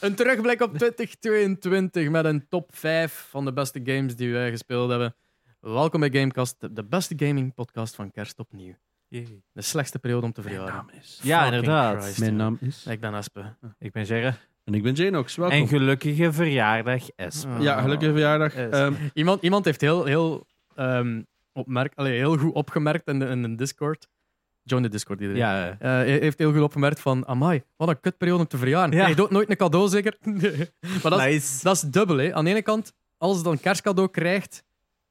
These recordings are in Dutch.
Een terugblik op 2022 met een top 5 van de beste games die wij gespeeld hebben. Welkom bij Gamecast, de beste gaming podcast van kerst opnieuw. De slechtste periode om te verjaren. is. Ja, Fucking inderdaad. Christ, Mijn ja. naam is. Ik ben Aspe. Ik ben Gerre. En ik ben Janox. Welkom. En gelukkige verjaardag, S. ja, gelukkige verjaardag. Yes. Ehm, Eh, Iemand, iemand heeft heel, heel, ehm, opmerk, allee, heel goed opgemerkt in de, in de Discord. Join de Discord iedereen. Ja, eh. Eh, hij heeft heel goed opgemerkt van, amai, wat een kutperiode om te verjaren. Ja. Je doet nooit een cadeau, zeker? maar dat, is- dat is dubbel. Hè. Aan de ene kant, als je dan een kerstcadeau krijgt,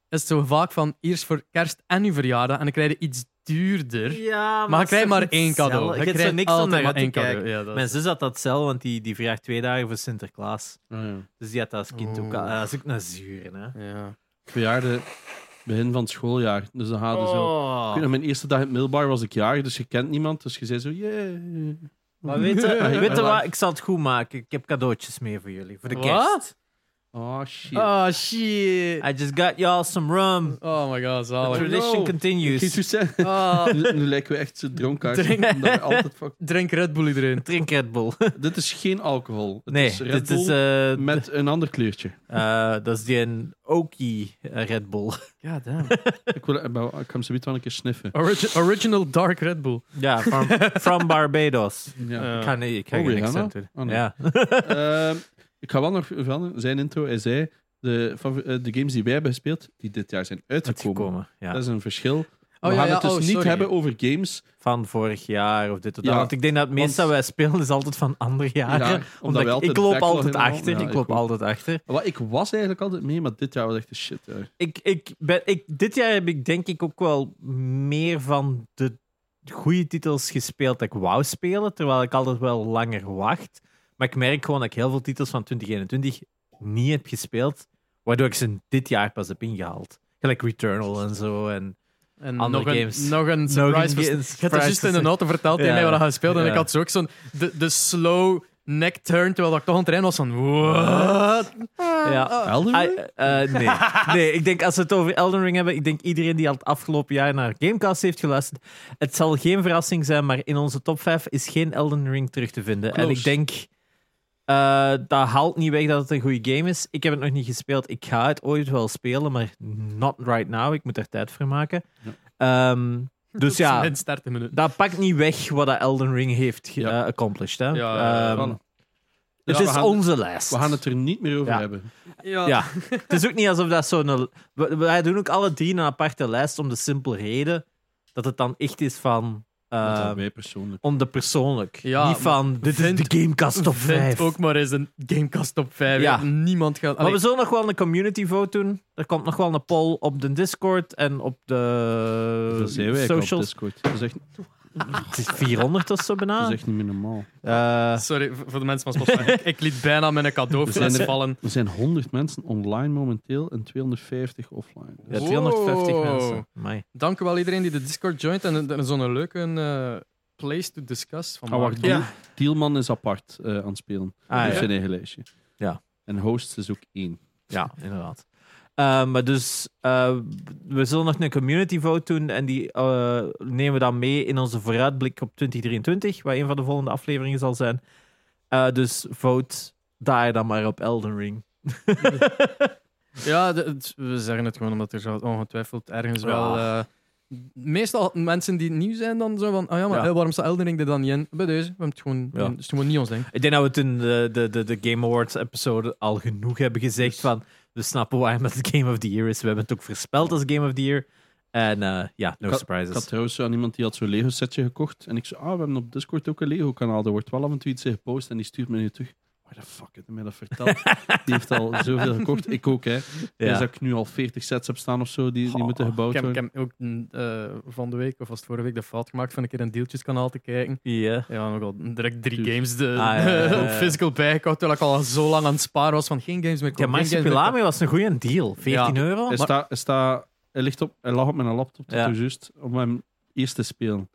is het zo vaak van, hier is voor kerst en je verjaardag, en dan krijg je iets duurder. Ja, maar je dat is krijgt toch maar niet één cadeau. zelf- Je Je hebt krijgt zo niks om altijd naar maar uit te één kijken. cadeau. Ja, dat Mijn is- zus had dat zelf, want die, die verjaagt twee dagen voor Sinterklaas. oh ja. Dus die had dat als kind ook al. Oeh. Dat is ook naar zuren, hè. Ja. Verjaarde begin van het schooljaar. Dus dan hadden ze Oh. zo. Ik weet nog, mijn eerste dag in het middelbaar was ik jarig, dus je kent niemand. Dus je zei zo, yeah. Maar weet je, weet je Ja. wat? Ik zal het goed maken. Ik heb cadeautjes mee voor jullie. Voor de kerst. Wat? Oh, shit. Oh, shit. I just got y'all some rum. Oh my god, The zalig. tradition no. Ik ging continues. zo zeggen. Oh. Ah, Nu nu lijken we echt zo dronken. uit. Drink. Omdat we altijd fuck- drink Red Bull iedereen. Drink Red Bull. Dit is geen alcohol. Het Nee, is Red dit is... Bull eh, met een ander kleurtje. eh, dat is die een Oki eh, Red Bull. God damn. ik, wil, ik ga hem zo wel een keer sniffen. Origi- original Dark Red Bull. Ja, from, from Barbados. Ja. Eh, Ik ga, nee, ik ga Oh, geen Rihanna? accent doen. Oh, nee. Ja. Ehm, ik ga wel nog van zijn intro. Hij zei: de, favor- eh, de games die wij hebben gespeeld, die dit jaar zijn uitgekomen. Uitgekomen. Ja. Dat is een verschil. Oh, we ja, gaan ja, het dus oh, niet sorry. hebben over games. Van vorig jaar of dit of dat. Ja, Want ik denk dat het meeste want- dat wij spelen is altijd van ander jaar. Ja, omdat omdat wij ik, altijd ik loop backlog altijd hebben. achter. Ja, ik ik loop ook. altijd achter. Wel, ik was eigenlijk altijd mee, maar dit jaar was echt de shit. jaar. Ik, ik ben, ik, dit jaar heb ik denk ik ook wel meer van de goede titels gespeeld dat ik wou spelen. Terwijl ik altijd wel langer wacht. Maar ik merk gewoon dat ik heel veel titels van 2021 niet heb gespeeld. Waardoor ik ze dit jaar pas heb ingehaald. Gelijk Returnal en zo. En En Andere nog, Een, games. nog een surprise. Nog een vers- games- je hebt het juist in de surprise. auto verteld tegen Ja. mij wat we gespeeld. En Ja. ik had zo ook zo'n de, de slow neck turn, terwijl ik toch aan het rennen was van what? Ja. Elden Ah, Ring? eh, eh, nee. nee, ik denk als we het over Elden Ring hebben, ik denk iedereen die al het afgelopen jaar naar Gamecast heeft geluisterd, het zal geen verrassing zijn, maar in onze top 5 is geen Elden Ring terug te vinden. En Close. ik denk, eh, dat haalt niet weg dat het een goede game is. Ik heb het nog niet gespeeld. Ik ga het ooit wel spelen, maar not right now. Ik moet daar tijd voor maken. Ehm, dus ja, In starten minuut. dat pakt niet weg wat dat Elden Ring heeft ge- Ja. eh, accomplished. Hè? Ja, Ehm, voilà. het Ja, we is gaan- onze lijst. We gaan het er niet meer over Ja. hebben. Ja, het is ook niet alsof dat zo'n. we- Wij doen ook alle drie een aparte lijst om de simpele reden dat het dan echt is van. eh, Dat zijn wij persoonlijk. om de persoonlijk. Ja, niet van. Dit is vind- de Gamecast top Vind 5. ook maar eens een Gamecast top 5. Ja. Ja. Niemand gaat... Maar Allee, we zullen nog wel een community vote doen. Er komt nog wel een poll op de Discord en op de Dat zijn wij eigenlijk op eh, socials. Discord. Dat is, echt, Het is 400 of zo dat bijna. is echt niet meer normaal. Eh, Sorry voor voor de mensen van Spotify. ik, ik liet bijna mijn We cadeaufles zijn er- vallen. Er zijn 100 mensen online momenteel en 250 offline. ja, 250 Wow. mensen. Amai. Dank u wel iedereen die de Discord joint. En er is zo'n leuke eh, place to discuss van Oh, wacht, Maarten. Diel- Dielman is apart eh, aan het spelen. Ah, Op ja. zijn eigen lijstje. Ja. En hosts is ook één. Ja, inderdaad. Eh, maar dus, eh, we zullen nog een community vote doen en die eh, nemen we dan mee in onze vooruitblik op 2023, waar een van de volgende afleveringen zal zijn. Eh, dus vote daar dan maar op Elden Ring. Ja, de- het- we zeggen het gewoon omdat er zo ongetwijfeld ergens Ja. wel. eh, meestal mensen die nieuw zijn, dan zo van. Oh ja, maar Ja. eh, waarom staat Elden Ring er dan niet in? Bij deze, we hebben het gewoon. Ja. Het is gewoon niet ons ding. Ik denk dat we het in de, de, de, de Game Awards episode al genoeg hebben gezegd van we snappen waarom dat het Game of the Year is. We hebben het ook voorspeld als Game of the Year. En eh, ja, no Ik had- Ik had surprises. trouwens zo aan iemand die had zo'n Lego setje gekocht. En ik zei, ah, we hebben op Discord ook een Lego kanaal. Er wordt wel af en toe iets in gepost. En die stuurt me nu terug. Waar de fuck heb je mij dat verteld? die heeft al zoveel gekocht. Ik ook, hè. Dus dat ik nu al 40 sets heb staan of zo. Die, die Oh, moeten gebouwd Ik heb, ik worden. heb ook mm, eh, van de week, of was het vorige week, de fout gemaakt van een keer een deeltjeskanaal te kijken. Ja. Ja, nogal direct drie Tuur. games de, Dus- Ah, ja, ja, ja, ja. op physical bijgekocht. Terwijl ik al zo lang aan het sparen was van geen games meer. Ja, kopen, geen Maxi games meer kopen. Pilami was een goede deal. 14 Oh, euro. Hij, Maar- staat- hij, staat- hij ligt op, hij lag op mijn laptop tot Ja. juist om hem eerst te spelen.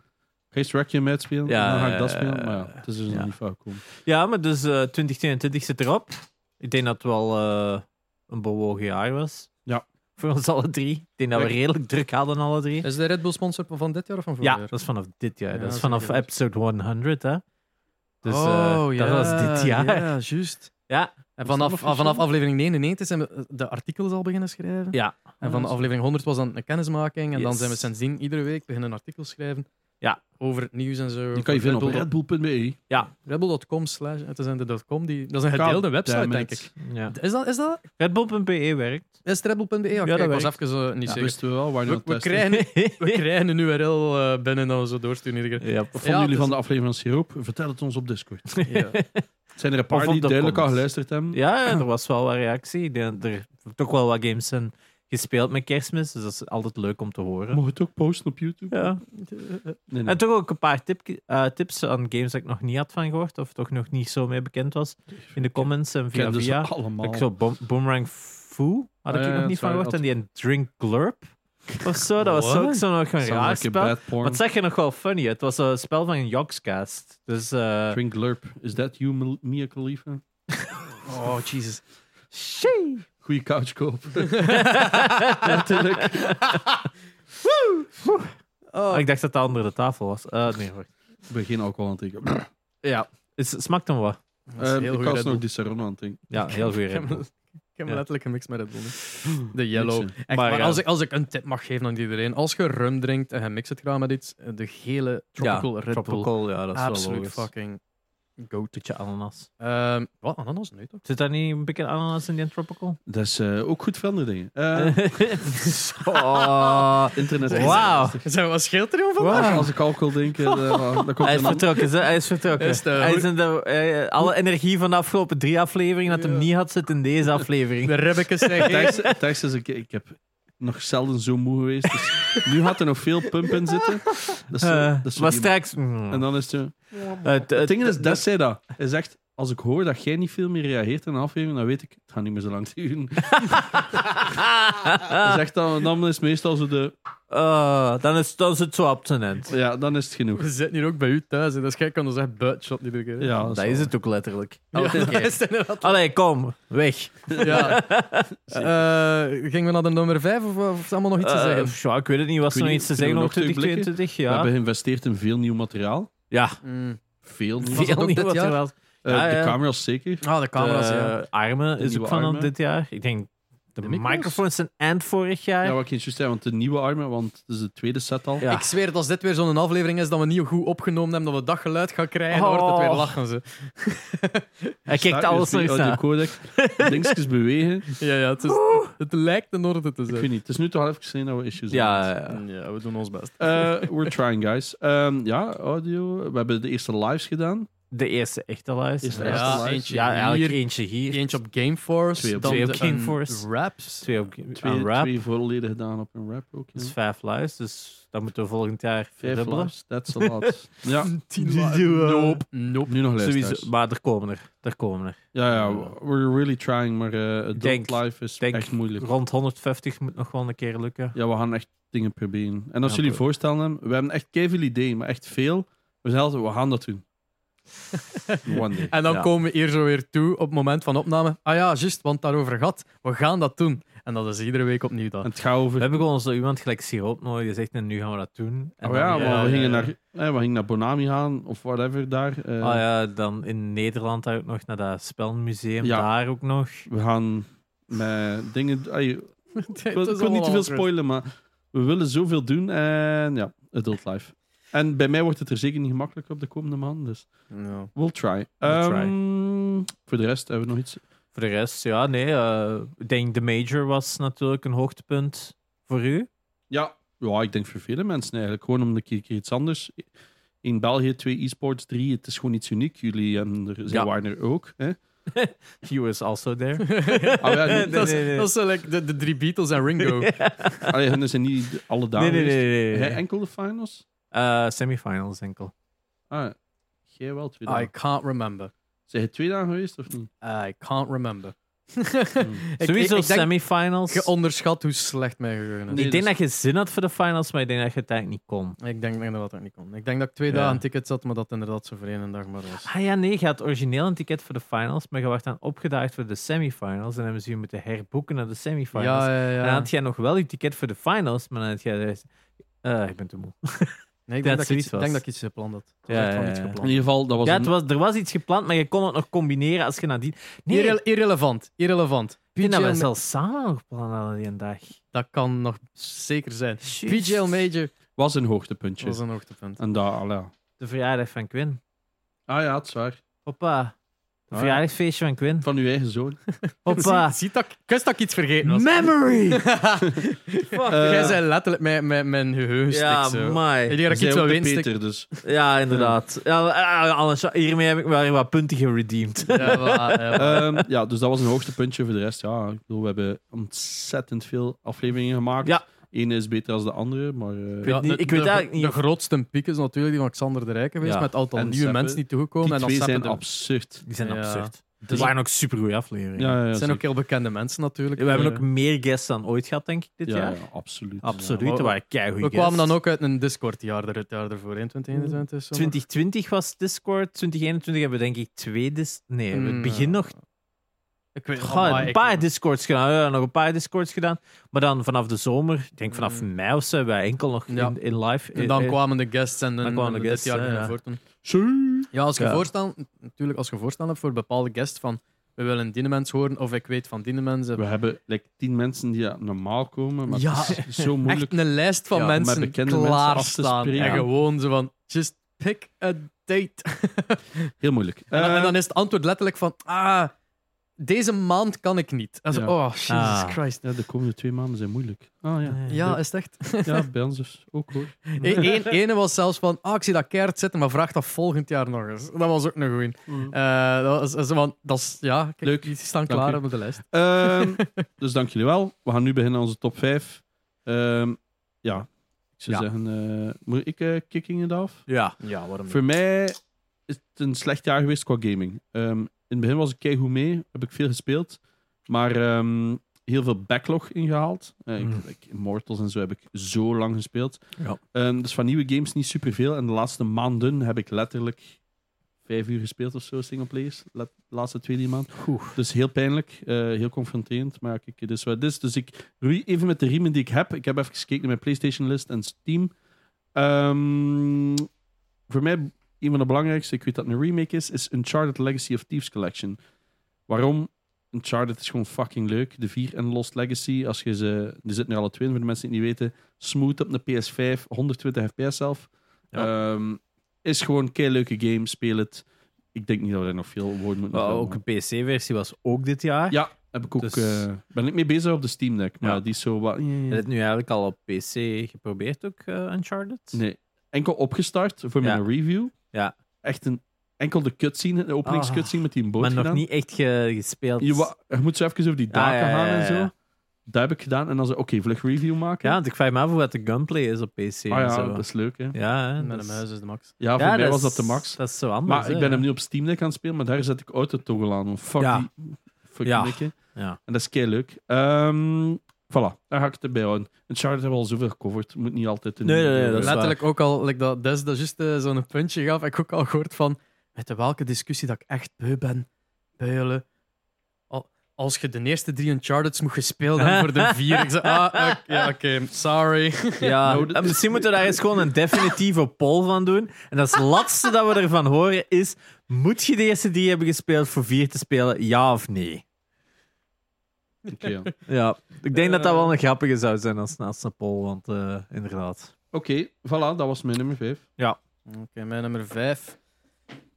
Ga je Requiem uitspelen? Ja, dan ga ik dat eh, spelen. Maar ja, het is dus ja. nog niet vaak gekomen. Ja, maar dus eh, 2022 zit erop. Ik denk dat het wel eh, een bewogen jaar was. Ja. Voor ons alle drie. Ik denk dat we Ja. redelijk druk hadden, alle drie. Is de Red Bull sponsor van dit jaar of van vorig Ja, jaar? dat is vanaf dit jaar. Ja, dat is zeker vanaf weten. episode 100, hè. Dus eh, oh, ja, dat was dit jaar. Ja, juist. Ja. En vanaf, Is dat nog vanaf aflevering 99 zijn we eh, de artikels al beginnen schrijven. Ja. En van aflevering 100 was dan een kennismaking. En dan Yes. zijn we sindsdien iedere week beginnen een artikel schrijven. Ja. Over het nieuws en zo. Je kan je vinden op Redbull- redbull.be. Redbull.com slash... Het is in de .com. Die, dat is een gedeelde God website, damn it. denk ik. Is dat... Is dat Redbull.be E werkt. is het redbull.be? Ja, dat kijk, ik was werkt. even eh, niet Ja, zeker. wisten we wel waar je We, aan we, het testen. krijgen, we krijgen een URL eh, binnen dat we zo doorsturen iedere keer. Ja. Wat vonden Ja, jullie dus- van de aflevering van Siroop? Vertel het ons op Discord. Ja. Zijn er een Of paar op die de duidelijk al comments. geluisterd hebben? Ja, er was wel wat reactie. Ik denk dat Er toch wel wat games zijn gespeeld met kerstmis, dus dat is altijd leuk om te horen. Mogen het ook posten op YouTube? Ja. Nee, nee. En toch ook een paar tip, eh, tips aan games dat ik nog niet had van gehoord, of toch nog niet zo mee bekend was, in de comments en Ik ken via dus via. allemaal. Ik zo Boom- Boomerang Foo had ik Ah, ja, ook nog ja, niet van sorry, gehoord. En had- die een Drink Glurp of zo, dat was What? ook zo nog een Sounds raar like a spel. bad porn. Wat zeg je nog wel funny? Het was een spel van Jogscast. Dus eh Drink Lurp. Is that you, Mil- Mia Khalifa? Oh, Jesus. shee. Goeie couchkoop. Letterlijk. Oh, Oh, ik dacht dat de andere de tafel was. Eh, nee hoor. Ik ben geen alcohol aan het drinken. Ja, is, smaakt hem wat. dat is Eh, een heel ik goeie was Red Bull. nog die Saron aan het drinken. Ja, heel Ik heb, goed. ik heb Ja. letterlijk een mix met Red Bull. hè. De yellow. Mixen. Echt, Maar, maar ja. als, ik, als ik een tip mag geven aan iedereen. Als je rum drinkt en je mixt het graag met iets, de gele tropical Red Bull. Tropical, ja, dat is wel Absoluut logisch. fucking goat. Beetje ananas. Ehm wat? Ananas? Nee toch? Zit daar niet een beetje ananas in die tropical? Dat is eh, ook goed voor andere dingen. Eh, ah, oh. internet. Wauw. Zijn we wat scheelt er van? Als- Als ik alcohol drink, eh, dan dan komt Hij er is een ander. vertrokken, ze- hij is vertrokken. Is het, eh, hij hoe- is in de, eh, alle energie van de afgelopen drie afleveringen dat hem Ja. niet had, zit in deze aflevering. De ribbekes zijn geen- Thijs- Thijs is een keer- ik heb nog zelden zo moe geweest. Dus nu had er nog veel pump in zitten. Dat is, zo- Eh, dat is zo maar die- straks... mm, En dan is het zo- eh, t- Het ding t- is, dat zei dat. Hij zegt, als ik hoor dat jij niet veel meer reageert aan de aflevering, dan weet ik, het gaat niet meer zo lang duren. Hij zegt dan, en dan is het meestal zo de... Eh, dan, is, dan is het zo abstinent. Ja, dan is het genoeg. We zitten hier ook bij u thuis. hè. Dat is gek, kan ons echt buitshot iedere keer. Ja, Dat wel- is het ook letterlijk. Ja, Elke dat keer. is inderdaad- Allee, kom, weg. Ja. Eh, gingen we naar de nummer 5 of, of is allemaal nog iets te Eh, zeggen? pff, ja, ik weet het niet, was Ik er nog weet iets te niet, zeggen kunnen we over nog twee blikken? 2022? We Ja, hebben geïnvesteerd in veel nieuw materiaal. ja. Mm. Veel nieuw Was het veel ook niet dit wat er jaar? was. Eh, Ja, ja. De camera's zeker. Ah, de camera's, de ja. armen is De ook nieuwe van armen. dit jaar. Ik denk de, De micro's? microfoons zijn eind vorig jaar. Ja, wat ik juist zei, want de nieuwe armen, want het is de tweede set al. Ja. Ik zweer dat als dit weer zo'n aflevering is dat we niet goed opgenomen hebben, dat we dat geluid gaan krijgen, dan wordt het weer Oh. lachen ze. Hij kijkt alles nog eens de na. codec. Dingetjes bewegen. Ja, ja, het, is, het lijkt in orde te Ik weet zijn. niet. Het is nu toch al even gezien dat we issues hebben. Ja, ja. Ja, we doen ons best. Eh, we're trying, guys. Ehm, ja, audio. We hebben de eerste lives gedaan. de eerste echte luis. Eerste Ja, echte Ja, live. eentje ja, hier, eigenlijk eentje hier. eentje op Gameforce, Twee op- dan twee op de- een Gameforce. Raps. Twee op Twee, aan rap. twee volledig gedaan op een rap ook. ja. Dat is vijf luis. Dus dat moeten we volgend jaar Vijf verdubbelen. lives, that's a lot. ja, Tien Die wa- doen we. Nope. Nope. nu nog Sowieso, luisteraars. maar er komen er. Er komen er. Ja, ja, we're really trying, maar eh adult Denk- life is denk- echt moeilijk. Rond 150 moet nog wel een keer lukken. Ja, we gaan echt dingen proberen. En als Ja, jullie pro- voorstellen hebben, we hebben echt keiveel ideeën, maar echt veel. We zijn altijd, we gaan dat doen. One day. En dan Ja. komen we hier zo weer toe op het moment van opname. Ah ja, juist, want daarover gaat. We gaan dat doen. En dat is iedere week opnieuw En dat. het gaat over... We hebben gewoon zo iemand gelijk siroop nodig. Die zegt, nee, nu gaan we dat doen. En Oh dan- ja, maar ja, we, gingen ja. Naar, eh, we gingen naar Bonami gaan, of whatever, daar. eh, Ah ja, dan in Nederland ook nog naar dat spelmuseum. Ja. Daar ook nog. We gaan met dingen... ai, Het Ik wil, is ik wil niet te veel allemaal spoilen, maar we willen zoveel doen. En ja, adult life. En bij mij wordt het er zeker niet gemakkelijk op de komende maanden. Dus Ja. we'll try. We'll try. Ehm, Voor de rest hebben we nog iets. Voor de rest, ja, nee. eh, ik denk de Major was natuurlijk een hoogtepunt voor u. Ja. ja, ik denk voor vele mensen eigenlijk. Gewoon om een keer, keer iets anders. In België twee e-sports, drie. Het is gewoon iets uniek. Jullie hebben er, zij Ja. waren er ook. Hè? You is also there. Ah, ja, Nee, Dat is, Oh, nee, nee. dat is zo like de, de drie Beatles en Ringo. Allee, hun zijn niet alle dagen. Nee, nee, nee. geweest. nee, nee. Jij enkel de finals? Eh, semifinals enkel. Ah, jij wel Ah, twee dagen. I Ah, can't remember. Zijn je twee dagen geweest of niet? I can't remember. Ik- Sowieso ik, ik denk, oh, semifinals. je onderschat hoe slecht mijn geheugen is. Nee, ik denk dat dat je zin had voor de finals, maar ik denk dat je het eigenlijk niet kon. Ik denk inderdaad dat ik niet kon. Ik denk dat ik twee Ja. dagen een ticket zat, maar dat inderdaad zo voor één dag maar was. Ah ja, nee, je had origineel een ticket voor de finals, maar je werd dan opgedaagd voor de semifinals en hebben ze je moeten herboeken naar de Ja, semifinals. ja, ja. En dan had jij nog wel je ticket voor de finals, maar dan had jij... gezegd, eh, ik ben te moe. Nee, ik Dat denk dat, ik iets, zoiets ik denk was. dat ik iets gepland had. Ik was Ja, echt van ja, iets ja. In gepland. ieder geval, dat was Ja, een- het was, er was iets gepland, maar je kon het nog combineren als je nadien... Nee, Irre- irrelevant. Irrelevant. ik denk dat PGL we zelfs samen nog plannen hadden die dag. Dat kan nog zeker zijn. Juist. PGL Major was een hoogtepuntje. was een hoogtepunt. En dat, allee. ja. De verjaardag van Quinn. Ah ja, het is waar. Hoppa. Het Ah. verjaardagsfeestje van Quinn. Van uw eigen zoon. Hoppa. Zie, zie dat, ik- ik wist dat ik iets vergeten was. Eh, Memory! Jij zei letterlijk mijn, mijn, mijn geheugen ja, zo. Ik my. denk dat ik Zij iets ook wel de winst. Peter, dus. Ja, inderdaad. Ja, ah, anders, hiermee heb ik wel weer wat punten geredeemd. Ja, voilà, ja, voilà. Ehm, ja, dus dat was een hoogtepuntje. Voor de rest, ja, ik bedoel, we hebben ontzettend veel afleveringen gemaakt. Ja. Eén is beter dan de andere, maar... eh, weet Ja, niet- de- ik weet de- eigenlijk niet De of- grootste piek is natuurlijk die van Xander de Rijken geweest, Ja. met altijd En nieuwe Seppe. mensen die toegekomen. die en dan twee Seppe zijn de- absurd. Die zijn Ja. absurd. Dus- Het waren ook supergoeie afleveringen. Ja, ja, ja, Het zijn zeker. ook heel bekende mensen natuurlijk. We hebben Eh, ook meer guests dan ooit gehad, denk ik, dit Ja, jaar. ja, absoluut. Absoluut, Ja, dat we- waren keigoeie we kwamen guests. dan ook uit een Discord jaar, er, het jaar ervoor, in 2021. of zo. 2020 was Discord, 2021 hebben we denk ik twee Dis... Nee, we hebben Hmm, het begin nog... Ik weet Goh, amai, een ik- paar Discords gedaan. Ja, nog een paar Discords gedaan. Maar dan vanaf de zomer, ik denk vanaf Hmm. mei of zo, hebben wij enkel nog Ja. in, in live... En dan eh, eh, kwamen de guests en, Dan en kwamen de dit guests, jaar hè, ging ja. voortdoen. Zo. Ja, als je Ja. voorstel, natuurlijk als je voorstel hebt voor bepaalde guests van we willen die mens horen of ik weet van die mens. We hebben like, tien mensen die ja, normaal komen, maar Ja. het is zo Echt moeilijk. een lijst van Ja, om met mensen bekende mensen af te klaarstaan. spreken. en Ja. gewoon zo van, just pick a date. Heel moeilijk. en, dan, en Eh, dan is het antwoord letterlijk van, ah, deze maand kan ik niet. En zo, Ja. Oh, Jesus Ah. Christ. ja, de komende twee maanden zijn moeilijk. Ah ja, eh, Ja, is het echt? ja bij ons dus ook hoor. E- Eén ene was zelfs van, ah, ik zie dat keihard zitten, maar vraag dat volgend jaar nog eens. Dat was ook een goeie. Eh, dat was, zo van, dat is, ja, kijk, Leuk. die staan Dank klaar u. op de lijst. Ehm, dus dank jullie wel. We gaan nu beginnen aan onze top 5. ja, ik zou Ja. zeggen, eh, moet ik eh kicking it off? Ja. ja, waarom niet? Voor mij is het een slecht jaar geweest qua gaming. Ehm, in het begin was ik keigoed mee, heb ik veel gespeeld, maar ehm, heel veel backlog ingehaald. Eh, ik, Mm. like, Immortals en zo heb ik zo lang gespeeld. Ja. Ehm, dus van nieuwe games niet superveel. En de laatste maanden heb ik letterlijk vijf uur gespeeld of zo, singleplayers. La- De laatste twee, drie maanden. Oeh. Dus heel pijnlijk, eh, heel confronterend. Maar kijk, dit is wat het is. Dus ik roei even met de riemen die ik heb. Ik heb even gekeken naar mijn PlayStation-list en Steam. Ehm, voor mij, een van de belangrijkste, ik weet dat het een remake is, is Uncharted Legacy of Thieves Collection. Waarom? Uncharted is gewoon fucking leuk. De 4 en Lost Legacy, als je ze... Er zitten er alle twee in, voor de mensen die het niet weten. Smooth op de PS5, 120 fps zelf. Ehm, is gewoon een leuke game, speel het. Ik denk niet dat we er nog veel woorden moeten Maar aan ook een PC-versie was ook dit jaar. ja, heb ik ook. Dus- eh, ben ik mee bezig op de Steam Deck, maar Ja. die is zo wat. Heb je het nu eigenlijk al op PC geprobeerd ook, eh, Uncharted? Nee, enkel opgestart voor Ja. mijn review. Ja. Ah, Echt een enkel de cutscene, de openingscutscene met die boot maar nog gedaan. niet echt ge- gespeeld. Je, wa- je moet zo even over die Ah, daken ja, ja, gaan en ja, zo. ja. Dat heb ik gedaan en dan zo, oké, vlug review maken. Ja, want ik vraag me af hoe wat de gunplay is op PC. Ah en ja, zo. dat is leuk, hè. ja, hè, Met dat een is- muis is de max. Ja, voor Ja, mij was is- dat de max. Dat is zo anders. Maar ik ben hem nu op Steam Deck aan het spelen, maar daar zet ik Autotoggle aan. want Fuck Ja. die fuck Ja. die dikke. Ja. En dat is kei leuk. Ehm, voilà, daar ga ik het bij houden. En Charlotte hebben we al zoveel gecoverd. Moet niet altijd een Nee, nieuwe nee, nee, deel dat is doen. Letterlijk ook al, like dat Des dat juist eh, zo'n puntje gaf, heb ik ook al gehoord van, weet je welke discussie dat ik echt beu ben, bij jullie. Al- Als je de eerste drie Uncharted's moet gespeeld hebben voor de vier. Ik zei, ah, ok- ja, oké, sorry. Ja, Nou, dat- en misschien moeten we daar eens gewoon een definitieve poll van doen. En dat is het laatste dat we ervan horen is... Moet je de eerste die hebben gespeeld voor vier te spelen? Ja of nee? Oké, ja. Eh, Ja, ik denk dat dat wel een grappige zou zijn als naast een poll, want eh, inderdaad. Oké, voilà, dat was mijn nummer 5. Oké, mijn nummer vijf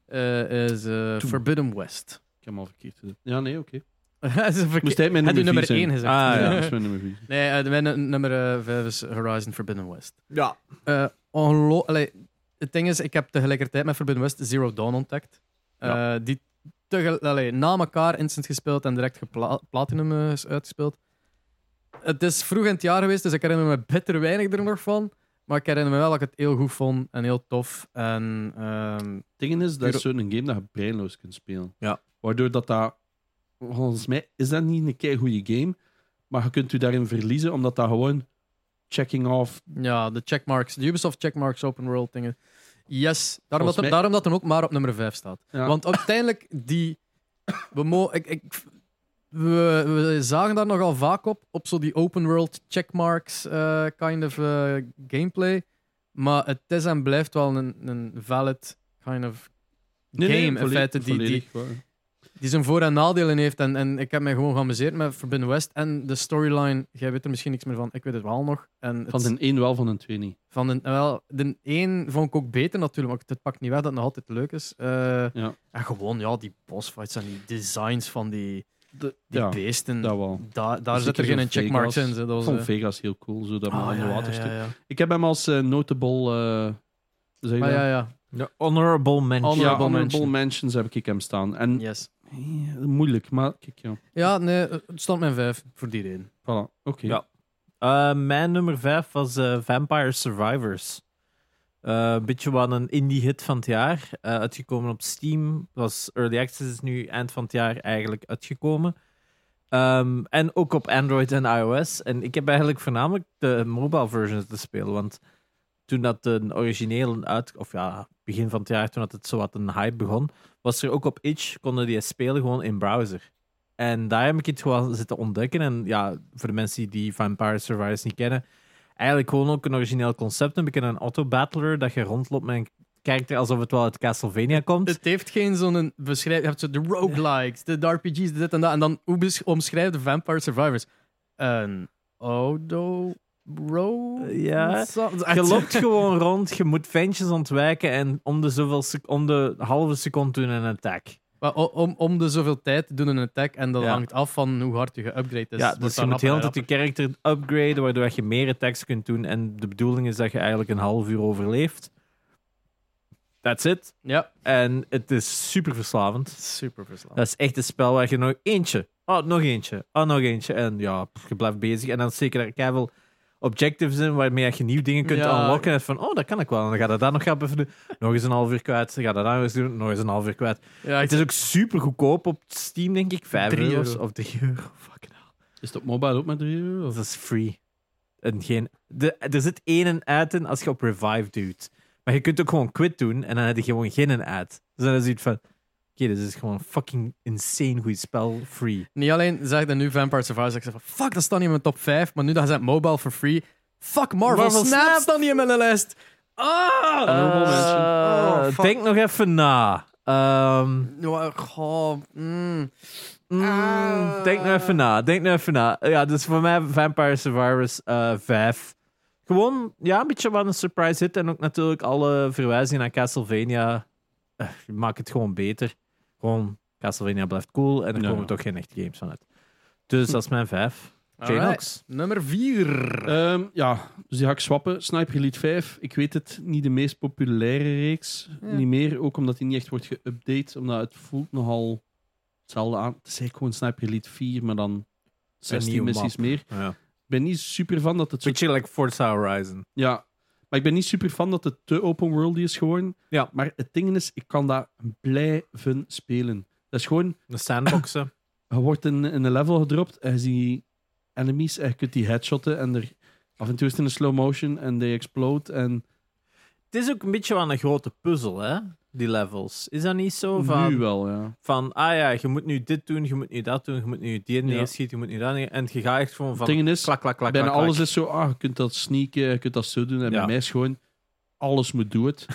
eh, is eh, Toe. Forbidden West. Ik heb hem al verkeerd gedaan. Ja, nee, oké. Moest Moest hij mijn Had u nummer nummer 4 één zijn? gezegd. Ah, Ah, ja, ja. dat is mijn nummer 4. Nee, eh, mijn nu- nummer eh, vijf is Horizon Forbidden West. Ja. Eh, onlo- allee, het ding is, ik heb tegelijkertijd met Forbidden West Zero Dawn ontdekt. Eh, Die tegel- allee, na elkaar instant gespeeld en direct gepla- platinum eh, is uitgespeeld. Het is vroeg in het jaar geweest, dus ik herinner me bitter weinig er nog van. Maar ik herinner me wel dat ik het heel goed vond en heel tof. En ehm, Het ding is, dat is zo'n game dat je breinloos kunt spelen. Ja. Waardoor dat dat... Volgens mij is dat niet een kei goede game, maar je kunt u daarin verliezen, omdat dat gewoon checking off... ja, de checkmarks, de Ubisoft checkmarks, open world dingen. Yes, daarom dat, Volgens mij- daarom dat hem ook maar op nummer 5 staat. Ja. Want uiteindelijk, die. We, mo ik, ik, we, we zagen daar nogal vaak op, op zo die open world checkmarks eh, kind of eh, gameplay. Maar het is en blijft wel een, een valid kind of game. in volledig- feite, die, die, volledig waar. die zijn voor- en nadelen heeft. En, en ik heb mij gewoon geamuseerd met Forbidden West. En de storyline, jij weet er misschien niks meer van, ik weet het wel nog. En het- Van de één wel, van de twee niet. van de, wel, de één vond ik ook beter natuurlijk, maar het pakt niet weg dat het nog altijd leuk is. Eh, Ja. En gewoon, ja, die bossfights en die designs van die, De, die ja, beesten. dat wel. Da- daar Zeker zit er geen zo'n checkmarks Vegas. in. zo, Mm. Dat Ik was, vond eh, Vegas heel cool, zo dat ah, man aan ja, de ja, waterstuk. ja, ja. Ik heb hem als eh, notable... eh, zeg je Ah, dat? ja, ja. De honorable mention. Honorable Ja, honorable mention. mentions heb ik hem staan. En Yes. eh, moeilijk, maar kijk, ja. Ja, nee, het stond mijn vijf voor die reden. Voilà, oké. Ja. Eh, mijn nummer 5 was eh, Vampire Survivors. Eh, Een beetje wat een indie hit van het jaar. Eh, uitgekomen op Steam. Was Early Access is nu eind van het jaar eigenlijk uitgekomen. Ehm, en ook op Android en iOS. En ik heb eigenlijk voornamelijk de mobile versions te spelen. Want toen dat de originele uit... Of ja, begin van het jaar, toen dat het zowat een hype begon... Was er ook op itch, konden die spelen gewoon in browser. En daar heb ik het gewoon zitten ontdekken. En ja, voor de mensen die Vampire Survivors niet kennen, eigenlijk gewoon ook een origineel concept. Een beetje een auto-battler dat je rondloopt met een karakter alsof het wel uit Castlevania komt. Het heeft geen zo'n beschrijving. Je hebt zo de roguelikes, de RPG's, dit en dat. En dan, hoe besch- omschrijft de Vampire Survivors? Een auto... Ro... Ja. Zo- Je loopt gewoon rond, je moet ventjes ontwijken en om de, zoveel sec- om de halve seconde doen een attack. Maar o- om, om de zoveel tijd doen een attack en dat Ja. hangt af van hoe hard je geupgrade is. ja, Wordt dus je dan moet heel de rapper tijd je character upgraden, waardoor je meer attacks kunt doen. En de bedoeling is dat je eigenlijk een half uur overleeft. That's it. en rapper. En het is super verslavend. Ja, super verslaan. Dat is echt een spel waar je nog eentje, oh, nog eentje, oh, nog eentje. En ja, pff, je blijft bezig. En dan steken er keihard objectives in waarmee je nieuwe dingen kunt Ja. unlocken. En van, oh, dat kan ik wel. En dan gaat dat dan nog gaan even doen. Nog eens een half uur kwijt. Dan gaat dat dan nog eens doen. Nog eens een half uur kwijt. Ja, Het ik- is ook super goedkoop op Steam, denk ik. Vijf Drie euro's euro. of 3 euro. Fucking hell. Is het op mobile ook met 3 euro? Dat is free. En geen, de, er zit één en uit in als je op revive doet. Maar je kunt ook gewoon quit doen en dan heb je gewoon geen en uit. Dus dan is het zoiets van... Oké, dus dit is gewoon een fucking insane goed spel, free. Niet alleen zeg dat nu Vampire Survivors, ik zeg van fuck, dat staat niet in mijn top 5, maar nu dat ze het mobile for free, fuck Marvel, Marvel Snap, Snap. staat niet in mijn lijst. Ah! Honorable Eh, mention. Oh, fuck. denk nog even na. Ehm, Ja, goh, mm. mm, Ah. Denk nog even na. Denk nog even na. Ja, dus voor mij Vampire Survivors eh 5. Gewoon, ja, een beetje wat een surprise hit. En ook natuurlijk alle verwijzingen naar Castlevania. Eh, maak het gewoon beter. Gewoon, Castlevania blijft cool. En er Ja. komen toch geen echte games van uit. Dus dat is mijn 5. Alright. Janox. Nummer 4. Ehm, ja, dus die ga ik swappen. Snipe Elite 5, ik weet het, niet de meest populaire reeks. Ja. Niet meer, ook omdat die niet echt wordt geüpdate, omdat het voelt nogal hetzelfde aan. Het is eigenlijk gewoon Snipe Elite 4, maar dan 16 nieuwe missies meer. Ik Ja. ben niet super van dat het zo... Beetje like Forza Horizon. Ja, maar ik ben niet super van dat het te open world is geworden. Ja. Maar het ding is, ik kan dat blijven spelen. Dat is gewoon, De sandboxen. je wordt in, in een level gedropt en je ziet enemies en je kunt die headshotten en er, af en toe is het in een slow motion en they explode en... Het is ook een beetje aan een grote puzzel, hè? Die levels. Is dat niet zo? Van, Nu wel, ja. van ah ja, je moet nu dit doen, je moet nu dat doen, je moet nu die neerschieten, je moet nu dat neer... En je gaat echt gewoon van Het ding is, klak, klak, klak, Bijna klak, alles klak. is zo, ah, je kunt dat sneaken, je kunt dat zo doen. Ja. En bij mij is gewoon, alles moet doen het.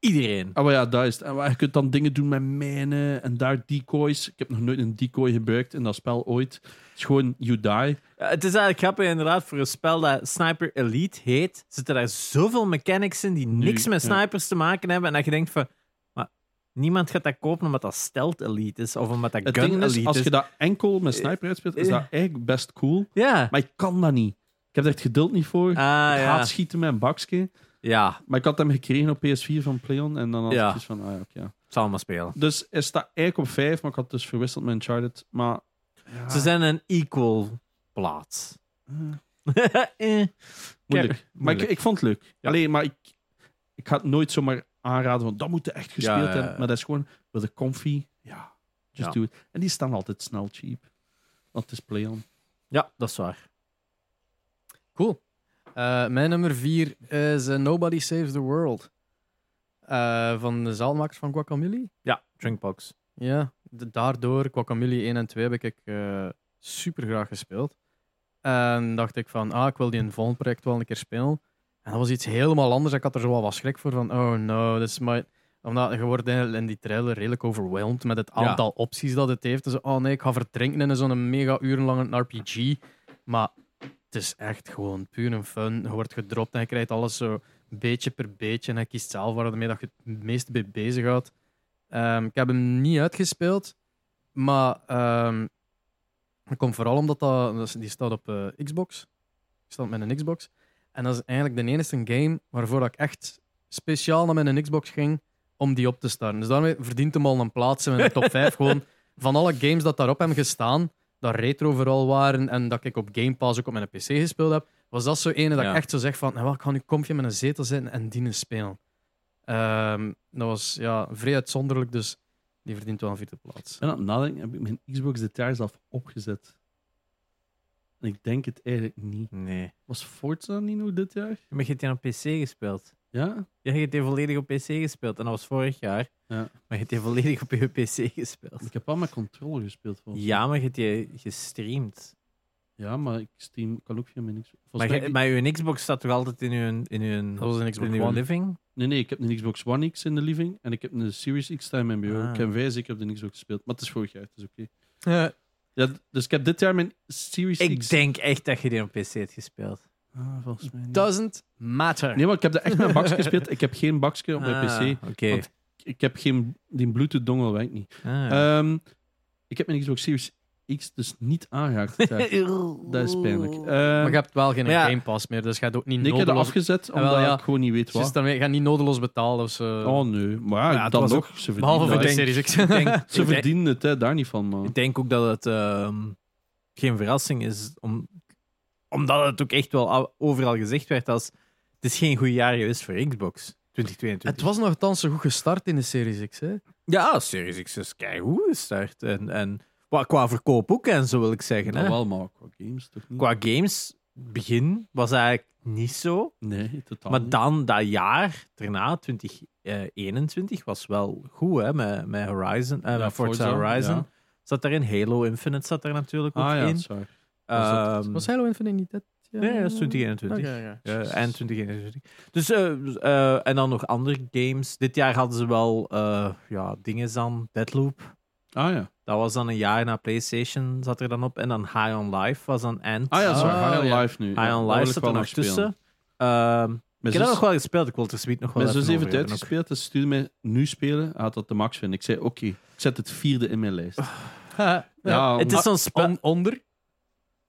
Iedereen. Ah, maar ja, daar is het. En maar je kunt dan dingen doen met mijnen en daar decoys. Ik heb nog nooit een decoy gebruikt in dat spel ooit. Het is gewoon, you die. Ja, het is eigenlijk grappig, inderdaad, voor een spel dat Sniper Elite heet, zitten daar zoveel mechanics in die niks met ja. snipers te maken hebben. En dat je denkt van, maar niemand gaat dat kopen omdat dat Stealth Elite is, of omdat dat Het Gun ding is, Elite als is. Eh. je dat enkel met sniper uitspeelt, is dat eigenlijk best cool. Ja. Maar ik kan dat niet. Ik heb er echt geduld niet voor. Ik Ah, ja. haat schieten met een bakje. ja, het Maar ik had hem gekregen op PS4 van Playon. En dan had ik Ja. zoiets van, ah ja, oké, ja. zal allemaal spelen. Dus hij staat eigenlijk op 5, maar ik had dus verwisseld met Uncharted. Maar ja, Ze zijn een equal plaats. Eh. moeilijk. Kijk, Maar ik, moeilijk. ik vond het leuk. Ja. Alleen, maar ik, ik ga het nooit zomaar aanraden, want dat moet je echt gespeeld Ja, ja, ja. hebben. Maar dat is gewoon, wil de comfy? Ja, just Ja. do it. En die staan altijd snel cheap. Want het is play-on. Ja, dat is waar. Cool. Eh, mijn nummer 4 is eh, Nobody Saves the World. Eh, van de zaalmakers van Guacamole. Ja, Drinkbox. Ja, de- daardoor, Guacamole 1 en 2 heb ik eh, super graag gespeeld. En dacht ik van, ah, ik wil die in een volgend project wel een keer spelen. En dat was iets helemaal anders. Ik had er zo wel wat schrik voor van, oh no, dit is maar... Omdat je wordt in in die trailer redelijk overwhelmed met het Ja. aantal opties dat het heeft. Dus oh nee, ik ga verdrinken in zo'n mega urenlange RPG. Maar het is echt gewoon puur een fun. Je wordt gedropt en je krijgt alles zo beetje per beetje. En je kiest zelf waarmee dat je het meest mee bezig houdt. Ehm, ik heb hem niet uitgespeeld. Maar ehm dat komt vooral omdat dat, dat is- die staat op eh, Xbox. Ik stond met een Xbox. En dat is eigenlijk de enige game waarvoor dat ik echt speciaal naar mijn Xbox ging om die op te starten. Dus daarmee verdient hem al een plaats in mijn top 5. Gewoon van alle games dat daarop hebben gestaan, dat retro vooral waren en dat ik op Game Pass ook op mijn PC gespeeld heb, was dat zo ene dat Ja. ik echt zo zeg van, nou, wel, ik ga nu komfje met een zetel zitten en dienen spelen. Ehm, dat was ja, vrij uitzonderlijk, dus die verdient wel een vierde plaats. En aan het nadenken heb ik mijn Xbox dit jaar zelf opgezet. En ik denk het eigenlijk niet. Nee. Was Forza niet nog dit jaar? Maar je hebt die op PC gespeeld. Ja? Ja, je hebt die volledig op PC gespeeld. En dat was vorig jaar. Ja. Maar je hebt die volledig op je PC gespeeld. Ik heb al met controller gespeeld. volgens mij. Ja, maar je hebt die gestreamd. ja, maar ik Steam kan ook via mijn Xbox. Maar, Volgens je, mij- maar je Xbox staat toch altijd in je, in je, Dat was een Xbox in je One. living? Nee, nee, ik heb een Xbox One X in de living en ik heb een Series X Time in mijn bureau. Ah. Ik heb vijs, ik heb de Xbox gespeeld. Maar het is vorig jaar, het is oké. Ja, Ja, d- dus ik heb dit jaar mijn Series X. Ik denk echt dat je die op PC hebt gespeeld. Ah, volgens mij niet. doesn't matter. Nee, maar ik heb dat echt met een bakje gespeeld. Ik heb geen bakje op mijn Ah, PC. Oké. Want- Ik heb geen... Die Bluetooth-dongel werkt niet. Ah. Ehm, ik heb mijn Xbox Series X dus niet aangeraakt. dit jaar. dat is pijnlijk. Eh, Ehm, Maar je hebt wel geen Maar Ah, ja. Game Pass meer, dus je gaat ook niet nee, ik heb dat nodeloos... afgezet, omdat wel, ja. ik gewoon niet weet Dus wat. daarmee, je gaat niet nodeloos betalen. Dus, eh, Oh nee, maar ja, Ja, het dan was nog. Ze behalve verdienen, voor dat. de denk- Series X. Ik denk, ze ik denk- verdienen het, hè, daar niet van. Maar. Ik denk ook dat het ehm, geen verrassing is, om, omdat het ook echt wel al- overal gezegd werd als het is geen goed jaar geweest voor Xbox 2022. Het was nogthans zo goed gestart in de Series X. Hè? Ja, Series X is keigoed gestart. En, en wa- qua verkoop ook, en zo wil ik zeggen. Dat Hè. wel, maar qua games toch niet? Qua games, begin was eigenlijk niet zo. Nee, totaal Maar niet. dan dat jaar daarna, 2021, was wel goed, hè? Met, met Horizon, eh, Ja, met Forza, Forza, Horizon. ja. Zat daarin, Halo Infinite zat er natuurlijk ook Ah ja, in. sorry. was dat- Ehm, Was Halo Infinite niet dat? Ja, Nee, dat is 2021. Oké, oké. Ja, eind 2021. Dus, eh, eh, en dan nog andere games. Dit jaar hadden ze wel eh, ja, dingen dan. Deadloop. Ah ja. Dat was dan een jaar na PlayStation zat er dan op. En dan High on Life was dan Ant. Ah ja, sorry. Ah, High on ja. Life nu. High on Life zat er nog tussen. Ehm, ik Mijn heb dat nog zus, wel gespeeld. Ik wil het er zoiets nog wel mijn zus even heeft over het hebben ook. uitgespeeld. Dus stuurde mij nu spelen. Hij had dat de max vinden. Ik zei, oké, ik zet het vierde in mijn lijst. Oh. Ja. Ja, Het is maar- oh, zo'n spel. On- onder.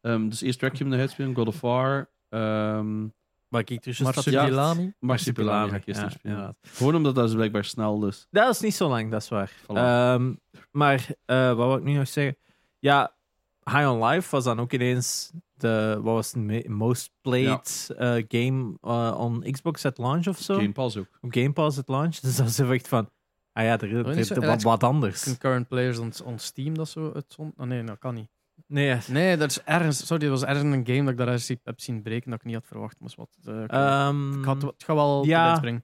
Ehm, dus eerst Requiem naar uitspelen, God of War. ehm Maar ik tussen Marsupilami. Marsupilami ga ik eerst Ja, nog spelen. inderdaad. Gewoon omdat dat is blijkbaar snel, dus... Dat is niet zo lang, dat is waar. Voilà. Ehm, maar eh, wat wil ik nu nog zeggen? Ja, High on Life was dan ook ineens de wat was het, me- most played eh, game eh, on Xbox at launch of zo. Game Pass ook. Op Game Pass at launch. Dus dat was even echt van, ah ja, er, er, niet zo- er- wat, wat anders. Concurrent players on, on Steam, dat zo uitzond. Ah, nee, dat kan niet. Nee, ja. Nee, dat is ergens. Sorry, dat was ergens een game dat ik daar ergens heb zien breken dat ik niet had verwacht. Maar wat. eh, ik- Ehm, ik had, het gaat wel ja. ja. springen.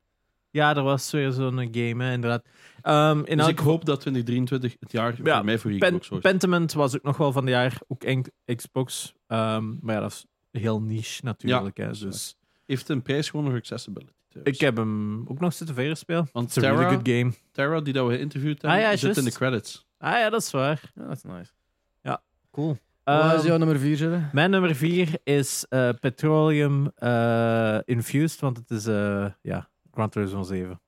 ja, er was weer zo'n game, hè, inderdaad. Ehm, in Dus elk ik hoop dat 2023 het jaar Ja, voor mij voor Pen- Xbox wordt. Pentiment was ook nog wel van de jaar, ook enk- Xbox. Ehm, maar ja, dat is heel niche natuurlijk. hè, dat is waar. dus Heeft een prijs gewonnen voor accessibility. trouwens. Ik eh, heb hem ook nog zitten verder spelen. Want It's a really Terra, good game. Terra, die dat we geïnterviewd Ah, hebben, ja, zit in de juist. credits. Ah ja, dat is waar. Ja, dat is nice. Ehm, Cool. Wat is jouw nummer 4, Jelle? mijn nummer vier is eh, Petroleum eh, Infused, want het is eh, ja, Gran Turismo 7.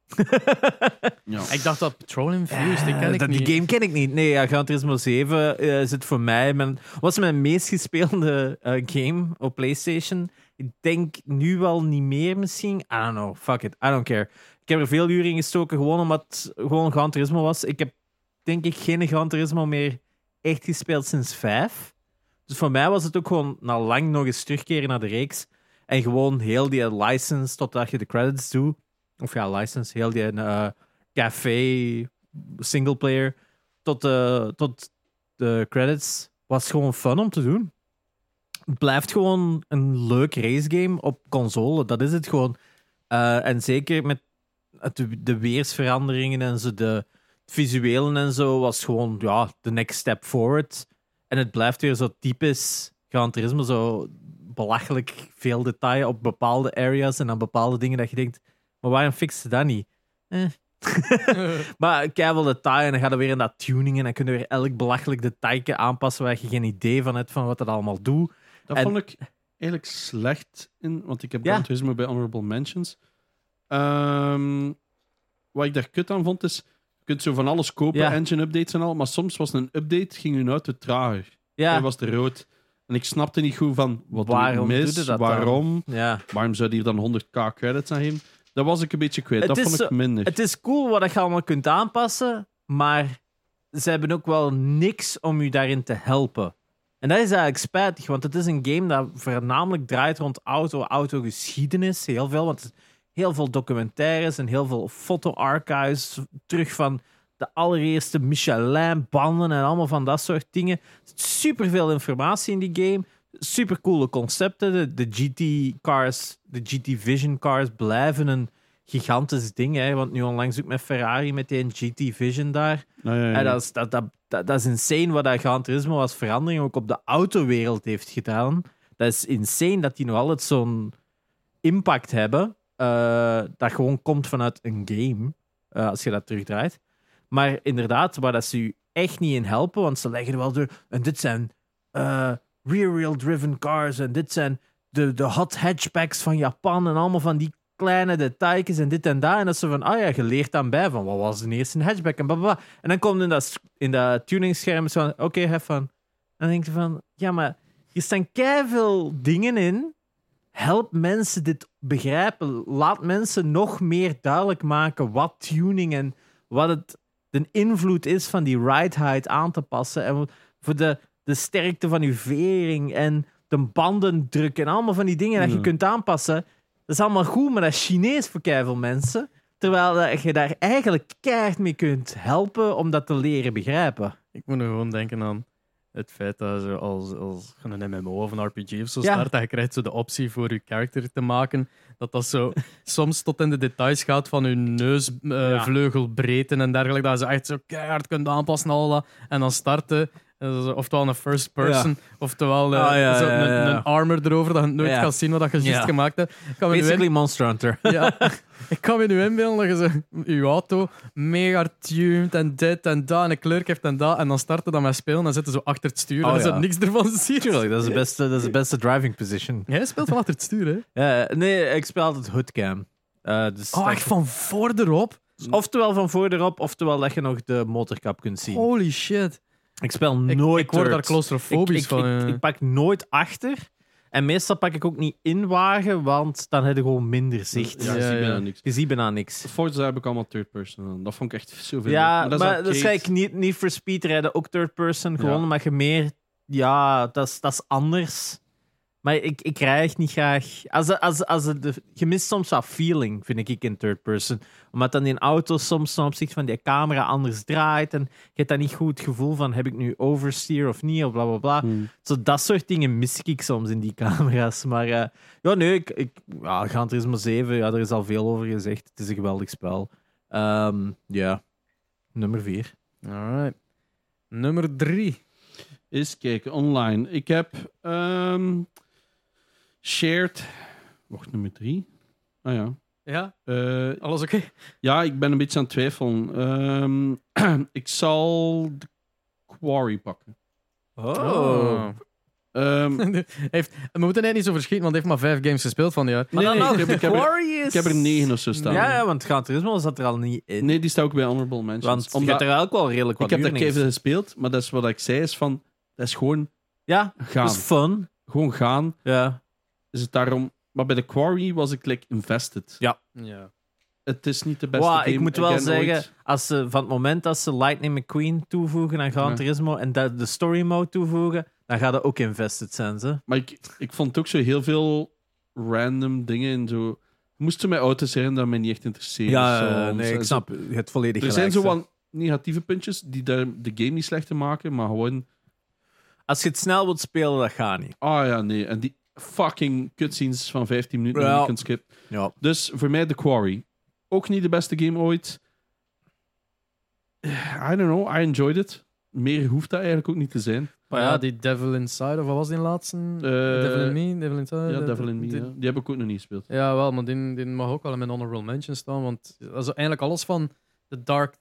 Ja. Ik dacht dat Petroleum Views, die ken ik Eh, dat, niet. Die game ken ik niet. Nee, ja, Gran Turismo 7 eh, zit voor mij... Mijn, was mijn meest gespeelde eh, game op PlayStation. Ik denk nu wel niet meer misschien. I don't know. Fuck it. I don't care. Ik heb er veel uren in gestoken, gewoon omdat het gewoon Gran Turismo was. Ik heb denk ik geen Gran Turismo meer echt gespeeld sinds 5. Dus voor mij was het ook gewoon na lang nog eens terugkeren naar de reeks. En gewoon heel die license totdat je de credits doet. Of ja, license. Heel die eh, café singleplayer tot de, tot de credits was gewoon fun om te doen. Het blijft gewoon een leuk racegame op console. Dat is het gewoon. Eh, en zeker met het, de weersveranderingen en zo, de visuelen en zo, was gewoon ja, de next step forward. En het blijft weer zo typisch Gran Turismo, zo belachelijk veel detail op bepaalde areas en aan bepaalde dingen dat je denkt, maar waarom fix ze dat niet? Eh. maar keivel detail en dan gaat er weer in dat tuning en dan kunnen we weer elk belachelijk detailje aanpassen waar je geen idee van hebt van wat dat allemaal doet. Dat En- vond ik eigenlijk slecht in, want ik heb Ja. Gran Turismo bij Honorable Mentions. Ehm, wat ik daar kut aan vond is, je kunt zo van alles kopen, Ja. engine updates en al, maar soms was een update, ging hun auto trager. Hij Ja, was te rood. En ik snapte niet goed van, wat Waarom waarom mis, doe je dat dan? waarom, ja. waarom zou die hier dan 100k credits aan geven? Dat was ik een beetje kwijt, Het dat is vond ik zo- minder. Het is cool wat je allemaal kunt aanpassen, maar ze hebben ook wel niks om je daarin te helpen. En dat is eigenlijk spijtig, want het is een game dat voornamelijk draait rond auto, autogeschiedenis, heel veel. Want heel veel documentaires en heel veel foto-archives terug van de allereerste Michelin-banden en allemaal van dat soort dingen. Super veel informatie in die game. Super coole concepten. De, de GT-cars, de GT-Vision-cars blijven een gigantisch ding. Hè? Want nu onlangs ook met Ferrari met die GT-Vision daar. Nou ja, ja. Ja, dat, is, dat, dat, dat, dat is insane wat dat Gran Turismo als verandering ook op de autowereld heeft gedaan. Dat is insane dat die nog altijd zo'n impact hebben. eh, dat gewoon komt vanuit een game, eh, als je dat terugdraait. Maar inderdaad, waar dat ze u echt niet in helpen, want ze leggen er wel door... En dit zijn eh, rear-wheel driven cars, en dit zijn de, de hot hatchbacks van Japan, en allemaal van die kleine detailjes en dit en dat. En dat ze van, ah ja, je leert dan bij van wat was de eerste hatchback en blablabla. En dan komt in dat, in dat tuningsscherm zo van, oké, have fun. En dan denk je van, ja, maar hier staan veel dingen in. Help mensen dit begrijpen. Laat mensen nog meer duidelijk maken wat tuning en wat het de invloed is van die ride height aan te passen. En voor de, de sterkte van uw vering en de bandendruk en allemaal van die dingen dat je Ja. kunt aanpassen. Dat is allemaal goed, maar dat is Chinees voor veel mensen. Terwijl dat je daar eigenlijk keihard mee kunt helpen om dat te leren begrijpen. Ik moet nu gewoon denken aan het feit dat zo als, als je een MMO of een RPG of zo Ja. start, dat je krijgt zo de optie voor je character te maken, dat dat zo soms tot in de details gaat van je Ja. neusvleugelbreedte en dergelijke, dat je ze echt zo keihard kunt aanpassen al dat, en dan starten. en dat is Oftewel een first person, oftewel eh, Ah, ja, zo ja, ja, Een, ja. een armor erover dat je nooit Ja. gaat zien wat dat je juist Ja. gemaakt hebt. Ik kan me nu in- Basically Monster Hunter. ja. Ik kan me nu inbeelden dat je zo, je auto mega tuned en dit en dat en een kleur heeft en dat. En dan starten dan met spelen en zitten zo achter het stuur Oh, en ze ja. niks ervan ziet. Tuurlijk, dat is de beste, dat is de beste driving position. Jij speelt van achter het stuur, hè? Eh, nee, ik speel altijd hoodcam. Eh, dus Oh, dat- echt van voor erop? Oftewel van voor erop, oftewel dat je nog de motorkap kunt zien. Holy shit. Ik speel Oh. Ik, nooit ik word daar turret. claustrofobisch ik, ik, van. ik- eh. ik pak nooit achter. En meestal pak ik ook niet inwagen, want dan heb je gewoon minder zicht. Ja, Ja, zie ik ja. bijna niks. Je ziet bijna niks. Forza heb ik allemaal third person aan. Dat vond ik echt zoveel. Ja, leuk. maar, dat is arcade. gelijk niet, niet voor speed rijden, ook third person. Gewoon Ja. omdat je meer. Ja, dat is, dat is anders. Maar ik, ik rij echt niet graag. Als, dat- als, als het de, je mist soms wat feeling, vind ik, in third person. Omdat dan die auto soms ten opzichte van die camera anders draait. En je hebt dan niet goed het gevoel van: heb ik nu oversteer of niet? Of bla bla bla. Hmm. Zo, dat soort dingen mis ik soms in die camera's. Maar eh, ja, nee, ik, ik, ja, Gran Turismo 7, ja, er is al veel over gezegd. Het is een geweldig spel. Ehm, Ja, nummer 4. Alright. Nummer drie. Eens kijken, online. Ik heb ehm, shared. Wacht, nummer drie. Ah ja. Ja, Eh, alles oké? ja, ik ben een beetje aan het twijfelen. Ehm, ik zal de Quarry pakken. Oh. Oh. Ehm, Hij Oh. heeft, we moeten net niet zo verschieten, want hij heeft maar vijf games gespeeld van die jaar. Maar nee, dan nee, nog, ik heb- ik heb er- Quarry is- ik heb er negen of zo Ja, staan. ja, want Gran Turismo zat er al niet in. Nee, die staat ook bij Honorable Mentions. want je Omdat hebt er ook wel redelijk ik wat heb daar uren in keihard gezet. gespeeld, maar dat is wat ik zei, is van... Dat is gewoon Ja, gaan. dat is fun. Gewoon gaan. Ja. Is het daarom... Maar bij de Quarry was ik like invested. Ja. Het is niet de beste Wow, game. ik moet wel again ooit. zeggen, als ze, van het moment dat ze Lightning McQueen toevoegen aan Gran Ja. Turismo en dat de story mode toevoegen, dan gaat er ook invested zijn, ze. Maar ik, ik vond ook zo heel veel random dingen en zo. Moesten mij auto's zijn dat mij niet echt interesseert. Ja, eh, Zo, nee, zo- ik snap het volledig Er zijn gelijk, zo hè. wat negatieve puntjes die daar de game niet slechter maken, maar gewoon. Als je het snel wilt spelen, dat gaat niet. Ah ja, nee. En die fucking cutscenes van 15 minuten die Ja. je kunt skip. Ja. Dus voor mij The Quarry. Ook niet de beste game ooit. Eh, I don't know, I enjoyed it. Meer hoeft dat eigenlijk ook niet te zijn. Maar ja, die Devil Inside, of wat was die laatste? Eh, Devil in Me? Devil Inside? ja, Devil in Me. Die- ja. Die heb ik ook nog niet gespeeld. Ja, wel, maar die, die mag ook wel in mijn honorable mention staan, want dat is eigenlijk alles van de Dark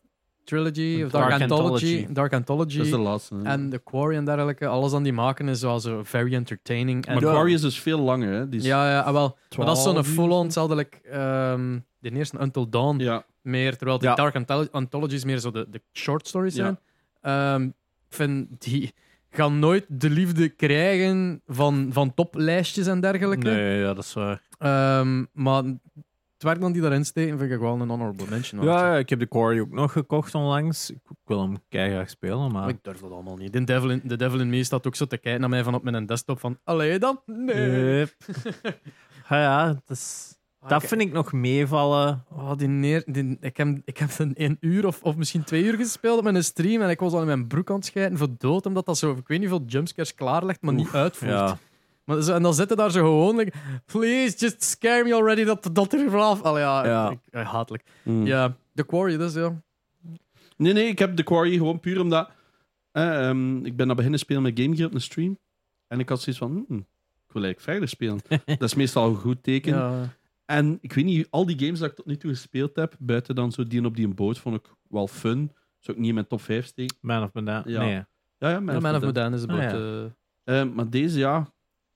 Trilogy, of Dark, Dark Anthology, Anthology. Dark Anthology Dat is de laatste. hè. en The Quarry en dergelijke. Alles aan die maken is wel zo very entertaining. En Maar Quarry is dus veel langer, hè? Die is- Ja, ja, ah, wel. Maar dat is zo'n 12 uur. full-on, hetzelfde like, ehm, de eerste Until Dawn Ja. meer, terwijl die Ja. Dark Antholo- Anthologies meer zo de, de short stories Ja. zijn. Ehm, ik vind, die gaan nooit de liefde krijgen van, van toplijstjes en dergelijke. Nee, ja, dat is waar. Ehm, maar het werk dan die daarin steken vind ik wel een honorable mention. waard. Ja, ja, ik heb de Quarry ook nog gekocht onlangs. Ik, ik wil hem keihard spelen, maar... Maar ik durf dat allemaal niet. De Devil, in, de Devil in Me staat ook zo te kijken naar mij van op mijn desktop van, allee dan? Nee. Yep. ja, Ah ja, dat, is- Ah, dat vind ik nog meevallen. Oh, die neer, die, ik heb, ik heb een, een uur of, of misschien twee uur gespeeld op mijn stream en ik was al in mijn broek aan het schijten voor dood, omdat dat zo, ik weet niet hoeveel jumpscares klaarlegt, maar niet uitvoert. Ja. Maar, zo- en dan zitten daar zo gewoon, like, please, just scare me already, dat, dat er vanaf... Allee, ja, Ja. Ik, eh, hatelijk. Mm. Ja, The Quarry dus, ja. Nee, nee, ik heb de Quarry gewoon puur omdat... eh, ehm, ik ben naar beginnen spelen met Game Gear op een stream. En ik had zoiets van... hmm, ik wil eigenlijk verder spelen. dat is meestal een goed teken. ja. En ik weet niet, al die games dat ik tot nu toe gespeeld heb, buiten dan zo die op die boot, vond ik wel fun. Zou ik niet in mijn top 5 steken. Man of Medan. Ja. Nee. Ja, ja, Man Man, of of Medan. Medan is about... Ah, eh, Eh, maar deze, ja...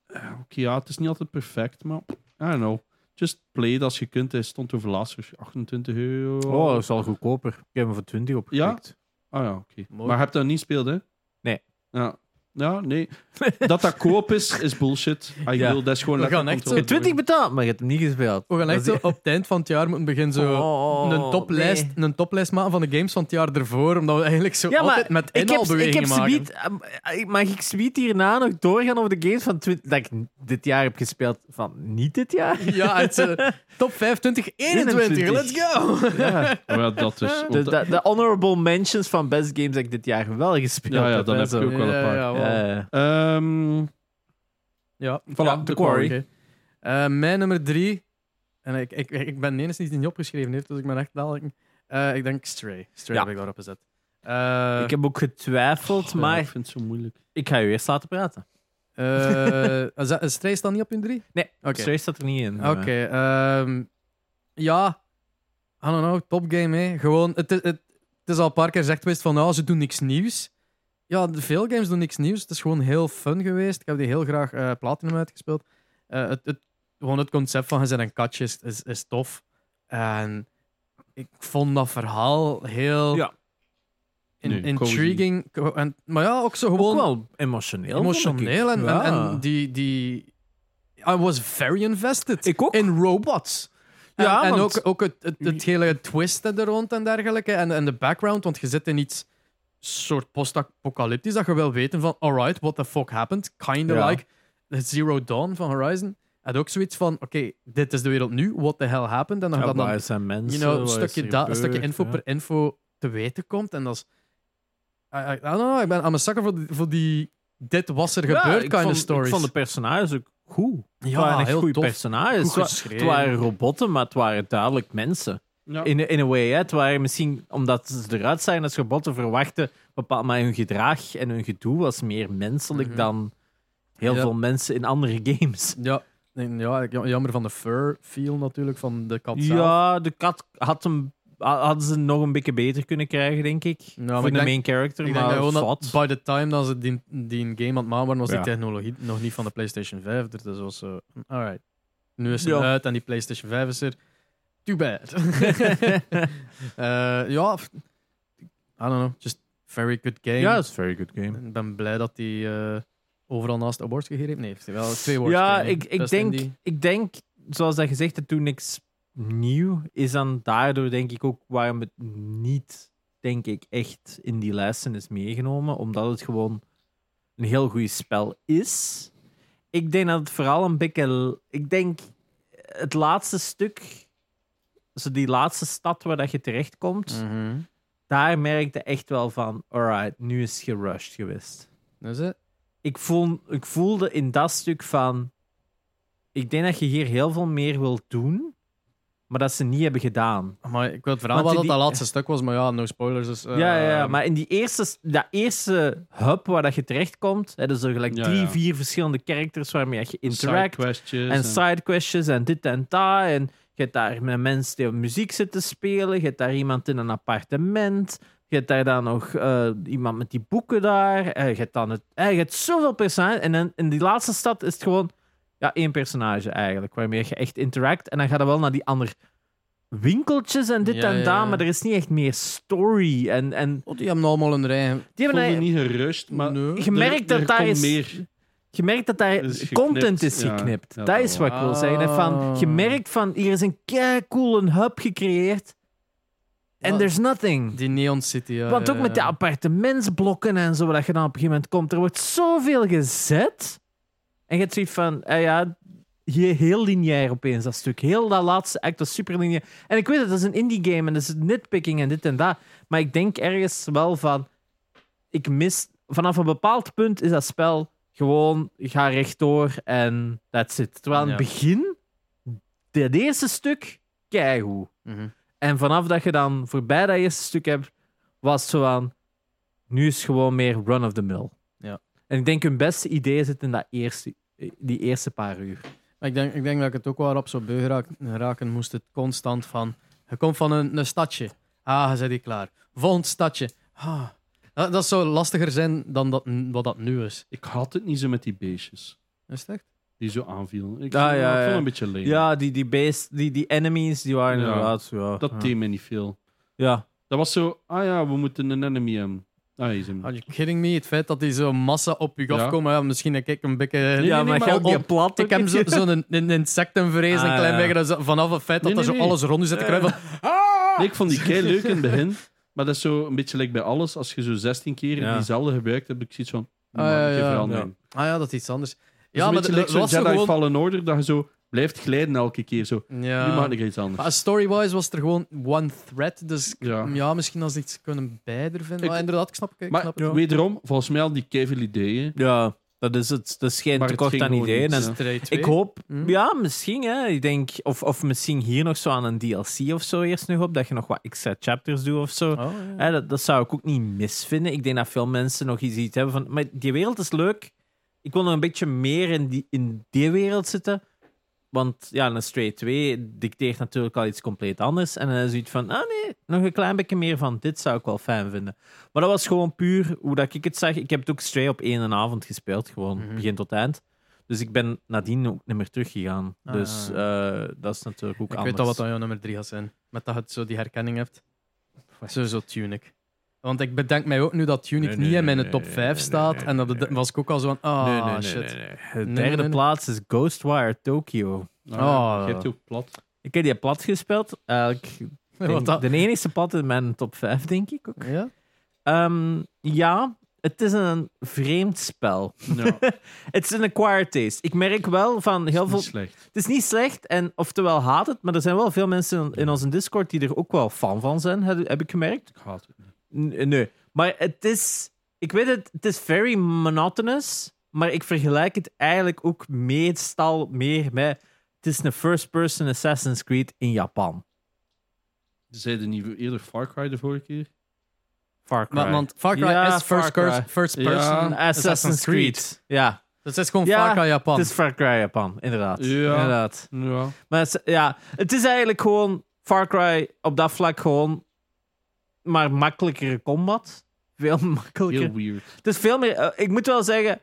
eh, Oké, ja, het is niet altijd perfect, maar... I don't know. Just play it als je kunt. Hij stond over laatst voor 28 euro. Oh, dat is al goedkoper. Ik heb hem voor 20 opgepikt. Ah ja, oké. Mooi. Maar heb je dat niet gespeeld, hè? Nee. Ja, ja nee. dat dat koop is, is bullshit. Ah, ik Ja. bedoel, dat is gewoon We lekker gaan echt zo- Je controle. hebt 20 betaald, maar je hebt hem niet gespeeld. We gaan echt zo Dat is- op het eind van het jaar moeten beginnen zo Oh, een, toplijst, nee. een toplijst maken van de games van het jaar ervoor, omdat we eigenlijk zo Ja, maar altijd met ik heb, ik inhaalbewegingen heb maken. zoiets- eh, eh, mag ik zoiets hierna nog doorgaan over de games van 20 dat ik dit jaar heb gespeeld van niet dit jaar? Ja, het is, eh, top 25, 21, 21. let's go! Ja. Maar ja, dat is... De, de, de honorable mentions van best games dat ik dit jaar wel gespeeld Ja, ja, heb. dan hè, heb ik zo. ook wel een Ja, eh, paar. Ja, wel. ja, ja. Ehm, ja. voilà, Ja, de The Quarry. Oké. Eh, mijn nummer drie, en ik, ik, ik ben de enige die het niet opgeschreven heeft, dus ik ben echt dadelijk... Eh, ik denk Stray. Stray Ja. heb ik daarop gezet. Eh, Ik heb ook getwijfeld, ja, ik maar vind het zo moeilijk. ik ga u eerst laten praten. eh, is dat- is Stray staat niet op hun drie? Nee, Oké. Stray staat er niet in. eh. Oké, ehm, ja. I don't know, top game, hè. Gewoon, het, het, het is al een paar keer gezegd geweest van, nou, ze doen niks nieuws. Ja, de- veel games doen niks nieuws. Het is gewoon heel fun geweest. Ik heb die heel graag eh, Platinum uitgespeeld. Eh, het, het, gewoon het concept van, je bent een katje, is, is, is tof. En ik vond dat verhaal heel... Ja. in- Nee, intriguing. Co- En, maar ja, ook zo gewoon Ook wel emotioneel. vond ik. emotioneel. En, Ja. en, en die, die... I was very invested. Ik ook. In robots. En, Ja, en want- ook, ook het, het, het hele twist er rond en dergelijke. En, en de background, want je zit in iets soort post-apocalyptisch dat je wil weten van, alright, what the fuck happened? Kinda Ja. like the Zero Dawn van Horizon. En ook zoiets van, oké, dit is de wereld nu, what the hell happened? En dan Ja, dat dan waar zijn mensen? you know, Waar een is stukje, er da- een stukje gebeurd? info per info te weten komt. En dat is. I, I- I don't know, ik ben aan mijn zakken voor, die- voor die. Dit was er Ja, gebeurd ik kind of vond- stories. Ik vond de personages ook goed. Het ja, waren echt heel goede tof. personages. Goed Het wa- geschreven. het waren robotten, maar het waren duidelijk mensen. Ja. In, in a way, hè. het waren misschien omdat ze eruit zagen als robotten verwachten, bepaald, maar hun gedrag en hun gedoe was meer menselijk Mhm. dan heel Ja. veel mensen in andere games. Ja, en ja, ik- jammer van de fur feel natuurlijk van de kat zelf. Ja, de kat had hem. ha- Hadden ze nog een beetje beter kunnen krijgen, denk ik. Nou, maar voor ik de denk- main character. Ik denk maar dat gewoon dat zot. by the time dat ze die, die game aan het maken waren, was Ja. die technologie nog niet van de PlayStation 5. Dus dat was zo, alright. Nu is het Ja. uit en die PlayStation 5 is er. Too bad. Eh, ja, f- I don't know. Just very good game. Ja, dat is een very good game. Ik ben blij dat hij eh, overal naast awards gegeven heeft. Nee, heeft hij wel twee awards Ja, gekregen. ik, ik, Best denk, indie. ik denk, zoals dat gezegd dat toen niks nieuw is dan daardoor denk ik ook waarom het niet, denk ik, echt in die lijsten is meegenomen. Omdat het gewoon een heel goed spel is. Ik denk dat het vooral een beetje... l- Ik denk, het laatste stuk, zo die laatste stad waar dat je terechtkomt, Mhm. daar merkte echt wel van, alright, nu is het gerushed geweest Dat is het. ik, voel, ik voelde in dat stuk van. Ik denk dat je hier heel veel meer wilt doen. maar dat ze niet hebben gedaan. Maar ik wil het verhaal wat Want dat die- dat laatste stuk was, maar ja, no spoilers. Dus, eh, ja, ja, ja, Ehm. maar in die eerste, dat eerste hub waar dat je terechtkomt, hè, dus er gelijk Ja, drie, ja. vier verschillende characters waarmee je interact. Sidequestjes. En sidequestjes en dit en dat. En je hebt daar met mensen die op muziek zitten spelen. Je hebt daar iemand in een appartement. Je hebt daar dan nog eh, iemand met die boeken daar. Eh, je, hebt dan het, eh, je hebt zoveel personages. En dan in die laatste stad is het gewoon ja, één personage eigenlijk. Waarmee je echt interact. En dan gaat dat wel naar die andere winkeltjes en dit Ja, en ja, dat. ja. Maar er is niet echt meer story. En, en Oh, die hebben allemaal een rij. die Ik hebben voelde eigenlijk- niet gerust, maar... Nee. Je merkt dat daar komt is- meer. Je merkt dat daar Is geknipt, content is ja. geknipt. Ja, dat dat is wel. wat ik wil zeggen. hè, Van, je Ah. merkt van, hier is een keicoole hub gecreëerd. En Ja. there's nothing. Die Neon City. eh, Ja, Want ook ja, met de ja. appartementsblokken en zo, dat je dan op een gegeven moment komt, er wordt zoveel gezet. En je hebt zoiets van, eh ja, hier heel lineair opeens dat stuk. Heel dat laatste act was super lineair. En ik weet het, dat is een indie game en dat is nitpicking en dit en dat. Maar ik denk ergens wel van, ik mis, vanaf een bepaald punt is dat spel gewoon, ga rechtdoor en that's it. Terwijl aan het Ja. begin, dat eerste stuk, keigoed. Mhm. En vanaf dat je dan voorbij dat eerste stuk hebt, was het zo aan. Nu is het gewoon meer run of the mill. Ja. En ik denk hun beste idee zit in dat eerste, die eerste paar uur. Maar Ik denk, ik denk dat ik het ook wel op zo beu geraak- raken moest. Het constant van. Je komt van een, een stadje. Ah, je zit hier klaar. Volgend stadje. Ah. Dat, dat zou lastiger zijn dan dat, wat dat nu is. Ik had het niet zo met die beestjes. Is het echt? Die zo aanvielen. Ik Ah, vond- ja, ik vond ja. een beetje leeg. Ja, die, die, beest, die, die enemies, die waren Ja. inderdaad... Ja. Dat ja. deed me niet veel. Ja. Dat was zo... Ah ja, we moeten een enemy hebben. Ah, hier is hem. Are you kidding me? Het feit dat die zo massa op je Ja. afkomen. Ja, misschien dat ik een beetje. ja, nee, maar, maar jij hebt op- die plat. Ik heb zo'n zo een- een insectenvrees, Ah, een klein ja. beetje. dat ze- Vanaf het feit dat Nee, nee, er zo nee. alles rond is, zit te kruipen. Ah. Nee, ik vond die kei leuk in het begin. Maar dat is zo een beetje like bij alles. Als je zo 16 keer Ja. diezelfde gebruikt, heb ik zoiets van. Ah, Ah, ja, ja, ja, verandering. Ah ja, dat is iets anders. Ja, Ja, een maar dat beetje like dat zo'n was zo Jedi gewoon... Fallen Order, dat je zo blijft glijden elke keer. Zo. Nu Ja. maak ik iets anders. Maar story-wise was er gewoon one thread, dus Ja. ja, misschien als ze iets kunnen bijder vinden. Ik- maar inderdaad, ik snap, ik, ik Maar snap het. Ja. wederom, volgens mij al die kevel ideeën. Ja, dat is het. Dat is geen Maar het tekort ging aan gewoon ideeën. niet, En ja. Stray 2. Ik hoop, Hm? ja, misschien. Hè. Ik denk, of, of misschien hier nog zo aan een DLC of zo eerst nog op. Dat je nog wat extra chapters doet of zo. Oh, ja. Hè, dat, dat zou ik ook niet misvinden. Ik denk dat veel mensen nog iets, iets hebben van. Maar die wereld is leuk. Ik wil nog een beetje meer in die, in die wereld zitten. Want ja, een Stray 2 dicteert natuurlijk al iets compleet anders. En dan is het van, ah nee, nog een klein beetje meer van dit zou ik wel fijn vinden. Maar dat was gewoon puur hoe dat ik het zag. Ik heb het ook Stray op één avond gespeeld, gewoon Mhm. begin tot eind. Dus ik ben nadien ook niet meer teruggegaan. Ah, dus eh, dat is natuurlijk ook Ik anders. weet al wat dan jouw nummer 3 gaat zijn. Met dat je het zo die herkenning hebt. Sowieso Tunic. Want ik bedenk mij ook nu dat Tunic Nee, nee, niet in nee, mijn top nee, 5 nee, staat. nee, en dat nee. was ik ook al zo van, ah, nee, nee, nee, shit. nee, nee. De Nee, derde nee, nee. plaats is Ghostwire Tokyo. Ah, Ah. Je hebt die ook plat. Ik heb die plat gespeeld. Eigenlijk denk Wat ik dat? de enige plat in mijn top 5, denk ik ook. Ja? Ehm, ja, het is een vreemd spel. Ja, Het is een acquired taste. Ik merk wel van heel niet veel... slecht. Het is niet slecht, en oftewel haat het, maar er zijn wel veel mensen in onze Discord die er ook wel fan van zijn, heb heb ik gemerkt. Ik haat het. niet. N- eh, Nee. Maar het is... Ik weet het, het is very monotonous. Maar ik vergelijk het eigenlijk ook meestal meer met... Het is een first-person Assassin's Creed in Japan. Zeiden niet eerder Far Cry de vorige keer? Far Cry. Maar, want Far Cry Ja, is first, Far Cry. curs- first Ja. person Assassin's, Creed. Ja, Dus het is gewoon Ja, Far Cry Japan. het is Far Cry Japan, inderdaad. Ja. inderdaad. Ja. Maar het is- ja, het is eigenlijk gewoon Far Cry op dat vlak gewoon... Maar makkelijkere combat. Veel makkelijker. Heel weird. Het is veel meer. eh, ik moet wel zeggen.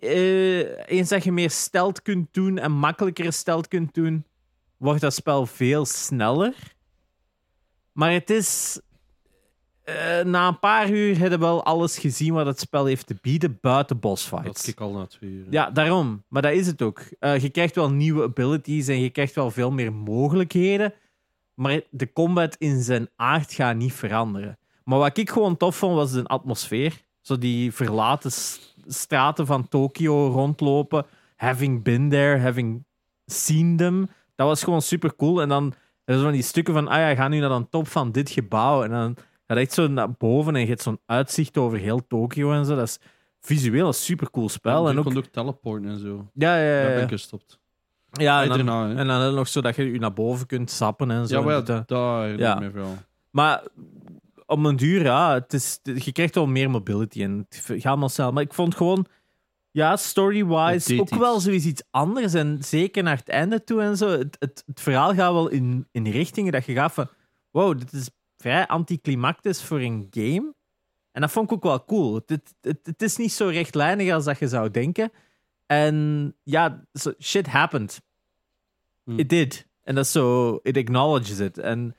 eh, eens dat je meer stelt kunt doen en makkelijker stelt kunt doen, wordt dat spel veel sneller. Maar het is. eh, na een paar uur hebben we wel alles gezien wat het spel heeft te bieden buiten Dat bossfights. ik al na twee uur. Ja, daarom. Maar dat is het ook. Eh, je krijgt wel nieuwe abilities en je krijgt wel veel meer mogelijkheden. Maar de combat in zijn aard gaat niet veranderen. Maar wat ik gewoon tof vond, was de atmosfeer. Zo die verlaten s- straten van Tokio rondlopen. Having been there, having seen them. Dat was gewoon super cool. En dan er zijn van die stukken van, ah ja, ga nu naar de top van dit gebouw. En dan ga je echt zo naar boven en je hebt zo'n uitzicht over heel Tokio en zo. Dat is visueel een super cool spel. Je en ook kon ook teleporten en zo. ja, ja, Daar ja, ben ja. ik gestopt. Ja, en Nee, dan, daarna, hè. en dan heb je nog zo dat je je naar boven kunt sappen en zo. ja, maar ja, En dat- daar Ja. ja. mee vooral. Maar om een duur, ja, het is, je krijgt wel meer mobility en het gaat allemaal snel. Maar ik vond gewoon, ja, Het story-wise deed ook iets. wel zoiets iets anders. En zeker naar het einde toe en zo. Het, het, het verhaal gaat wel in, in richtingen dat je gaat van, wow, dit is vrij anticlimactisch voor een game. En dat vond ik ook wel cool. Het, het, het, het is niet zo rechtlijnig als dat je zou denken. En ja, so- shit happened. Hmm. It did. En dat is zo, it acknowledges it. En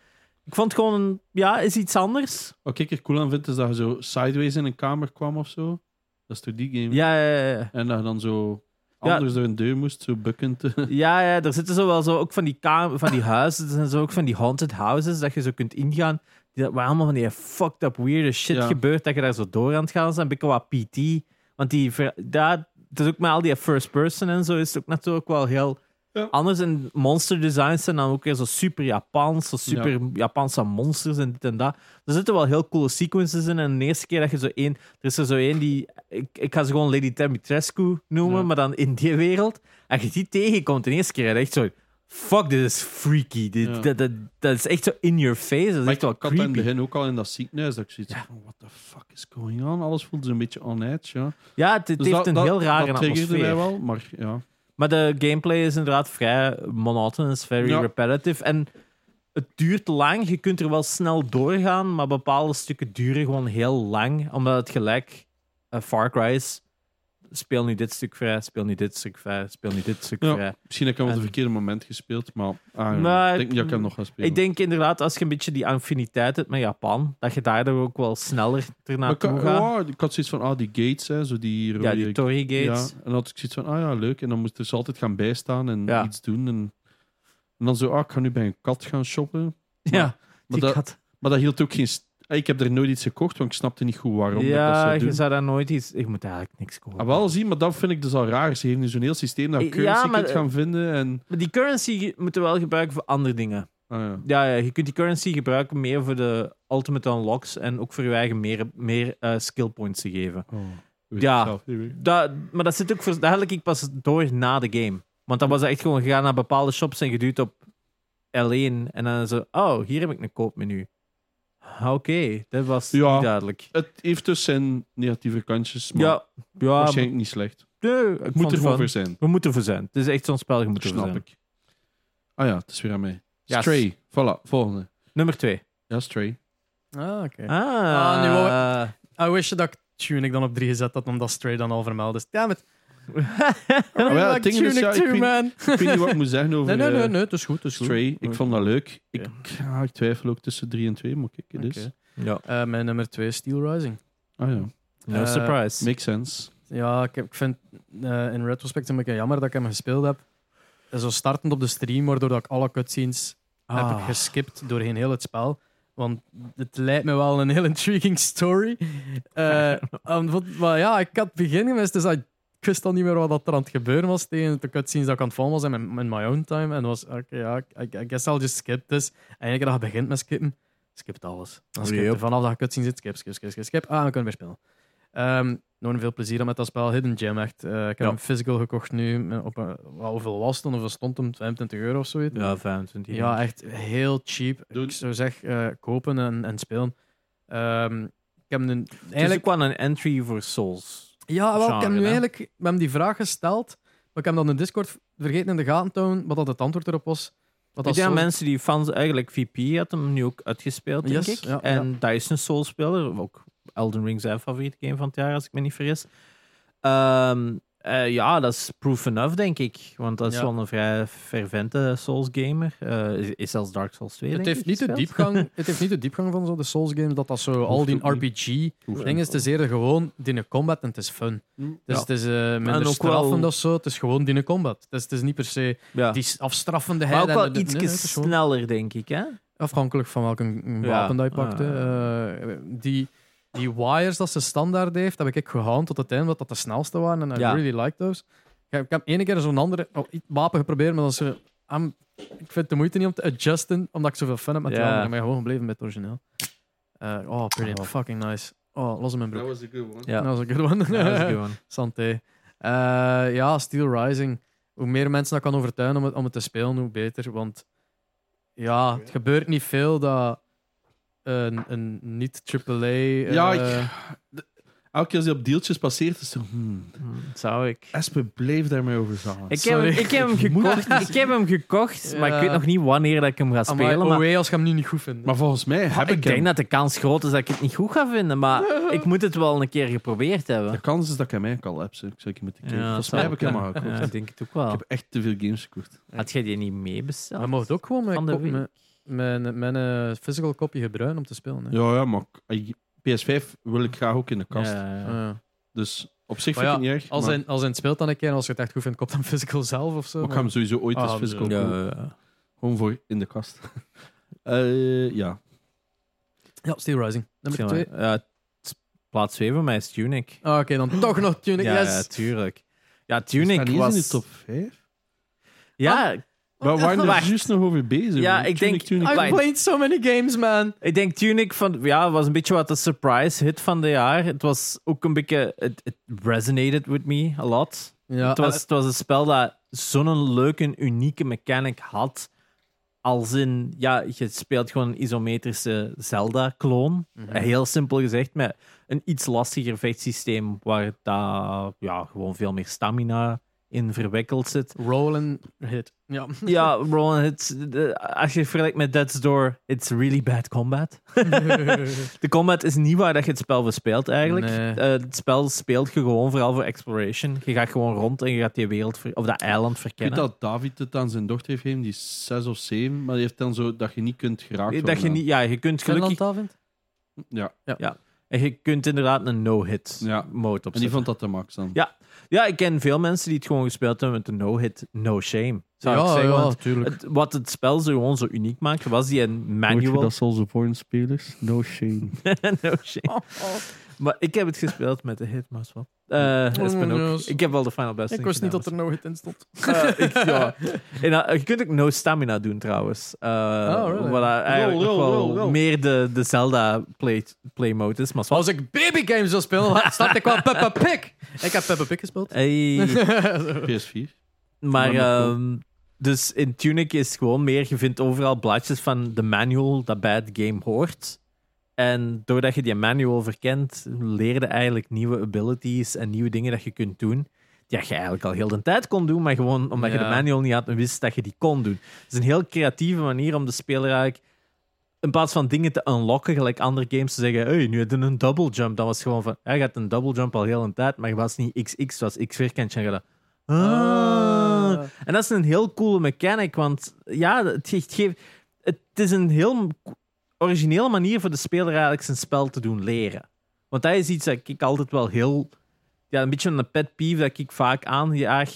ik vond het gewoon, ja, is iets anders. Wat ik er cool aan vind, is dat je zo sideways in een kamer kwam of zo. Dat is door die game. Ja, ja, ja. En dat je dan zo Ja. anders door een deur moest, zo bukkend. Ja, ja, er zitten zo wel zo ook van die, kamer, van die huizen en zo ook van die haunted houses dat je zo kunt ingaan. Die, waar allemaal van die fucked up weirde shit Ja. gebeurt dat je daar zo door aan het gaan bent. Een beetje wat PT. Want die, ver- daar, het is ook met al die first person en zo is het ook natuurlijk wel heel Ja. anders. En monster designs zijn dan ook weer zo super Japans, zo super Japanse monsters en dit en dat. Er zitten wel heel coole sequences in. En de eerste keer dat je zo één... Er is er zo één die... Ik, ik ga ze gewoon Lady Dimitrescu noemen, Ja. maar dan in die wereld. Als je die tegenkomt de eerste keer, dan echt zo... Fuck, dit is freaky. Dit, Ja. dat, dat, dat is echt zo in your face. Dat is Maar echt ik wel had dat in het creepy. begin ook al in dat ziekenhuis. Dat ik zoiets had van, what the fuck is going on? Alles voelde een beetje on edge, ja. Ja, het, het Dus heeft dat- een dat- heel rare dat triggerde atmosfeer. mij wel, maar ja. Maar de gameplay is inderdaad vrij monotonous, very Ja. repetitive. En het duurt lang. Je kunt er wel snel doorgaan, maar bepaalde stukken duren gewoon heel lang. Omdat het gelijk eh, Far Cry is. Speel nu dit stuk vrij, speel nu dit stuk vrij, speel nu dit stuk Ja. vrij. Misschien heb ik hem op En- het verkeerde moment gespeeld, maar ah, Maar ik denk niet dat ik hem nog ga spelen. Ik denk inderdaad, als je een beetje die affiniteit hebt met Japan, dat je daardoor ook wel sneller Maar ernaar ik, toe had- gaat. ja, ik had zoiets van, ah, die gates, hè, zo die Ja, rode- die Torii Gates. Ja, en dan had ik zoiets van, ah ja, leuk. En dan moest ik dus altijd gaan bijstaan en Ja. iets doen. En, en dan zo, ah, ik ga nu bij een kat gaan shoppen. Ja, Maar die dat, kat. maar dat hield ook geen... st- ah, Ik heb er nooit iets gekocht, want ik snapte niet goed waarom dat ik dat ja zou je doen. zou daar nooit iets... Ik moet eigenlijk niks kopen. Ah, wel zien, maar dat vind ik dus al raar. Ze heeft nu zo'n heel systeem dat je Ja, currency maar, kunt gaan vinden. En, Maar die currency moeten we wel gebruiken voor andere dingen. ah, ja. Ja, ja, je kunt die currency gebruiken meer voor de ultimate unlocks en ook voor je eigen meer, meer eh, skill points te geven. Oh, weet Ja. ik zelf niet meer. Dat, maar dat zit ook voor, dat had ik pas door na de game. Want dan was het echt gewoon gegaan naar bepaalde shops en geduwd op L1 en dan zo, oh, hier heb ik een koopmenu. Ah, Oké, dat was Ja. niet duidelijk. Het heeft dus zijn negatieve kantjes, maar Ja, ja, waarschijnlijk niet slecht. maar- nee, ik Het vond moet het er gewoon fun. voor zijn. We moeten ervoor zijn. Het is echt zo'n spel, je moet ervoor Snap zijn. ik. Ah ja, het is weer aan mij. Ja, Stray, voilà, volgende. Nummer 2. Ja, Stray. Ah, oké. Ah, Ah, nu I wish dat ik Tunic dan op 3 gezet had, omdat Stray dan al vermeld is. Damn it. I Oh, ja, really het like ding is, dus, ja, Oh, Tunic ik too, vind- man. Ik weet niet wat ik moet zeggen over Nee, nee, eh, nee, nee, het is goed, het is goed. Stray. Ik vond dat leuk. Ik, Oké. ja, ik twijfel ook tussen 3 en 2, maar kijk, het is. Oké. ja, Eh, mijn nummer 2 is Steel Rising. dus. Ah ja, no Eh, surprise. makes sense. Ja, ik, heb- ik vind eh, in retrospect een beetje jammer dat ik hem gespeeld heb. En Zo startend op de stream, waardoor dat ik alle cutscenes heb ik Ah. geskipt doorheen heel het spel. Want het lijkt me wel een heel intriguing story. Eh, en wat- maar ja, ik had beginnen gemist, dus ik ik wist al niet meer wat dat er aan het gebeuren was tegen de cutscenes dat ik aan het vallen was in, mijn- in my own time. En was, oké, ja, I, I guess I'll just skip this. En elke dag je begint met skippen, skipt alles. Dan skip je Yep. vanaf dat je cutscenes zit, skip, skip, skip, skip, skip. Ah, we kunnen weer spelen. Ehm nog veel plezier aan met dat spel. Hidden Gem, echt. Eh, ik heb Ja. hem physical gekocht nu. eh, Op een, wel, hoeveel was het dan? Hoeveel stond hem? 25 euro of zoiets? Ja, 25. Ja, echt heel cheap. Doen. Ik zou zeggen, eh, kopen en, en spelen. Ehm, ik heb nu Eigenlijk eigenlijk... kwam een entry voor Souls. Ja, wel, ik heb genre, nu hè? eigenlijk... We hebben die vraag gesteld, maar ik heb dan in Discord vergeten in de gaten te houden wat dat het antwoord erop was. Wat Er dat zijn zo- mensen die fans eigenlijk VP had hem nu ook uitgespeeld, denk Yes, ik. ja, en dat is een Souls-speler. Ook Elden Ring zijn favoriete game van het jaar, als ik me niet vergis. Ehm, eh, ja, dat is proof enough, denk ik. Want dat is Ja. wel een vrij fervente Souls-gamer. Eh, is- is zelfs Dark Souls 2, Het denk heeft, ik, niet de gespeeld. diepgang, het heeft niet de diepgang van zo de Souls games, dat dat zo al die ook niet. Hoeft RPG-ding is. Het is eerder gewoon die combat en het is fun. Dus Ja. het is eh, Hm. En ook minder wel- straffend of zo. Het is gewoon die combat. Dus Het is, het is niet per se Ja. die s- afstraffende Maar ook en wel de- iets nee, nee, het is gewoon- sneller, denk ik. Hè? Afhankelijk van welk een- een Ja, wapen dat je pakte. ah. Eh, die, die wires dat ze standaard heeft, heb ik ook gehouden tot het einde, want dat de snelste waren. En I Ja. really like those. Ik, ik heb ene keer zo'n andere oh, iets- wapen geprobeerd, maar dat is, eh, I'm- ik vind de moeite niet om te adjusten, omdat ik zoveel fun heb met die Ja. andere. Maar gewoon gebleven met het origineel. Eh, oh, brilliant. Oh. Fucking nice. Oh, los in mijn broek. was a good one. ja. Dat was een good one. Ja, dat is gewoon. Santé. Eh, ja, Steel Rising. hoe meer mensen dat kan overtuigen om het, om het te spelen, hoe beter. Want ja, het gebeurt niet veel dat een, een niet-AAA... eh, Ja, ik- Elke keer als hij op deeltjes passeert, is het zo... Hmm, Zou ik... Espe bleef daarmee overvallen. Ik heb, Sorry. hem- ik heb hem Ik moet- gekocht, ik heb hem gekocht maar ik Ja. weet nog niet wanneer dat ik hem ga Amai, spelen. Maar oh wee, als je hem nu niet goed vindt. Maar volgens mij heb ik, ik denk hem. dat de kans groot is dat ik het niet goed ga vinden. Maar ik moet het wel een keer geprobeerd De hebben. kans is dat ik hem eigenlijk al heb. zeg. Ik zou ik moeten kijken. volgens mij heb ik hem al gekocht. Ja, ik denk het ook wel. Ik heb echt te veel games gekocht. Had jij die niet meebesteld? Hij mocht ook gewoon mijn, Van de kop- week. mijn, mijn, mijn, eh, physical copy gebruiken om te spelen. Hè. Ja, ja, maar ik- PS5 wil ik graag ook in de kast. Ja, ja. Ah, ja. Dus op zich Maar vind ja, ik het niet erg. Als, maar hij, als hij het speelt dan een keer, en als je het echt goed vindt, koopt dan physical zelf of zo. maar ik ga hem sowieso ooit als Ah, physical nee. kopen. Gewoon voor in de kast. Eh, ja. Ja, Steel Rising. Nummer Zeg maar, twee. eh, t- plaats 2 voor mij is Tunic. Ah, Oké, dan toch nog Tunic. ja, ja, yes. tuurlijk. Ja, Is Tunic dat niet eens was... in de top 5? Ja, We waren er Wacht. juist nog over bezig. Ja, man. ik Tunic, denk- Tunic. Ah, I've Fijn. played so many games, man. ik denk Tunic van, ja, was een beetje wat de surprise hit van de jaar. Het was ook een beetje... Het het resonated with me a lot. Ja, het, was, het was een spel dat zo'n leuke, unieke mechanic had. Als in, ja, je speelt gewoon een isometrische Zelda-kloon. Eh, Heel simpel gezegd, met een iets lastiger vechtsysteem waar daar, ja, gewoon veel meer stamina in verwikkeld zit. Roll and hit. Ja. Ja, Ron, het, de- als je het vergelijkt met Dead's Door, it's really bad combat. de combat is niet waar dat je het spel voor speelt eigenlijk. Nee. Eh, het spel speelt je gewoon vooral voor exploration. Je gaat gewoon rond en je gaat die wereld ver- of dat eiland Ik weet verkennen. dat David het aan zijn dochter heeft gegeven, die is 6 of 7, maar die heeft dan zo dat je niet kunt geraakt Eh, dat worden je aan. niet, ja, je kunt gelukkig Finland avond? Ja, en je kunt inderdaad een no-hit Ja. mode opzetten. en die vond dat de max dan. Ja. Ja, ik ken veel mensen die het gewoon gespeeld hebben met een no-hit, no shame. Zou ik Ja, zeggen. ja, want tuurlijk. het- wat het spel zo gewoon zo uniek maakte, was die een manual. zoals de porn spelers? No shame. no shame. Maar ik heb het gespeeld met de Hitmarswap. Eh Espen ook. Oh, yes. Ik heb wel de final best. Ik wist niet dat er no hit in stond. ja. En, eh, je kunt ook no stamina doen trouwens. Eh Oh, really? Wat eh, eigenlijk nog Roll, wel roll, roll, roll. meer de, de Zelda play, play mode is. Maar Als ik babygames zou spelen, snapte ik wel Peppa Pig. Ik heb Peppa Pig gespeeld. Hey. PS4. Maar, Maar nog ehm, dus in Tunic is gewoon meer, je vindt overal blaadjes van de manual dat bij het game hoort. En doordat je die manual verkent, leerde eigenlijk nieuwe abilities en nieuwe dingen dat je kunt doen. Die je eigenlijk al heel de tijd kon doen, maar gewoon omdat je de Ja. manual niet had, wist dat je die kon doen. Het is een heel creatieve manier om de speler eigenlijk, in plaats van dingen te unlocken, gelijk andere games te zeggen, hey, nu heb je een double jump. Dan was het gewoon van, hij gaat een double jump al heel de tijd, maar het was niet XX, het was X vierkantje. En je dacht, ah. Ah. En dat is een heel coole mechanic, want ja, het, ge- het geeft, het is een heel originele manier voor de speler eigenlijk zijn spel te doen leren. Want dat is iets dat ik altijd wel heel... Ja, een beetje een pet peeve dat ik vaak aanjaag,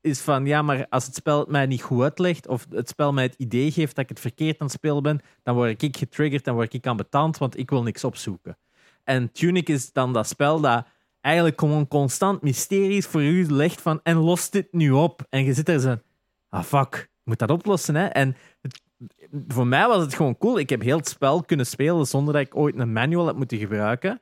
is van ja, maar als het spel het mij niet goed uitlegt of het spel mij het idee geeft dat ik het verkeerd aan het spelen ben, dan word ik getriggerd, dan word ik aan betaald, want ik wil niks opzoeken. En Tunic is dan dat spel dat eigenlijk gewoon constant mysteries voor u legt van en lost dit nu op. En je zit er zo ah fuck, ik moet dat oplossen. Hè? En het- voor mij was het gewoon cool. Ik heb heel het spel kunnen spelen zonder dat ik ooit een manual heb moeten gebruiken.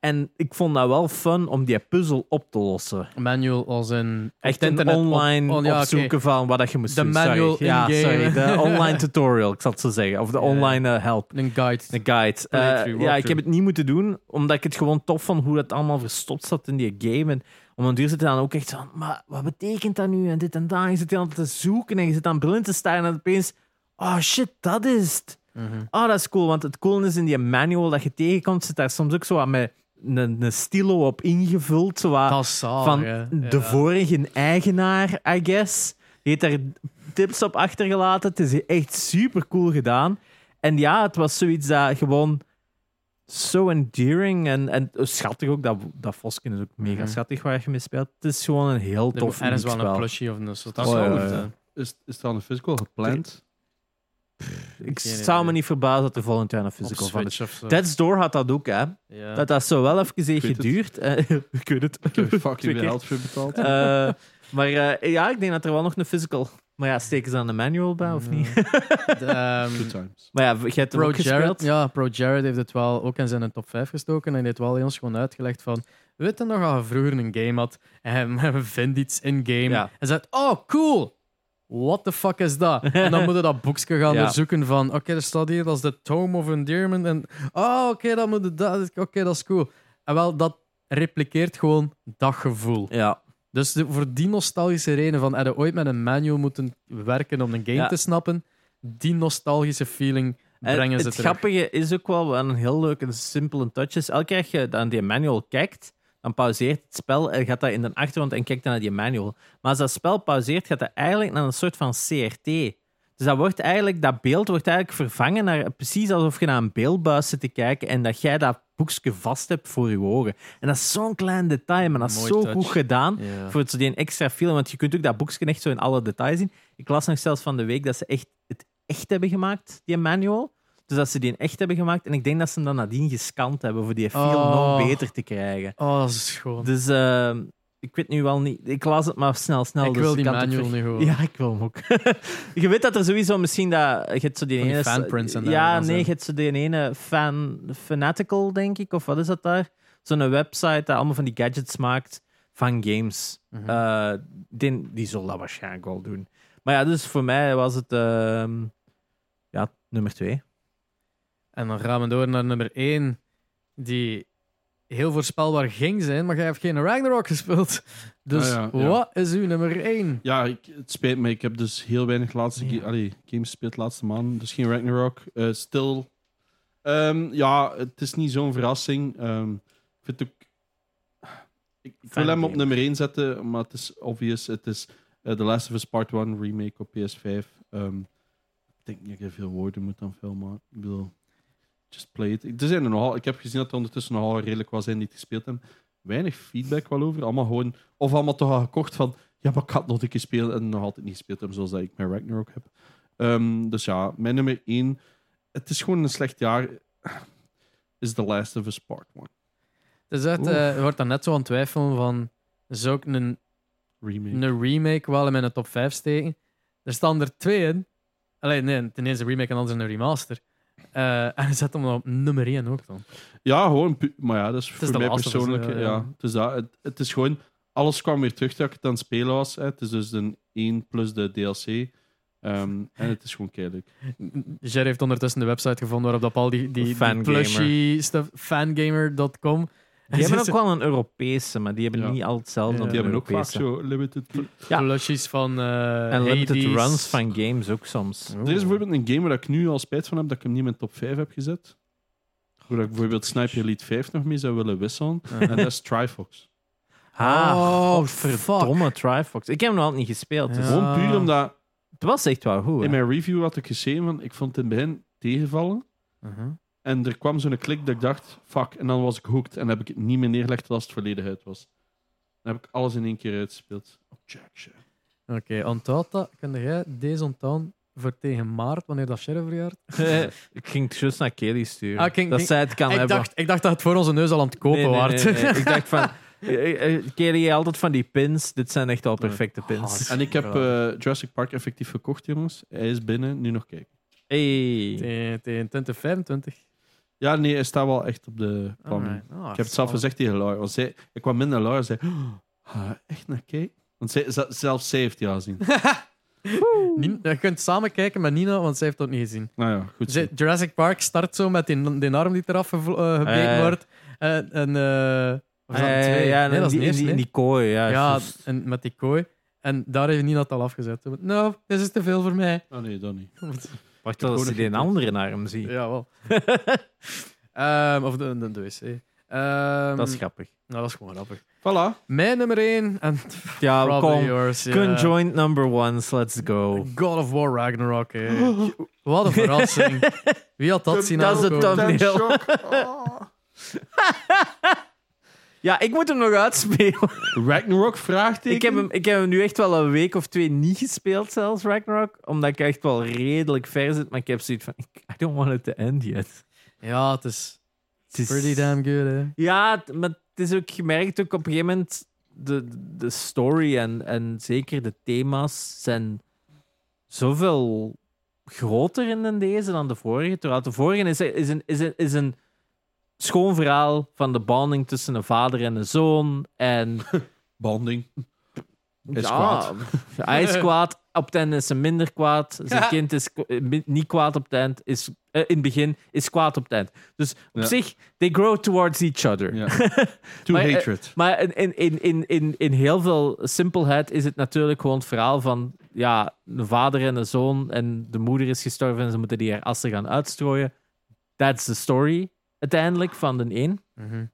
En ik vond dat wel fun om die puzzel op te lossen. Manual als een... Echt een online op- on- ja, oké. opzoeken van wat dat je moest De doen. manual sorry. Ja, in-game. sorry. De online tutorial, ik zal het zo zeggen. Of de Ja. online eh, help. Een guide. De guide. Eh, Playthrough, ja, ik walkthrough. heb het niet moeten doen, omdat ik het gewoon tof vond hoe dat allemaal verstopt zat in die game. En om een duur zit je dan ook echt van, maar wat betekent dat nu? En dit en dat. En je zit dan te zoeken en je zit dan blind te staan en opeens, oh shit, dat is het. Mhm. Ah, dat is cool, want het cool is in die manual dat je tegenkomt, zit daar soms ook zo wat met een, een stilo op ingevuld. Zo wat, Dat is zalig, van hè. de Oh, Ja. vorige eigenaar, I guess. Die heeft daar tips op achtergelaten. Het is echt super cool gedaan. En ja, het was zoiets dat gewoon zo endearing en, en schattig ook. Dat, dat Vosken is ook mega Mhm. schattig waar je mee speelt. Het is gewoon een heel Er tof moet ergens uniek wel een spel. plushie of een soort. Dat zou Oh, goed zijn. Is, is het aan de physical gepland? Ik Geen zou me idee. niet verbazen dat er volgend jaar een physical Op van is. Switch of zo. Dead's Door had dat ook, hè. Ja. Dat dat zo wel even heeft weet het. geduurd. Eh, Ik weet het. Ik heb er fucking Twee weer keer. geld voor betaald. Eh, maar eh, ja, ik denk dat er wel nog een physical Maar ja, steken ze aan de manual bij of niet? Mm. De, ehm, Two times. Maar ja, jij hebt hem Pro Jared, ook gespeeld. ja, Pro Jared heeft het wel ook in zijn top 5 gestoken en heeft wel heel gewoon uitgelegd van weet je nog als je vroeger een game had en je vindt iets in-game Ja. en zegt oh cool what the fuck is dat en dan moet je dat boekje gaan Ja. onderzoeken van oké er staat hier dat is de Tome of Endearment en oh oké dat moet je dat oké dat is cool en wel dat repliceert gewoon dat gevoel Ja. dus de- voor die nostalgische reden van hadden ooit met een manual moeten werken om een game Ja. te snappen, die nostalgische feeling En brengen ze het terug. grappige is ook wel aan een heel leuke, simpele touch. Is elke keer als je aan die manual kijkt, dan pauzeert het spel en gaat dat in de achtergrond en kijkt dan naar die manual. Maar als dat spel pauzeert, gaat dat eigenlijk naar een soort van CRT. Dus dat, wordt eigenlijk, dat beeld wordt eigenlijk vervangen naar precies alsof je naar een beeldbuis zit te kijken en dat jij dat boekje vast hebt voor je ogen. En dat is zo'n klein detail, maar dat is Mooi zo touch. goed gedaan. Ja. voor zo die een extra film. Want je kunt ook dat boekje echt zo in alle details zien. Ik las nog zelfs van de week dat ze echt, het echt hebben gemaakt, die manual. Dus dat ze die echt hebben gemaakt. En ik denk dat ze hem dan nadien gescand hebben voor die film Oh. nog beter te krijgen. Oh, dat is schoon. Dus eh, ik weet nu wel niet. Ik las het maar snel, snel. ik dus wil die kan het ook manual ver- nu gewoon. Ja, ik wil hem ook. je weet dat er sowieso misschien dat... Je hebt zo die Van die ene... fanprints en Ja, dergelijke. nee, je hebt zo die ene fan, fanatical, denk ik. Of wat is dat daar? Zo'n website dat allemaal van die gadgets maakt van games. Mhm. Eh, die, die zal dat waarschijnlijk wel doen. Maar ja, dus voor mij was het ehm, ja, nummer twee. En dan gaan we door naar nummer 1, die heel voorspelbaar ging zijn, maar jij hebt geen Ragnarok gespeeld. Dus Ah, ja, ja. wat is uw nummer 1? Ja, ik, het spijt me. Ik heb dus heel weinig laatste Ja. ga- allee, games gespeeld laatste maand. Dus geen Ragnarok. eh stil. Ehm, ja, het is niet zo'n verrassing. Ehm, ik vind het ook... Ik, ik wil hem op Fangame. nummer 1 zetten, maar het is obvious. Het is eh, The Last of Us Part 1 remake op PS5. Ehm, ik denk niet dat ik er veel woorden moet aan veel maar Ik bedoel, just play it. Er zijn er nogal, ik heb gezien dat er ondertussen nogal redelijk wat zijn die het gespeeld hebben. Weinig feedback wel over. Allemaal gewoon, of allemaal toch al gekocht van ja, maar ik had het nog een keer spelen en nog altijd niet gespeeld hebben zoals dat ik mijn Ragnarok heb. Ehm, dus ja, mijn nummer 1. Het is gewoon een slecht jaar. Is The Last of Us Part 1 Dus dat, Oeh. eh, je wordt daar net zo aan het twijfelen van, zou ik een, remake. een remake wel in mijn top 5 steken? Er staan er twee in. Alleen, nee, ten eerste een remake en anders een remaster. Eh, en zet hem dan op nummer 1 ook dan. Ja, gewoon. pu- Maar ja, dat is is voor The mij Last of Us, persoonlijk. eh, ja, ja. Het, is dat, het, het is gewoon. Alles kwam weer terug dat ik het aan het spelen was. Hè. Het is dus een 1 plus de DLC. Ehm, en het is gewoon keihard. Jer heeft ondertussen de website gevonden waarop dat al die, die, die Fangamer. plushie stuff, fangamer.com. Die hebben ook wel een Europese, maar die hebben Ja. niet al hetzelfde. Ja. op Die de hebben ook vaak Europese. zo limited. Ja. Plushies van eh En limited Hades. runs van games ook soms. Oeh. Er is bijvoorbeeld een game waar ik nu al spijt van heb dat ik hem niet in mijn top 5 heb gezet. Waar ik bijvoorbeeld Sniper Elite 5 nog mee zou willen wisselen. En dat is Trifox. Ah, Oh, godverdomme Trifox. Ik heb hem nog altijd niet gespeeld. Dus Ja. Gewoon puur omdat Het was echt wel goed. hè. in mijn review had ik geschreven van ik vond het in het begin tegenvallen. Mhm. En er kwam zo'n klik dat ik dacht, fuck. En dan was ik hooked en heb ik het niet meer neergelegd als het verleden uit was. Dan heb ik alles in één keer uitgespeeld. Oh, jack shit. Oké, onthoud dat. Kun jij deze onthouden voor tegen maart, wanneer dat Sheriff verjaart? Eh, ik ging het juist naar Kelly sturen. Ah, ik ging- dat ik- zij het kan Ik hebben. dacht, ik dacht dat het voor onze neus al aan het kopen Nee, nee, waard. nee, nee. Ik dacht van... eh, eh, Kelly, jij altijd van die pins. Dit zijn echt al perfecte Ah, pins. En ik heb Ja. eh, Jurassic Park effectief gekocht, jongens. Hij is binnen, nu nog kijken. Hey. Tegen- Tegen 2025. Ja, nee, hij staat wel echt op de planning. Ik heb het zelf gezegd tegen Laura. Want zij, ik kwam binnen en Laura zei, "Oh, ga je echt naar kijken? Want zij, ze- zelfs zij heeft die al gezien. Nien- je kunt samen kijken met Nina, want zij heeft het nog niet gezien. nou ja, goed. Ze- Jurassic Park start zo met die, die arm die eraf gevlo- eh, gebeten Eh. wordt. En, en, eh, of is dat een Eh, twee? ja, nee, dat is de in, die, in, eerste, die, nee. in die kooi. Ja, Ja, juist. en met die kooi. En daar heeft Nina het al afgezet. Nou, dit is te veel voor mij. Oh nee, dat niet. Wacht tot als gewoon je die nog een niet andere arm ziet. Jawel. Ehm of de, de, de wc. Ehm, Dat is grappig. nou, dat is gewoon grappig. Voilà. Mijn nummer 1 en Ja, probably Nou, kom. yours. ja. Conjoint number ones, let's go. God of War Ragnarok. hè. Wat een verrassing. Wie had dat zien Dat is de aankomen? thumbnail. Ten shock. Oh. Ja, ik moet hem nog uitspelen. Ragnarok vraagt Ik heb, hem, ik heb hem nu echt wel een week of twee niet gespeeld, zelfs Ragnarok. Omdat ik echt wel redelijk ver zit. Maar ik heb zoiets van: ik- I don't want it to end yet. Ja, het is Het is- pretty damn good. Hè. Ja, t- maar het is ook gemerkt ook op een gegeven moment. De, de story en, en zeker de thema's zijn zoveel groter in dan deze dan de vorige. Terwijl de vorige is, is, een, is, een, is een schoon verhaal van de bonding tussen een vader en een zoon. En Banding. Hij ja, is kwaad. hij is kwaad. Op het eind is hij minder kwaad. Zijn kind is k- eh, mi- niet kwaad op het eind. Is, eh, in het begin is kwaad op het eind. Dus op Ja. zich, they grow towards each other. Ja. To Maar, eh, hatred. Maar in, in, in, in, in, in heel veel simpelheid is het natuurlijk gewoon het verhaal van ja, een vader en een zoon en de moeder is gestorven en ze moeten die haar assen gaan uitstrooien. That's the story uiteindelijk van de één. Mhm.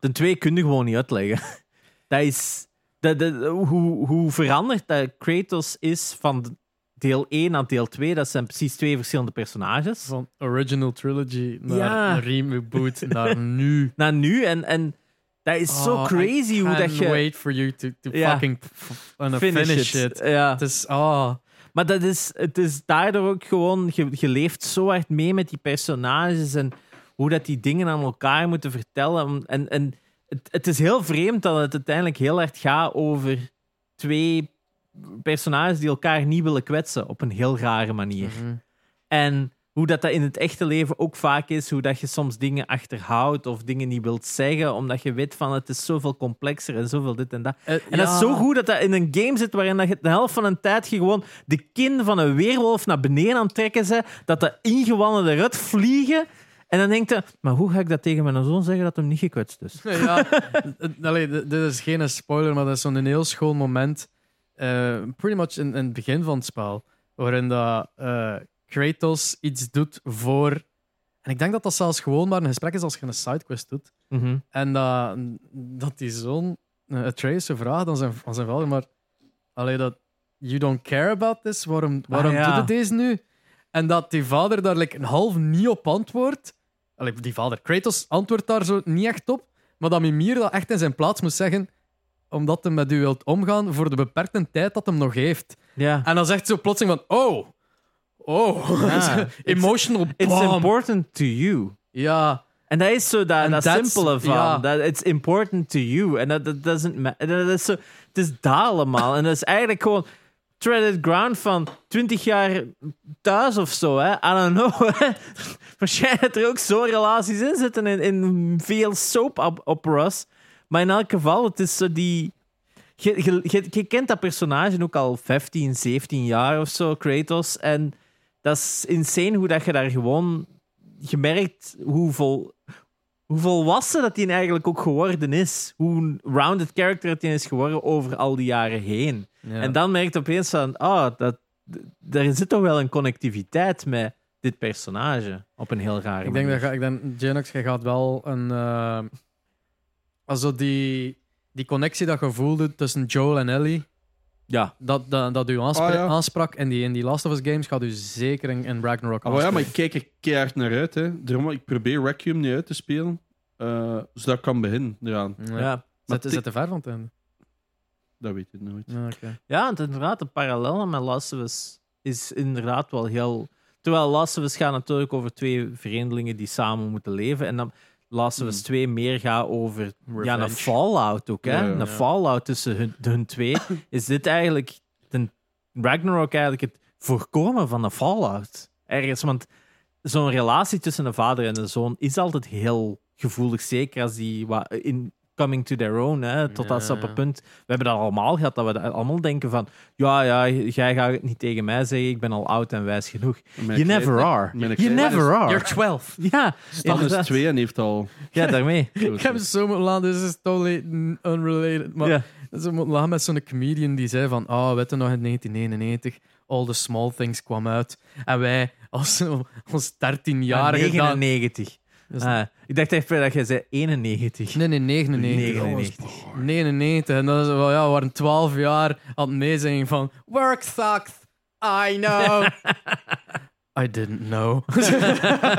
De twee kun je gewoon niet uitleggen. Dat is. Dat, dat- hoe, hoe veranderd dat Kratos is van de- deel 1 aan deel 2, dat zijn precies twee verschillende personages. Van original trilogy naar Ja. reboot naar nu. Naar nu en, en dat is zo Oh, crazy I hoe dat can't je. wait for you to, to Ja. fucking f- wanna finish, it. Ja. Het is... ah. Maar dat is, het is daardoor ook gewoon, je, je leeft zo hard mee met die personages en hoe dat die dingen aan elkaar moeten vertellen. En, en het, het is heel vreemd dat het uiteindelijk heel hard gaat over twee personages die elkaar niet willen kwetsen op een heel rare manier. Mhm. En hoe dat, dat in het echte leven ook vaak is, hoe dat je soms dingen achterhoudt of dingen niet wilt zeggen, omdat je weet van het is zoveel complexer en zoveel dit en dat. Eh, En dat ja. is zo goed dat dat in een game zit waarin dat je de helft van een tijd je gewoon de kin van een weerwolf naar beneden aan het trekken bent, dat de ingewanden eruit vliegen. En dan denkt je, maar hoe ga ik dat tegen mijn zoon zeggen dat hem niet gekwetst is? ja, d- allee, d- dit is geen spoiler, maar dat is zo'n heel schoon moment. eh, pretty much in, in het begin van het spel. Waarin dat, eh, Kratos iets doet voor. En ik denk dat dat zelfs gewoon maar een gesprek is als je een sidequest doet. Mhm. En dat, dat die zoon uh, Atreus zo vraagt aan zijn, aan zijn vader: maar, allee, dat, You don't care about this? Waarom, waarom Ah, ja. doet het deze nu? En dat die vader daar like, een half niet op antwoordt. Allee, die vader, Kratos, antwoordt daar zo niet echt op. Maar dat Mimir dat echt in zijn plaats moet zeggen omdat hij met u wilt omgaan voor de beperkte tijd dat hem nog heeft. Ja. En dan zegt ze plotseling van, oh, oh, Ja. emotional Ah, It's bomb. important to you. Ja, En dat is zo dat, And dat that's- simpele van. ja. Dat it's important to you. En dat, dat doesn't ma- dat is zo, het is dat allemaal. en dat is eigenlijk gewoon treaded ground van 20 jaar thuis of zo. Hè? I don't know. Hè? Waarschijnlijk dat er ook zo relaties in zitten in, in veel soap op operas. Maar in elk geval, het is zo die... Je, je, je- je kent dat personage ook al 15, 17 jaar of zo, Kratos. En dat is insane hoe dat je daar gewoon gemerkt hoe, vol, hoe volwassen dat hij eigenlijk ook geworden is. Hoe rounded character dat hij is geworden over al die jaren heen. Ja. En dan merkt je opeens van, ah, dat, d- daar zit toch wel een connectiviteit met dit personage. Op een heel rare ik manier. denk dat ga- ik denk, Janox, jij gaat wel een... eh also die, die connectie dat je voelde tussen Joel en Ellie, Ja. dat, dat, dat u aanspra- Ah, ja. aansprak in die, in die Last of Us games, gaat u zeker in, in Ragnarok Oh, Ah, maar ja, maar ik aanspreken. kijk er keihard naar uit. Hè. Daarom, ik probeer Requiem niet uit te spelen. eh zodat ik kan beginnen eraan. Ja. Ja. Zit, Maar zit te ver van het einde. Dat weet ik nooit. Ja, oké. Ja, want inderdaad, de parallel met Last of Us is inderdaad wel heel... Terwijl Last of Us gaat natuurlijk over twee vreemdelingen die samen moeten leven. En dan Last of Us 2 meer gaat over ja, een Revenge. fallout ook. Hè? Hmm. Ja, ja. Een Ja. fallout tussen hun, hun twee. Is dit eigenlijk... ten- Ragnarok eigenlijk het voorkomen van een fallout. Ergens, want zo'n relatie tussen een vader en een zoon is altijd heel gevoelig. Zeker als die wa- in coming to their own, hè, totdat ze op een Ja. punt... We hebben dat allemaal gehad, dat we dat allemaal denken van... Ja, ja, jij gaat het niet tegen mij zeggen, ik ben al oud en wijs genoeg. Mijn you kleine- never are. mijn You kleine never are. You're 12. Ja, Stan Dus is inderdaad. twee en heeft al... ja, daarmee. Ik heb zo moeten laten, dit is totally n- unrelated. Maar Ja. Ze moeten lachen met zo'n comedian die zei van, ah, weet je nog in 1991, All the Small Things kwam uit. En wij, als, als 13-jarige... dan- 99. Dat is- Ah, ik dacht even dat jij zei 91. Nee, nee, 99. 99. 99. En dan is het wel, ja, we waren 12 jaar aan het meezingen van, work sucks, I know. I didn't know.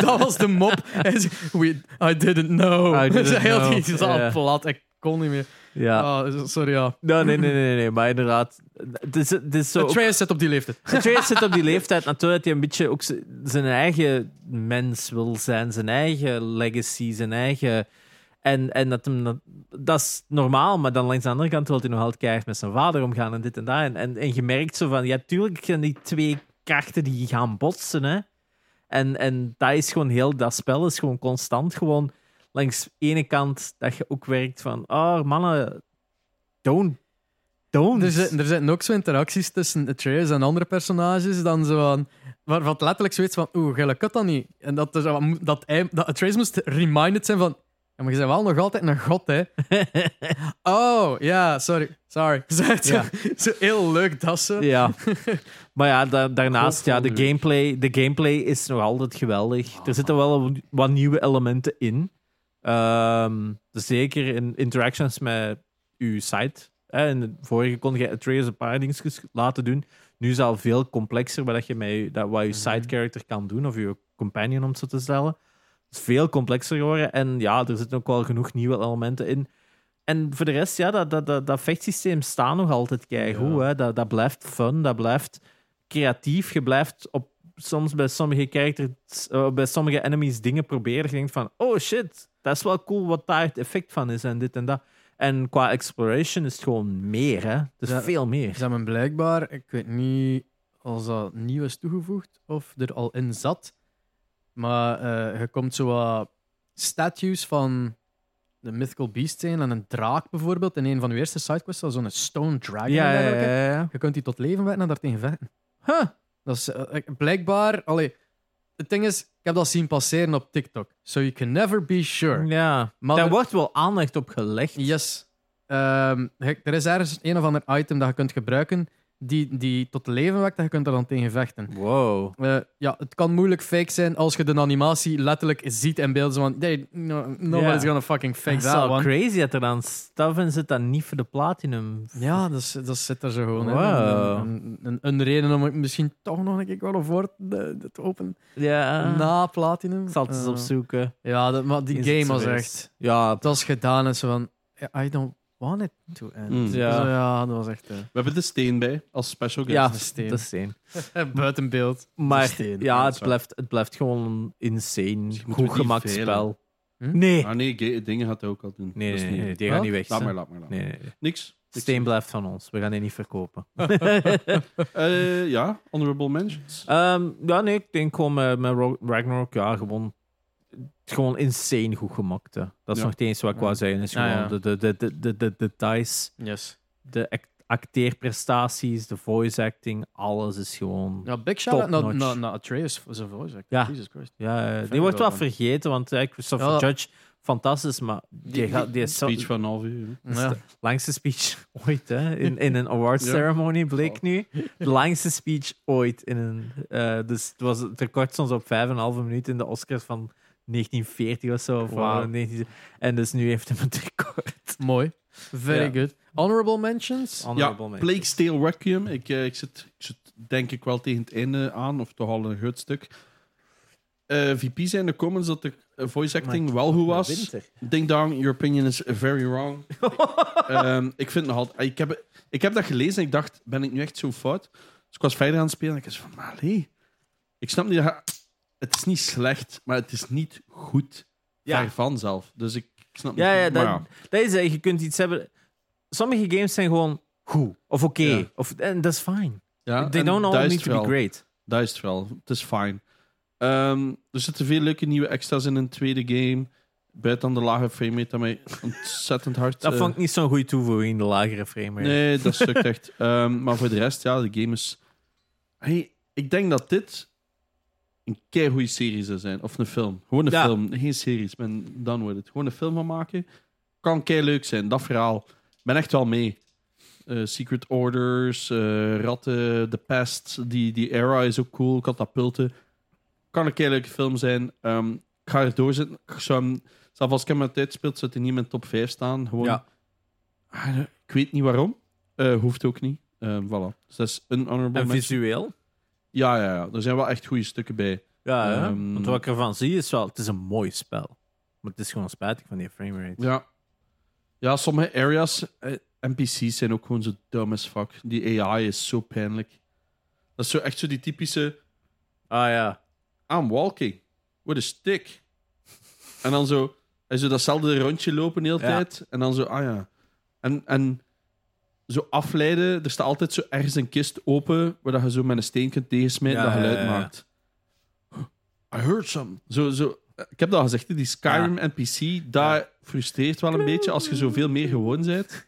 dat was de mop. Hij zei, We, I didn't know. I didn't Ze heel know. die zaal Ja. plat. Ik kon niet meer. Ja. Ah, sorry, ja. No, Nou, nee, nee, nee, nee, maar inderdaad. Het is, het is zo. Atreus zit op die leeftijd. Atreus zit op die leeftijd natuurlijk dat hij een beetje ook z- zijn eigen mens wil zijn, zijn eigen legacy, zijn eigen. En, en dat, hem, dat, dat is normaal, maar dan langs de andere kant wil hij nog altijd keihard met zijn vader omgaan en dit en dat. En, en, en je merkt zo van, ja, tuurlijk zijn die twee krachten die gaan botsen, hè. En, en dat is gewoon heel, dat spel is gewoon constant gewoon langs de ene kant dat je ook werkt van, oh mannen, don't, don't. Er, zitten, er zitten ook zo interacties tussen Atreus en andere personages dan zo van, waar, wat letterlijk zoiets van, oeh, gele kut dat niet. En dat, er zo wat- dat, hij, dat Atreus moest reminded zijn van, ja, maar je bent wel nog altijd een god, hè. oh, ja, sorry, sorry. Zo, Ja. zo heel leuk dat ze. Ja. Maar ja, da- daarnaast, ja, de Godverdomme. gameplay, de gameplay is nog altijd geweldig. Er zitten wel wat nieuwe elementen in. Ehm, zeker in interactions met uw site. Hè, in de vorige kon je Atreus een paar dingetjes laten doen. Nu is het al veel complexer wat je met je, dat, wat je side character kan doen, of je companion om het zo te stellen. Het is veel complexer geworden. En ja, er zitten ook wel genoeg nieuwe elementen in. En voor de rest, ja, dat, dat, dat, dat vechtsysteem staat nog altijd keigoed. hè. Dat, dat blijft fun, dat blijft creatief. Je blijft op, soms bij sommige characters, eh, bij sommige enemies dingen proberen. Je denkt van, oh shit, dat is wel cool wat daar het effect van is en dit en dat. En qua exploration is het gewoon meer, hè. Het is Ja. veel meer. Ze hebben blijkbaar, ik weet niet als dat nieuw is toegevoegd of er al in zat, maar eh, je komt zo wat statues van de mythical beasts zijn en een draak bijvoorbeeld. In een van uw eerste sidequests was zo'n stone dragon. en Ja, ja, dergelijke. ja, ja. Je kunt die tot leven wekken en daartegen vechten. Huh. Dat is eh, blijkbaar, allee, het ding is, ik heb dat zien passeren op TikTok. So you can never be sure. Ja. Maar Daar er- wordt wel aandacht op gelegd. Yes. Ehm, je- er is ergens een of ander item dat je kunt gebruiken die, die tot leven wekt en je kunt er dan tegen vechten. Wow. Eh, ja, het kan moeilijk fake zijn als je de animatie letterlijk ziet en beelden van nee, no, nobody's Ja. gonna fucking Dat fake is that wel one. crazy dat er dan stuff in zit dat niet voor de platinum. Ja, dat, is- dat zit er zo gewoon in. Wow. Een, een, een, een reden om het misschien toch nog een keer God of War te, te openen Ja. na Platinum. Ik Ah. zal het eens Eh, opzoeken. Ja, dat, maar die Is game het was geweest? echt... Ja, Dat is gedaan en zo van... "Yeah, I don't want it to end. Mm. Ja. Hmm. Ja. ja, dat was echt... eh, We hebben de steen bij als special guest. ja een steen. dat is steen. Eh, Buiten beeld. Maar steen, ja, ja, dat het is waar. blijft, het blijft gewoon een insane, Misschien moeten goed we die gemaakt velen. spel. Hm? Nee. Ah nee, ge- dingen gaat hij ook al doen. Nee, Dat is nee, niet- nee, nee, die Wat? gaan niet weg. Laat hè. maar, laat maar, laat maar. Nee, nee, nee. Niks. De Niks. steen blijft van ons. We gaan die niet verkopen. Eh, ja, honorable mentions. Ehm, ja, nee, ik denk gewoon met, met Ro- Ragnarok, ja, gewoon, gewoon insane goed gemaakt. hè. Dat is Ja. nog het eens wat ik wou zeggen. Is Ja, gewoon ja. De, de, de, de, de, de details, Yes. de act- acteerprestaties, de voice acting, alles is gewoon... Ja, big shout-out naar Top-notch. naar- naar Atreus voor zijn voice. Ja. Jesus Christ. Ja, eh, Verder die wordt wel wel dan. vergeten, want eh, Christopher Ja. Judge, fantastisch, maar die, Die- gaat, die is zo- Speech van een half uur. hè. Ja. langste speech ooit hè? In, in een awards Ja. ceremony, bleek nu. De langste speech ooit. In een, eh, dus het, was, het record stond op 5,5 minuten in de Oscars van 1940 of zo. Of Wauw. eh, 19 en dus nu heeft hij het record. Mooi. Very Ja. good. Honorable mentions? Ja, Honorable mention. Plague Tale Requiem. Ik, eh, ik, zit, ik zit denk ik wel tegen het einde aan, of toch al een groot stuk. Eh, VP zijn de comments dat de eh, voice acting wel goed was. winter. Ding dong, your opinion is very wrong. Ehm, ik vind nog altijd... Ik heb, ik heb dat gelezen en ik dacht, ben ik nu echt zo fout? Dus ik was verder aan het spelen en ik was van, maar allee. Ik snap niet... dat je- Het is niet slecht, maar het is niet goed. Ja. Daarvan zelf. Dus ik snap Ja, niet... ja, maar dat, dat is het. Je kunt iets hebben. Sommige games zijn gewoon goed of oké. Ja. of En dat is fine. ja, They en don't dat all is need het to be wel. great. Dat is het wel. Het is fijn. Ehm, er zitten veel leuke nieuwe extra's in een tweede game. Buiten de lage frame rate, dat mij ontzettend hard... Dat eh, vond ik niet zo'n goede toevoeging in de lagere frame rate. Nee, dat stukt echt. Ehm, maar voor de rest, ja, de game is... Hey, ik denk dat dit een keigoede serie zou zijn. Of een film. Gewoon een Ja. film. Geen series. Ben done with it. Gewoon een film van maken. Kan kei leuk zijn. Dat verhaal. Ben echt wel mee. Eh, Secret Orders, eh, ratten, de pest. Die, die era is ook cool. Katapulten. Kan een kei leuke film zijn. Ehm, ik ga er doorzitten. Ik zou hem- zelfs als ik hem uit tijd speelt, zou hij niet in mijn top 5 staan. Gewoon, Ja. Ah, ik weet niet waarom. Eh, hoeft ook niet. Ehm, voilà. Dus dat is een honorable En mention. visueel. Ja, ja, ja. Er zijn wel echt goede stukken bij. Ja, hè? Ehm, want wat ik ervan zie is wel, het is een mooi spel. Maar het is gewoon spijtig van die framerate. Ja. Ja, sommige areas, eh, NPC's zijn ook gewoon zo dumb as fuck. Die AI is zo pijnlijk. Dat is zo echt zo die typische, Ah ja. I'm walking with a stick. En dan zo, En zo datzelfde rondje lopen de hele Ja. tijd. En dan zo, ah ja. En, en zo afleiden. Er staat altijd zo ergens een kist open waar dat je zo met een steen kunt tegensmijten Ja, dat geluid ja, ja, ja. maakt. I heard some. Zo, zo. Ik heb dat al gezegd, hè, die Skyrim NPC, dat frustreert wel een beetje als je zoveel meer gewoon bent.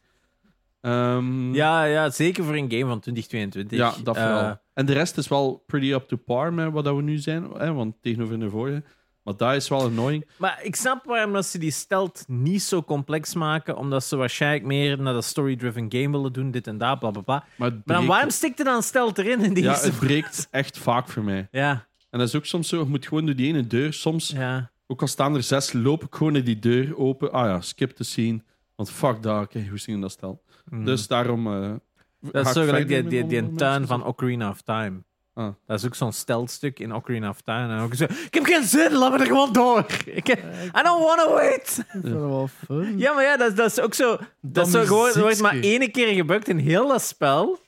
Ehm, Ja, ja, zeker voor een game van 2022. ja, dat Eh, vooral. en de rest is wel pretty up to par met wat dat we nu zijn, hè, want tegenover de vorige. Maar dat is wel annoying. maar ik snap waarom dat ze die stelt niet zo complex maken, omdat ze waarschijnlijk meer naar dat story-driven game willen doen, dit en dat, bla bla bla. Maar, het Maar dan breekt- waarom stikt er dan stelt erin in die Ja, eerste het breekt echt vaak voor mij. Ja, En dat is ook soms zo, je moet gewoon door die ene deur. Soms, ja. ook al staan er zes, loop ik gewoon in die deur open. Ah ja, skip de scene. Want fuck dat, oké, hoe zien dat stel. Dus daarom... eh, ga Mm. dat is ik zo gelijk verder die, met die, die andere tuin mensen. van Ocarina of Time. Ah. Dat is ook zo'n steltstuk in Ocarina of Time. En ook zo, ik heb geen zin, laat me er gewoon door. Ik, Eh, I don't wanna wait. Ik vind het wel fun. Ja, maar ja, dat, is- dat is ook zo... Dat is zo Dan gewoon, er wordt muziekje. maar één keer gebukt in heel dat spel.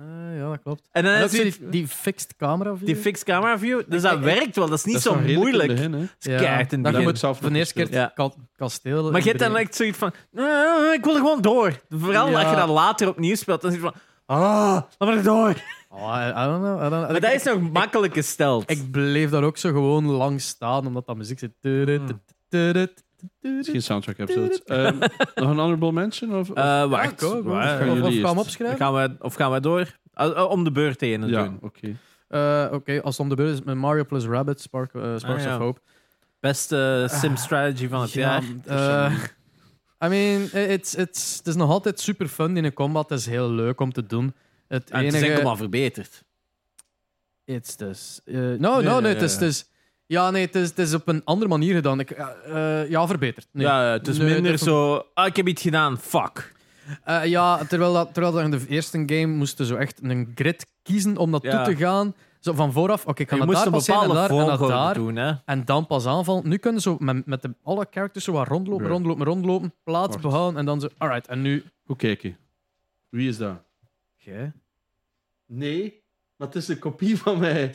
Ah, ja, dat klopt. En dan En ook is zo die, die, die fixed camera view. die fixed camera view. Dus dat ik- werkt wel, dat is niet Dat is zo nog redelijk in moeilijk. het Dat begin, hè. is keihard in het Dan begin. je Ik moet heb zelf zelf van de eerste keer gespeeld. het ka- kasteel. Maar je hebt dan inbreken. echt zoiets van... "Eh, ik wil er gewoon door. Vooral Ja. als je dat later opnieuw speelt. Dan is het van... Ah, laat me er door. Oh, I, I don't know. I don't know. Maar Ik- dat is nog makkelijk gesteld. Ik bleef daar ook zo gewoon lang staan, omdat dat muziek zit. Hmm. Het is geen soundtrack-episode. Ehm, nog een honorable mention? Of, of- Eh, Ja, wacht. go, go. Wa- Gaan Of- jullie Of eerst? gaan we Dan opschrijven? gaan we, of gaan we door? Ah, ah, om de beurt heen ja, doen. oké. Eh, Oké, als het om de beurt is, met Mario plus Rabbit, Spark, eh, Sparks Ah, ja. of Hope. Beste eh, Ah. sim-strategy van het jaar. eh, I mean, it's, it's, het is nog altijd super fun in een combat. Het is heel leuk om te doen. Het En Ah, het is enige... enkel maar verbeterd. It's dus. eh, no, Nee, no, nee, nee, het is, ja, het is. Ja, nee, het is, het is op een andere manier gedaan. Ik, ja, eh, ja, verbeterd. Nee. Ja, ja, het is Nee, minder dat- zo... Ah, ik heb iets gedaan, fuck. Eh, ja, terwijl, dat, terwijl dat in de eerste game moesten zo echt een grid kiezen om dat Ja. toe te gaan. Zo van vooraf, oké, ik ga Je naar moest daar een passeren en bepaalde daar en naar volgorde daar. doen, hè. En dan pas aanvallen. Nu kunnen ze met, met de, alle characters zo wat rondlopen, Ja. rondlopen, rondlopen, plaats Wacht. behouden en dan zo, alright, en nu... Hoe kijken? Wie is dat? Jij? Nee, maar het is een kopie van mij.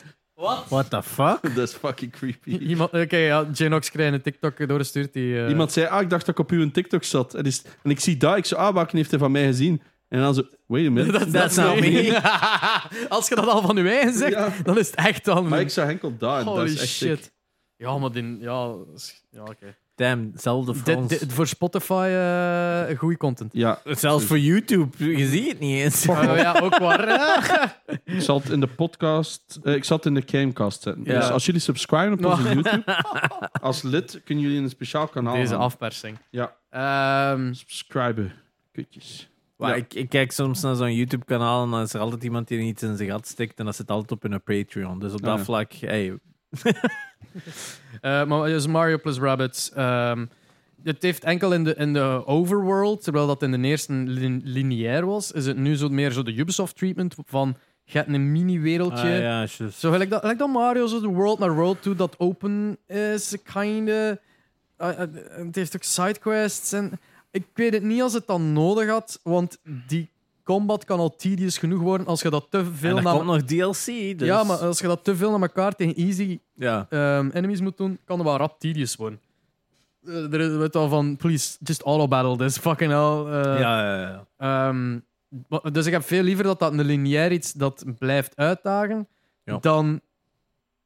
What the fuck? dat is fucking creepy. Iemand, oké, ja, Janox krijgt een TikTok doorgestuurd die... eh, Iemand zei, ah, ik dacht dat ik op uw TikTok zat. En, is, en ik zie daar, ik zo, ah, Bakken heeft hij van mij gezien. En dan zo, wait a minute. Dat- That's That's not not me. Als je dat al van je eigen zegt, Ja. dan is het echt dan... Maar ik zag enkel daar. en dat Holy is echt shit. sick. Ja, maar die... Ja, s- ja oké. Damn, hetzelfde voor Dit- dit- ons. Voor Spotify, eh goede content. Ja, Zelfs voor YouTube, je ziet het niet eens. Oh ja, ook waar. ik zal het in de podcast, eh, ik zal het in de Gamecast zetten. Ja. Dus als jullie subscriben op onze Oh. YouTube, als lid kunnen jullie in een speciaal kanaal Deze gaan. afpersing. Ja, Ehm, subscriben. Kutjes. Maar Ja. ik, ik kijk soms naar zo'n YouTube-kanaal en dan is er altijd iemand die iets in zijn gat stikt en dat zit altijd op hun Patreon. Dus op Ah, dat ja. vlak, hey, eh, maar dus Mario plus Rabbits. ehm, het heeft enkel in de, in de overworld, terwijl dat in de eerste lin- lineair was, is het nu zo meer zo de Ubisoft-treatment van... Je hebt een mini-wereldje. Ah, ja, juist. Zo gelijk dat, gelijk dat Mario zo de world naar world toe dat open is, kinda. Eh, eh, het heeft ook sidequests en... Ik weet het niet als het dan nodig had, want die combat kan al tedious genoeg worden als je dat te En veel er naar... komt nog DLC, dus... Ja, maar eh, als je dat te veel naar elkaar tegen easy Ja. ehm, enemies moet doen, kan het wel rap tedious worden. Eh, er is het al van, please, just auto-battle this, fucking hell. eh, ja, ja, ja. Ehm, wa- dus ik heb veel liever dat dat een lineair iets dat blijft uitdagen Ja. dan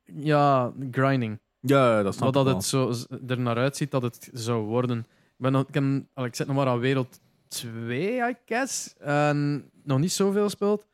ja, grinding. Ja, ja, dat snap Wat ik dat wel. het zo z- er naar uitziet dat het zou worden. Ik, ben nog, ik, heb- al, ik zit nog maar aan wereld 2, I guess. En nog niet zoveel gespeeld.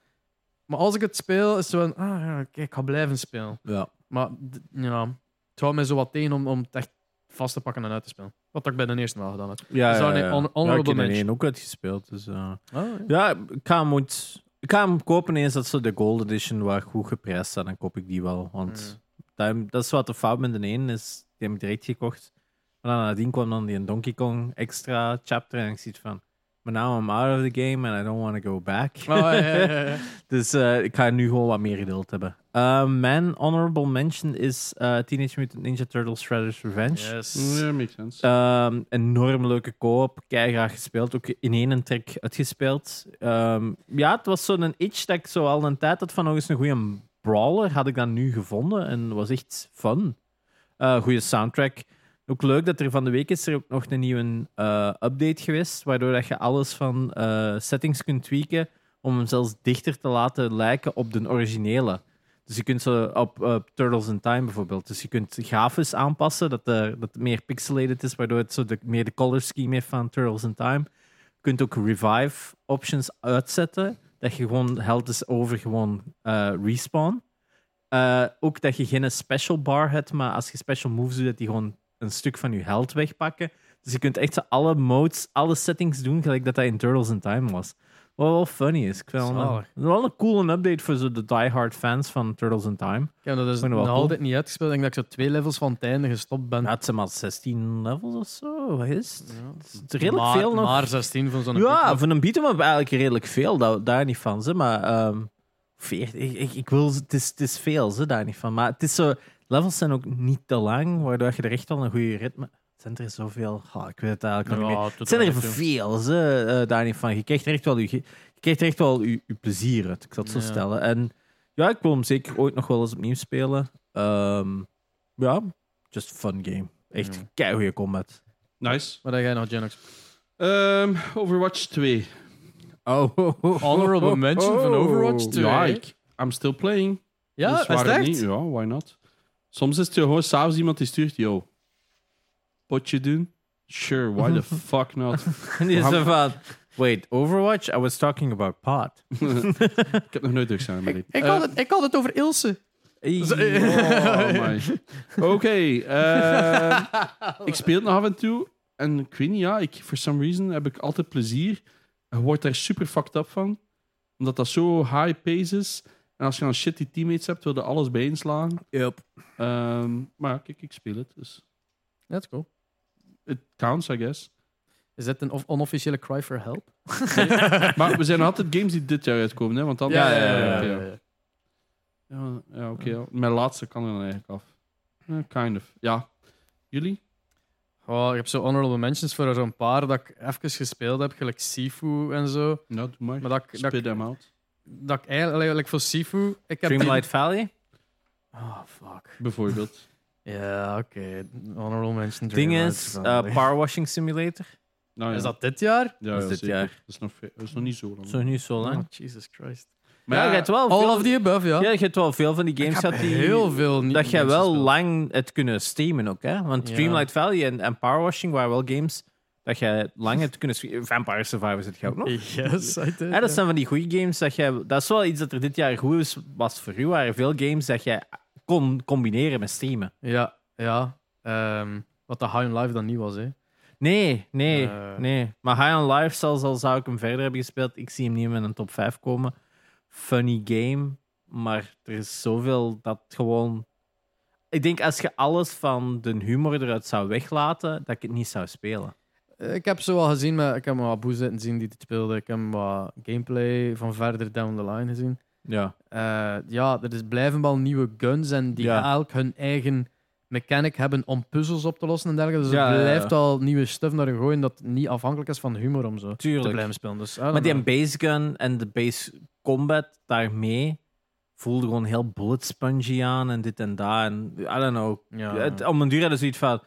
Maar als ik het speel, is het zo van, ah, ja, oké, ik ga blijven spelen. Ja. Maar d- ja, het houdt mij zo wat tegen om, om het echt vast te pakken en uit te spelen. Wat ik bij de eerste wel gedaan heb. Ja, Dus ja, dan ja, een hon- ja, ik honorable heb er mention. één ook uitgespeeld. Dus, eh. Oh, Ja, ik ga, hem ooit- ik ga hem kopen eens dat ze de Gold Edition waar goed geprijsd staat. Dan koop ik die wel. Want Mm. dat, dat is wat de fout met de één is. Die heb ik direct gekocht. Maar dan nadien kwam dan die Donkey Kong extra chapter. En ik zie het van. Maar now I'm out of the game and I don't want to go back. Ah, ja, ja, ja, ja. Dus eh, ik ga nu gewoon wat meer geduld hebben. Eh, mijn honorable mention is eh, Teenage Mutant Ninja Turtles Shredder's Revenge. Yes. Ja, makes sense. Ehm, enorm leuke koop, graag gespeeld. Ook in één trek uitgespeeld. Ehm, ja, het was zo'n itch dat ik zo al een tijd had van nog eens een goede brawler. Had ik dan nu gevonden en was echt fun. Eh goede soundtrack. Ook leuk dat er van de week is er ook nog een nieuwe eh, update geweest, waardoor dat je alles van eh, settings kunt tweaken om hem zelfs dichter te laten lijken op de originele. Dus je kunt ze op eh, Turtles in Time bijvoorbeeld. Dus je kunt grafis aanpassen, dat, de, dat het meer pixelated is, waardoor het zo de, meer de color scheme heeft van Turtles in Time. Je kunt ook revive options uitzetten, dat je gewoon held is over gewoon eh, respawn. Eh, ook dat je geen special bar hebt, maar als je special moves doet, dat die gewoon een stuk van je held wegpakken. Dus je kunt echt zo alle modes, alle settings doen, gelijk dat dat in Turtles in Time was. Wat wel funny is. Ik vind wel een, Zalig. wel een coole update voor zo de diehard fans van Turtles in Time. Ik heb dat dus Vind ik wel nog cool. altijd niet uitgespeeld. Ik denk dat ik zo twee levels van het einde gestopt ben. Nou, het zijn maar 16 levels of zo. Wat is het? Ja. Het is redelijk maar, veel nog. Maar 16 van zo'n ja, pick-up. van een beat'em up eigenlijk redelijk veel. Daar, daar niet van, ze. Maar ehm 40, ik, ik, ik wil, het, is, het is veel, ze. Daar niet van. Maar het is zo... Levels zijn ook niet te lang, waardoor je er echt wel een goede ritme... Zijn er zoveel? Ah, ik weet het eigenlijk nog niet. Ja, meer. tot Het zijn er daar toe. veel, ze. eh, daar niet van. Je krijgt er echt wel je, je, krijgt er echt wel je, je plezier uit. Ik zal het zo Ja. stellen. En ja, ik wil hem zeker ooit nog wel eens opnieuw spelen. Ehm, ja, just fun game. Echt Ja. kei goede combat. Nice. Maar dat jij nog, Genox. Ehm, Overwatch 2. Oh, Honorable mention van Overwatch 2. oh. Ja, ik, I'm still playing. Ja, Dus is het waarom echt? niet? Ja, why not? Soms is het gewoon s'avonds iemand die stuurt, yo, potje doen? Sure, why the fuck not? Die is zo van, wait, Overwatch? I was talking about pot. Ik heb nog nooit druk zijn met dit. Ik had, het, ik had het over Ilse. Oh my. Oké, ehm, ik speel het nog af en toe. En ik weet niet, ja, ik, for some reason heb ik altijd plezier. Je wordt daar super fucked up van. Omdat dat zo high pace is. En als je dan shit die teammates hebt, wil je alles bijeenslaan. Yep. Ehm maar kijk, ik speel het. Dus Let's go. it counts, I guess. Is dat een of- onofficiële cry for help? Maar we zijn nog altijd games die dit jaar uitkomen, hè? Want dan... oké, ja. Ja, ja, oké. ja. Mijn laatste kan er dan eigenlijk af. Eh, kind of. Ja. Jullie? Oh, ik heb zo honorable mentions voor zo'n paar dat ik even gespeeld heb, gelijk Sifu en zo. Nou, doe maar. Maar dat ik, dat Spit ik, them out. dat ik eigenlijk, eigenlijk voor Sifu... Ik heb Dreamlight Valley? Oh, fuck. Bijvoorbeeld. Ja, oké. Honorable mention. Ding Dreamlight is, Valley. eh, Power Washing Simulator. Nou, ja. Is dat dit jaar? Ja, is ja, dit zeker. jaar. Dat is, nog, ve- dat is nog niet zo lang. Zo nu zo lang. Oh, Jesus Christ. Maar ja, ja, je hebt wel All Oh, veel, of the above, ja. ja, je hebt wel veel van die games Ik gehad heb die... heel veel niet dat jij mensen wel gespeeld. lang het kunnen streamen ook, hè? Want Ja. Dreamlight Valley en, en Power Washing waren wel games dat jij lang hebt kunnen streamen. Vampire Survivors het jij ook nog. Yes, I did. Ja, dat zijn van die goede games. Dat, jij, dat is wel iets dat er dit jaar goed is, was voor u. waren veel games dat jij kon combineren met streamen. Ja, ja. Ehm, wat de High on Life dan niet was, hè. Nee, nee, Eh. nee. Maar High on Life, zelfs al zou ik hem verder hebben gespeeld, ik zie hem niet meer in een top 5 komen. Funny game, maar er is zoveel dat gewoon... Ik denk als je alles van de humor eruit zou weglaten, dat ik het niet zou spelen. Ik heb zo al gezien, maar ik heb wat boe zitten zien die dit speelde. Ik heb wat gameplay van verder down the line gezien. Ja. Eh, ja, er is blijven wel nieuwe guns en die Ja. elk hun eigen mechanic hebben om puzzels op te lossen en dergelijke. Dus Ja, ja, er ja. blijft al nieuwe stuff naar je gooien dat niet afhankelijk is van humor om zo te Tuurlijk. blijven spelen. Dus, I don't Maar die know. base gun en de base combat daarmee voelde gewoon heel bullet spongy aan en dit en dat. En, I don't know, ja. Het, om een duur hadden ze zoiets van.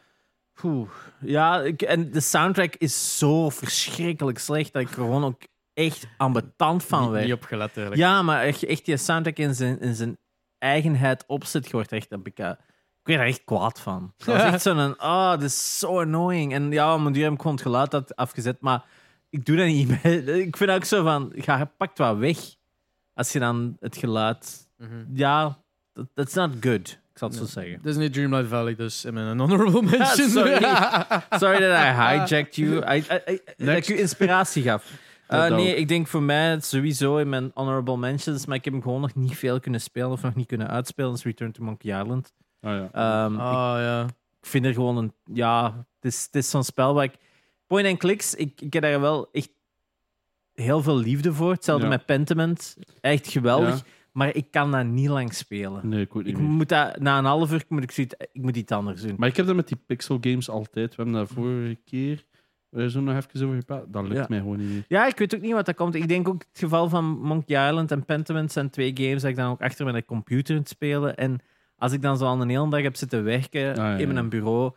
"Poeh." ja, ik, en de soundtrack is zo verschrikkelijk slecht dat ik er gewoon ook echt ambetant van niet, werd. niet op gelet eigenlijk. Ja, maar echt, echt die soundtrack in zijn, in zijn eigenheid opzet, je wordt echt een beetje... Ik werd er echt kwaad van. Dat is echt zo'n... Oh, dit is zo annoying. En ja, om een duur heb ik gewoon het geluid dat afgezet, maar ik doe dat niet meer. Ik vind ook zo van... Ja, je pakt wat weg als je dan het geluid... Mhm. Ja, dat- that's not good. Ik zal het Nee. zo zeggen. Dit is niet Dreamlight Valley, dus in mijn honorable Ja, mention. Ah, Ah, sorry. sorry that I hijacked you. I, I, I- dat ik Next. u inspiratie gaf. Eh, Dat nee, ook. ik denk voor mij het sowieso in mijn honorable mentions, maar ik heb hem gewoon nog niet veel kunnen spelen of nog niet kunnen uitspelen, is Return to Monkey Island. Ah, ja. Ehm, Ah, ja. Ik vind er gewoon een... Ja, het is, het is zo'n spel waar ik... Point and clicks, ik, ik heb daar wel echt heel veel liefde voor. Hetzelfde Ja. met Pentiment. Echt geweldig. Ja. Maar ik kan dat niet lang spelen. Nee, ik weet niet Ik meer. moet dat, na een half uur moet ik zoiets... Ik moet iets anders doen. Maar ik heb dat met die pixel games altijd. We hebben dat vorige keer eh, zo nog even over gepraat. Dat lukt Ja. mij gewoon niet meer. Ja, ik weet ook niet wat dat komt. Ik denk ook het geval van Monkey Island en Pentiment zijn twee games dat ik dan ook achter mijn computer aan het spelen. En als ik dan zo al een hele dag heb zitten werken ja, in ja. mijn bureau,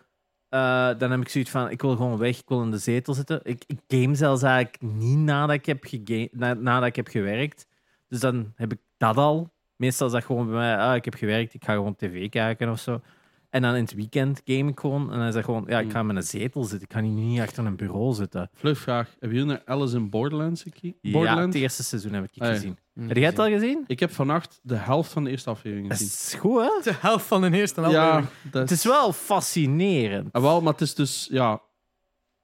eh, dan heb ik zoiets van, ik wil gewoon weg, ik wil in de zetel zitten. Ik, ik game zelfs eigenlijk niet nadat ik, heb gega- na, nadat ik heb gewerkt. Dus dan heb ik dat al. Meestal is dat gewoon bij mij, ah, ik heb gewerkt, ik ga gewoon tv kijken of zo. En dan in het weekend game ik gewoon. En dan is dat gewoon, ja, ik ga in een zetel zitten. Ik ga niet- niet achter een bureau zitten. Vlugvraag. Hebben jullie naar Alice in Borderlands gekeken? Ja, het Borderlands? eerste seizoen heb ik Ah, ja. gezien. Heb jij het al gezien? Ik heb vannacht de helft van de eerste aflevering Dat gezien. is goed, hè? De helft van de eerste Ja, aflevering. dat Het is wel fascinerend. Ah, wel, maar het is dus, ja...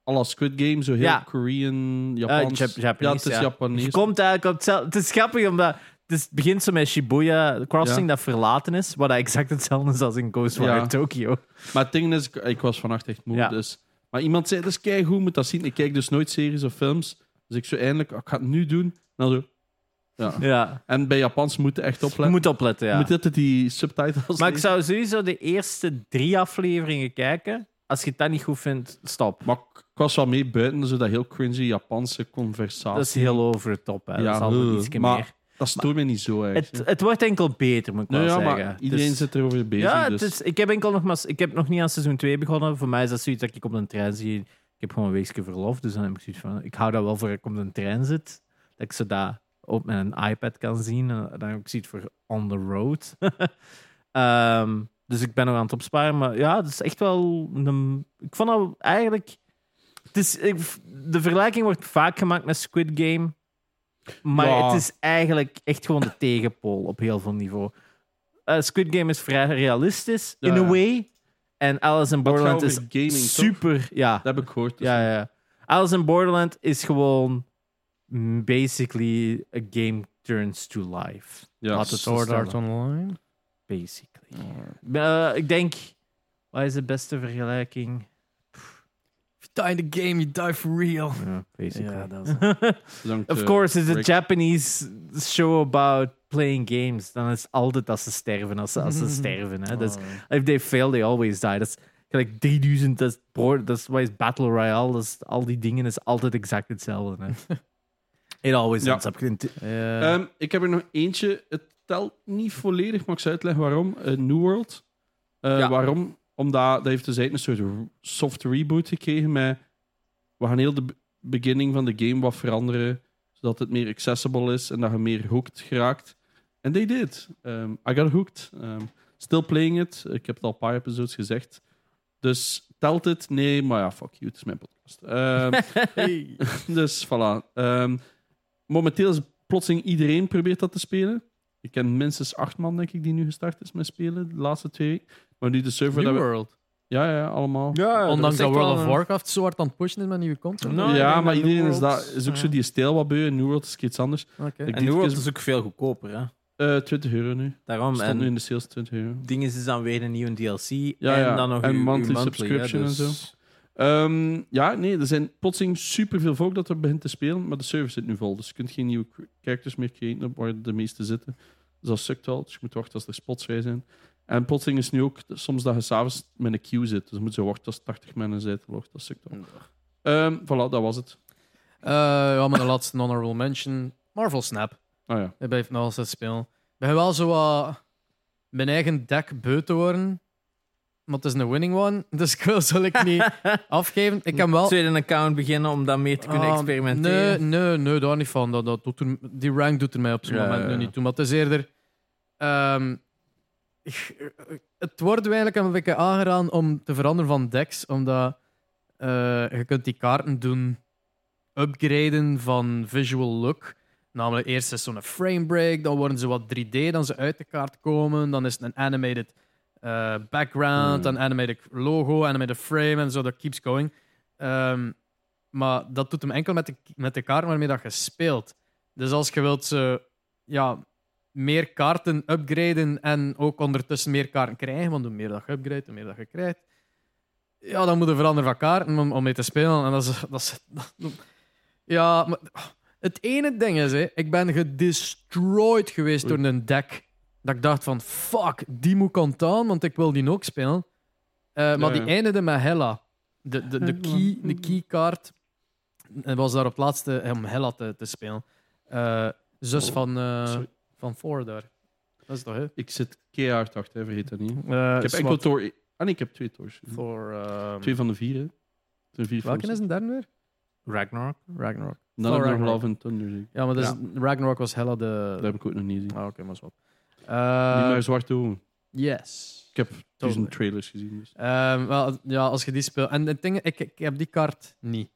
Alla Squid Game, zo heel Ja. Korean, Eh, Japans. Jap- Japanese, ja, het is Je Japanees. komt eigenlijk op hetzelfde. Het is grappig omdat. Het is, het begint zo met Shibuya Crossing dat verlaten is, wat dat exact hetzelfde is als in Ghostwire Ja. Tokyo. Maar het ding is, ik- ik was vannacht echt moe. Ja. Dus. Maar iemand zei, dus kijk hoe moet dat zien. Ik kijk dus nooit series of films. Dus ik zo eindelijk, ah, ik ga het nu doen. En, dan zo, ja. Ja, en bij Japans moeten echt je opletten. moet opletten. Ja. Moet dit die subtitles maar ik lezen? zou sowieso de eerste drie afleveringen kijken. Als je het dan niet goed vindt, stop. Maar ik- ik was wel mee buiten, zo dat heel cringy Japanse conversatie. Dat is heel over de top. Hè. dat is altijd eh, ietsje maar meer. dat stoort me niet zo eigenlijk. Het, het wordt enkel beter, moet ik nou wel ja, zeggen. maar iedereen Dus- zit erover bezig. Ja, dus. het is, ik heb enkel nog maar, ik heb nog niet aan seizoen 2 begonnen. Voor mij is dat zoiets dat ik op een trein zie. Ik heb gewoon een weekje verlof, dus dan heb ik zoiets van, ik hou dat wel voor ik op een trein zit. Dat ik ze daar op mijn iPad kan zien. Eh, Dan heb ik zoiets voor on the road. Ehm, dus ik ben nog aan het opsparen. Maar ja, het is echt wel... Een, ik vond dat eigenlijk... Het is, ik- de vergelijking wordt vaak gemaakt met Squid Game. Maar Ja. het is eigenlijk echt gewoon de tegenpool op heel veel niveau. Eh, Squid Game is vrij realistisch, Ja, in ja. a way. En Alice in Borderland gaat is over gaming, toch? super... Ja, Dat heb ik gehoord. dus- ja, ja, ja. Alice in Borderland is gewoon mm, basically a game turns to life. Ja, Laat het zo Sword stellen. Art Online. Basically. Eh, ik denk, wat is de beste vergelijking? If you die in the game, you die for real. Ja, basically. Ja, dat is- Bedankt, of eh, course, it's a Rick. Japanese show about playing games. Dan is het altijd als ze sterven, als ze, als ze sterven. Hè. Dus if they fail, they always die. Dat is gelijk 3000, dat is, pro- dat is, wat is Battle Royale, dat is, al die dingen is altijd exact hetzelfde. Hè. Eh, It always Ja. ends up in Ja. Ehm, ik heb er nog eentje. Het telt niet volledig, maar ik zal uitleggen waarom. Eh, New World. Eh, Ja. Waarom? Omdat dat heeft dus eigenlijk een soort r- soft reboot gekregen. Met, we gaan heel de b- beginning van de game wat veranderen. Zodat het meer accessible is en dat je meer hooked geraakt. En they did. Ehm, I got hooked. Ehm, still playing it. Ik heb het al een paar episodes gezegd. Dus telt het? Nee, maar ja, fuck you. Het is mijn podcast. Ehm, Hey. dus voilà. Ehm, momenteel is plotseling iedereen probeert dat te spelen. Ik ken minstens acht man, denk ik, die nu gestart is met spelen de laatste twee weken. Maar nu de server. New dat we- World. Ja, ja, allemaal. Ondanks dat World of War. Warcraft zo hard aan het pushen is met nieuwe content. Nou, ik ja, denk maar dat iedereen New is, World- dat, is ook ja. zo die stijl wat beu. En New World is iets anders. Oké. Ik En dit New World keer- is ook veel goedkoper, hè? Eh, 20 euro nu. Daarom. Stond En nu in de sales 20 euro. dingen is dan weer een nieuwe DLC. Ja, en ja. dan nog En uw- uw monthly hè, subscription en dus- Ehm, ja, nee, er zijn plotseling superveel volk dat er begint te spelen, maar de server zit nu vol. Dus je kunt geen nieuwe cr- characters meer creëren op waar de meeste zitten. Dus dat sukt wel. Dus je moet wachten als er spots vrij zijn. En plotseling is nu ook t- soms dat je s'avonds met een queue zit. Dus dan moet je wachten als 80 mensen zijn te log. Dat sukt wel. Ehm, voilà, dat was het. Eh, ja, maar de laatste honorable mention. Marvel Snap. Ah ja. Dat blijft nog altijd spelen. Ik ben wel zo wat mijn eigen deck beu te worden. Maar het is een winning one, dus ik wil zal ik niet afgeven. Ik heb wel... Tweede account beginnen om dan meer te kunnen Ah, experimenteren. Nee, nee, nee, daar niet van. Dat, dat doet er, die rank doet er mij op zo'n Ja, moment ja, nu ja. niet toe. Maar het is eerder... ehm, het wordt eigenlijk een beetje aangedaan om te veranderen van decks, omdat eh, je kunt die kaarten doen upgraden van visual look. Namelijk, eerst is zo'n frame break, dan worden ze wat 3D, dan ze uit de kaart komen, dan is het een animated eh, background, Hmm. een animated logo, animated frame en zo, dat keeps going. Ehm, maar dat doet hem enkel met de, met de kaarten waarmee dat je speelt. Dus als je wilt ze ja, meer kaarten upgraden en ook ondertussen meer kaarten krijgen, want hoe meer dat je upgrade, hoe meer dat je krijgt, ja, dan moet je veranderen van kaarten om, om mee te spelen. En dat is, dat is, ja, maar het ene ding is, hè, ik ben gedestroyed geweest Oei. door een deck. Dat ik dacht van, fuck, die moet kantaan, want ik wil die ook spelen. Eh, maar Ja, die ja. eindigde met Hella. De, de, de, key, de keycard eh, was daar op het laatste om Hella te, te spelen. Eh, zus Oh, van, eh, sorry. van Four daar. Dat is toch, hè? Ik zit keihard achter, hè, vergeet dat niet. Eh, Ik heb zwart. enkel door Ah, nee, ik heb twee toys. gezien. Voor. ehm, Twee van de vier, hè. De vier welke is films. een derde weer? Ragnarok. Ragnarok. Dan Oh, heb ik nog Ragnarok. Love and Thunder gezien. Ja, maar dat is- Ragnarok was hella Dat de. heb ik ook nog niet gezien. Ah, oké, maar zo. Eh, die met zwarte ogen. yes. Ik heb tussen Totally. trailers gezien. Dus. Ehm, wel, ja, als je die speelt. En het ding, ik, ik heb die kaart niet.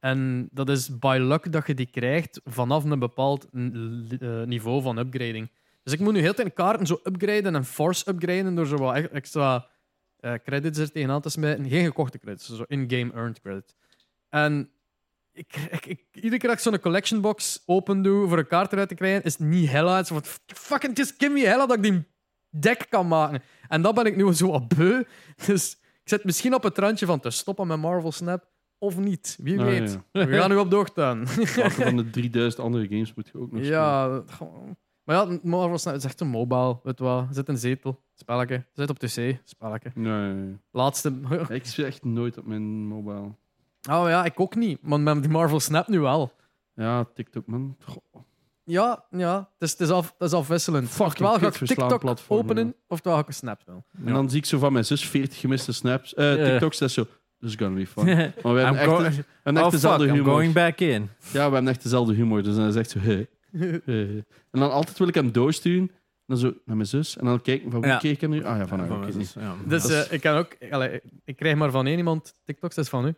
En dat is by luck dat je die krijgt vanaf een bepaald n- l- eh, niveau van upgrading. Dus ik moet nu heel de tijd kaarten zo upgraden en force upgraden door zo wat e- extra eh, credits er tegenaan te smijten. Geen gekochte credits, zo in-game earned credit. En ik, ik, ik- iedere keer dat ik zo'n collection box open doe voor een kaart eruit te krijgen, is het niet hella. Het is van, fucking just give me hella dat ik die deck kan maken. En dat ben ik nu zo wat beu. Dus ik zit misschien op het randje van te stoppen met Marvel Snap. Of niet. Wie Nou, weet. ja. We gaan nu op doortaan. Later van de 3000 andere games moet je ook nog spelen. ja, dat- gewoon- maar ja, Marvel Snap is echt een mobile. Weet wel. Zit in zetel. Spelletje. Zit op tc. Spelletje. Nee, Laatste. ik speel echt nooit op mijn mobile. Oh ja, ik ook niet. Maar met die Marvel Snap nu wel. Ja, TikTok, man. Goh, Ja, ja. Het is, het is, af, het is afwisselend. Fucking oftewel ga ik kutverslaan TikTok platform, openen, ja. oftewel ga ik een Snap wel. En dan zie ik zo van mijn zus 40 gemiste snaps. eh Ja. TikToks, dat is zo. This is gonna be fun. Maar we I'm hebben echt, go- we hebben Oh echt fuck, dezelfde I'm humor. going back in. Ja, we hebben echt dezelfde humor. Dus dan is echt zo. hè, Dus, hè, hè. En dan altijd wil ik hem doorsturen. En dan zo naar mijn zus. En dan kijken van wie Ja. keek ik hem nu? Ah ja, van haar. oké, niet. Dus Dat is- eh, ik kan ook, allee, ik krijg maar van één iemand TikToks, dat is van u.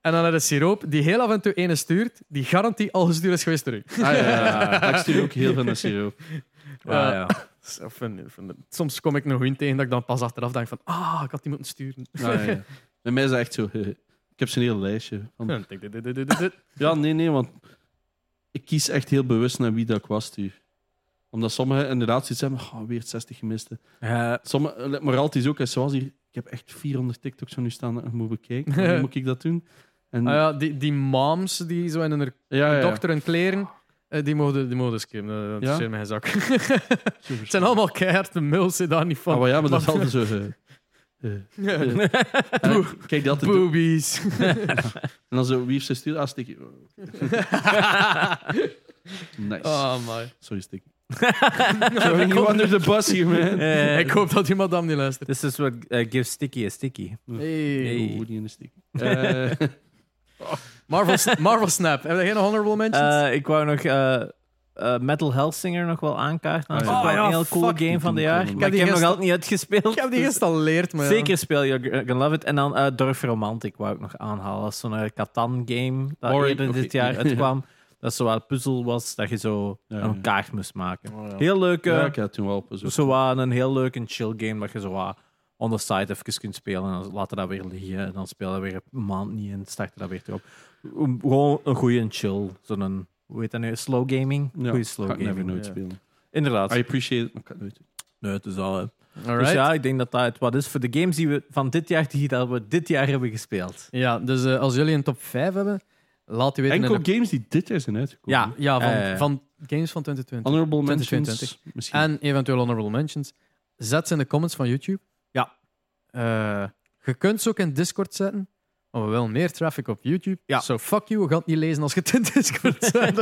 En dan er is siroop die heel af en toe ene stuurt, die garantie al gestuurd is geweest door u. Ah ja, ja, ja. ik stuur ook heel veel naar siroop. Ja. Ah, ja. Zo, Eh, vind- vind- Soms kom ik nog in tegen dat ik dan pas achteraf denk van ah, ik had die moeten sturen. Ah, ja, ja. Bij mij is dat echt zo. hè, hè. Ik heb zo'n heel lijstje. Van, Dit, dit, dit, dit, dit, dit. ja, nee, nee, want ik kies echt heel bewust naar wie dat ik was stuur. Omdat sommigen inderdaad zoiets hebben. Oh, weer 60 gemiste. Eh, Sommige, let maar altijd is ook, hè, zoals hier, ik heb echt 400 TikToks van u staan dat ik moet bekijken. En Hoe moet ik dat doen? En, Ah ja, die, die moms die zo in hun Hm. ja, ja, ja. dochter hun kleren, eh, die mogen, die mogen skippen. Dat- Dat Ja? is in mijn zak. Het zijn allemaal keihard de muls, zit daar niet van. Ah, maar ja, maar dat is altijd zo. eh, eh, eh. En ik Kijk dat en Boobies. dan zo, wie heeft zijn stuur? Ah, Sticky. Nice. oh my. Sorry, Sticky. Throwing you under the bus hier, man. eh, Ik hoop dat die madame niet luistert. This is what eh, gives sticky a sticky. Hey. Oh, Woody en de Sticky. Eh, Marvel, S- Marvel Snap. Heb je geen honorable mentions? Eh, ik wou nog eh, eh, Metal Hellsinger nog wel aankaarten. Dat is Ah, ja. ook wel Oh, ja, een heel coole fuck, game die van de doen jaar. cool. Maar Ik heb ik heb die hem nog gisteren- altijd niet uitgespeeld. ik heb die geïnstalleerd, maar ja. dus Zeker speel, je you can love it. En dan eh, Dorf Romantic wou ik nog aanhalen. Dat is zo'n eh, Catan-game dat Boring. eerder Oké, dit jaar ja. uitkwam. Dat zo wat puzzel was, dat je zo Ja, ja. een kaart moest maken. Oh, ja. Heel leuk, eh, ja, ik had toen wel op. zo wat een heel leuk en chill game dat je zo wat on the side even kunt spelen. En dan laten dat weer liggen. En dan speel je dat weer een maand niet en starten dat weer erop. Um, Gewoon een goede en chill. Zo'n, hoe heet dat nu? Slow gaming? Ja, goede slow ga ik never gaming. nooit ja. spelen. Inderdaad. I appreciate it, maar ik kan het nooit doen. Nee, het is al... hè. Alright. Dus ja, ik denk dat dat het wat is voor de games die we van dit jaar, die dat we dit jaar hebben gespeeld. Ja, dus eh, als jullie een top 5 hebben, laat die weten. in Enkel de- games die dit jaar zijn uitgekomen. Ja. ja, van, Eh. van games van 2020. Honorable mentions. 2022. Misschien. En eventueel honorable mentions. Zet ze in de comments van YouTube. Ja. Eh, je kunt ze ook in Discord zetten. Maar we willen meer traffic op YouTube. Ja. So fuck you, we gaan het niet lezen als je het in Discord zet.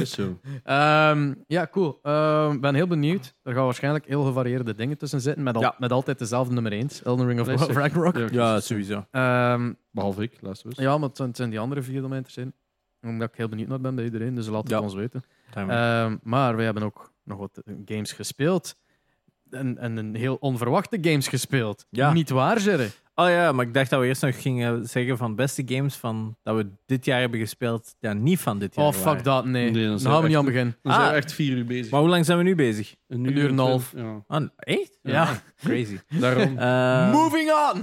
Is zo. Ehm, ja, cool. Ehm, ben heel benieuwd. Er gaan waarschijnlijk heel gevarieerde dingen tussen zitten. Met, al, Ja. met altijd dezelfde nummer 1. Elden Ring Nee, of zeker. Ragnarok. Ja, sowieso. Ehm, Behalve ik, laatst was. ja, maar het zijn, het zijn die andere vier die mij interesseren. Omdat ik heel benieuwd naar ben bij iedereen. Dus laat het Ja. ons weten. Eh. Ehm, maar we hebben ook nog wat games gespeeld. En, en een heel onverwachte games gespeeld. Ja. Niet waar, Jerry? oh ja, maar ik dacht dat we eerst nog gingen zeggen van beste games van, dat we dit jaar hebben gespeeld, ja, niet van dit jaar oh, fuck waren. dat, nee. Nee, dan dan zijn gaan we we niet aan echt- beginnen. Dan zijn Ah. we echt vier uur bezig. Maar hoe lang zijn we nu bezig? een uur en een half. Ja, Ah, echt? Ja. Crazy. daarom. Eh, Moving on!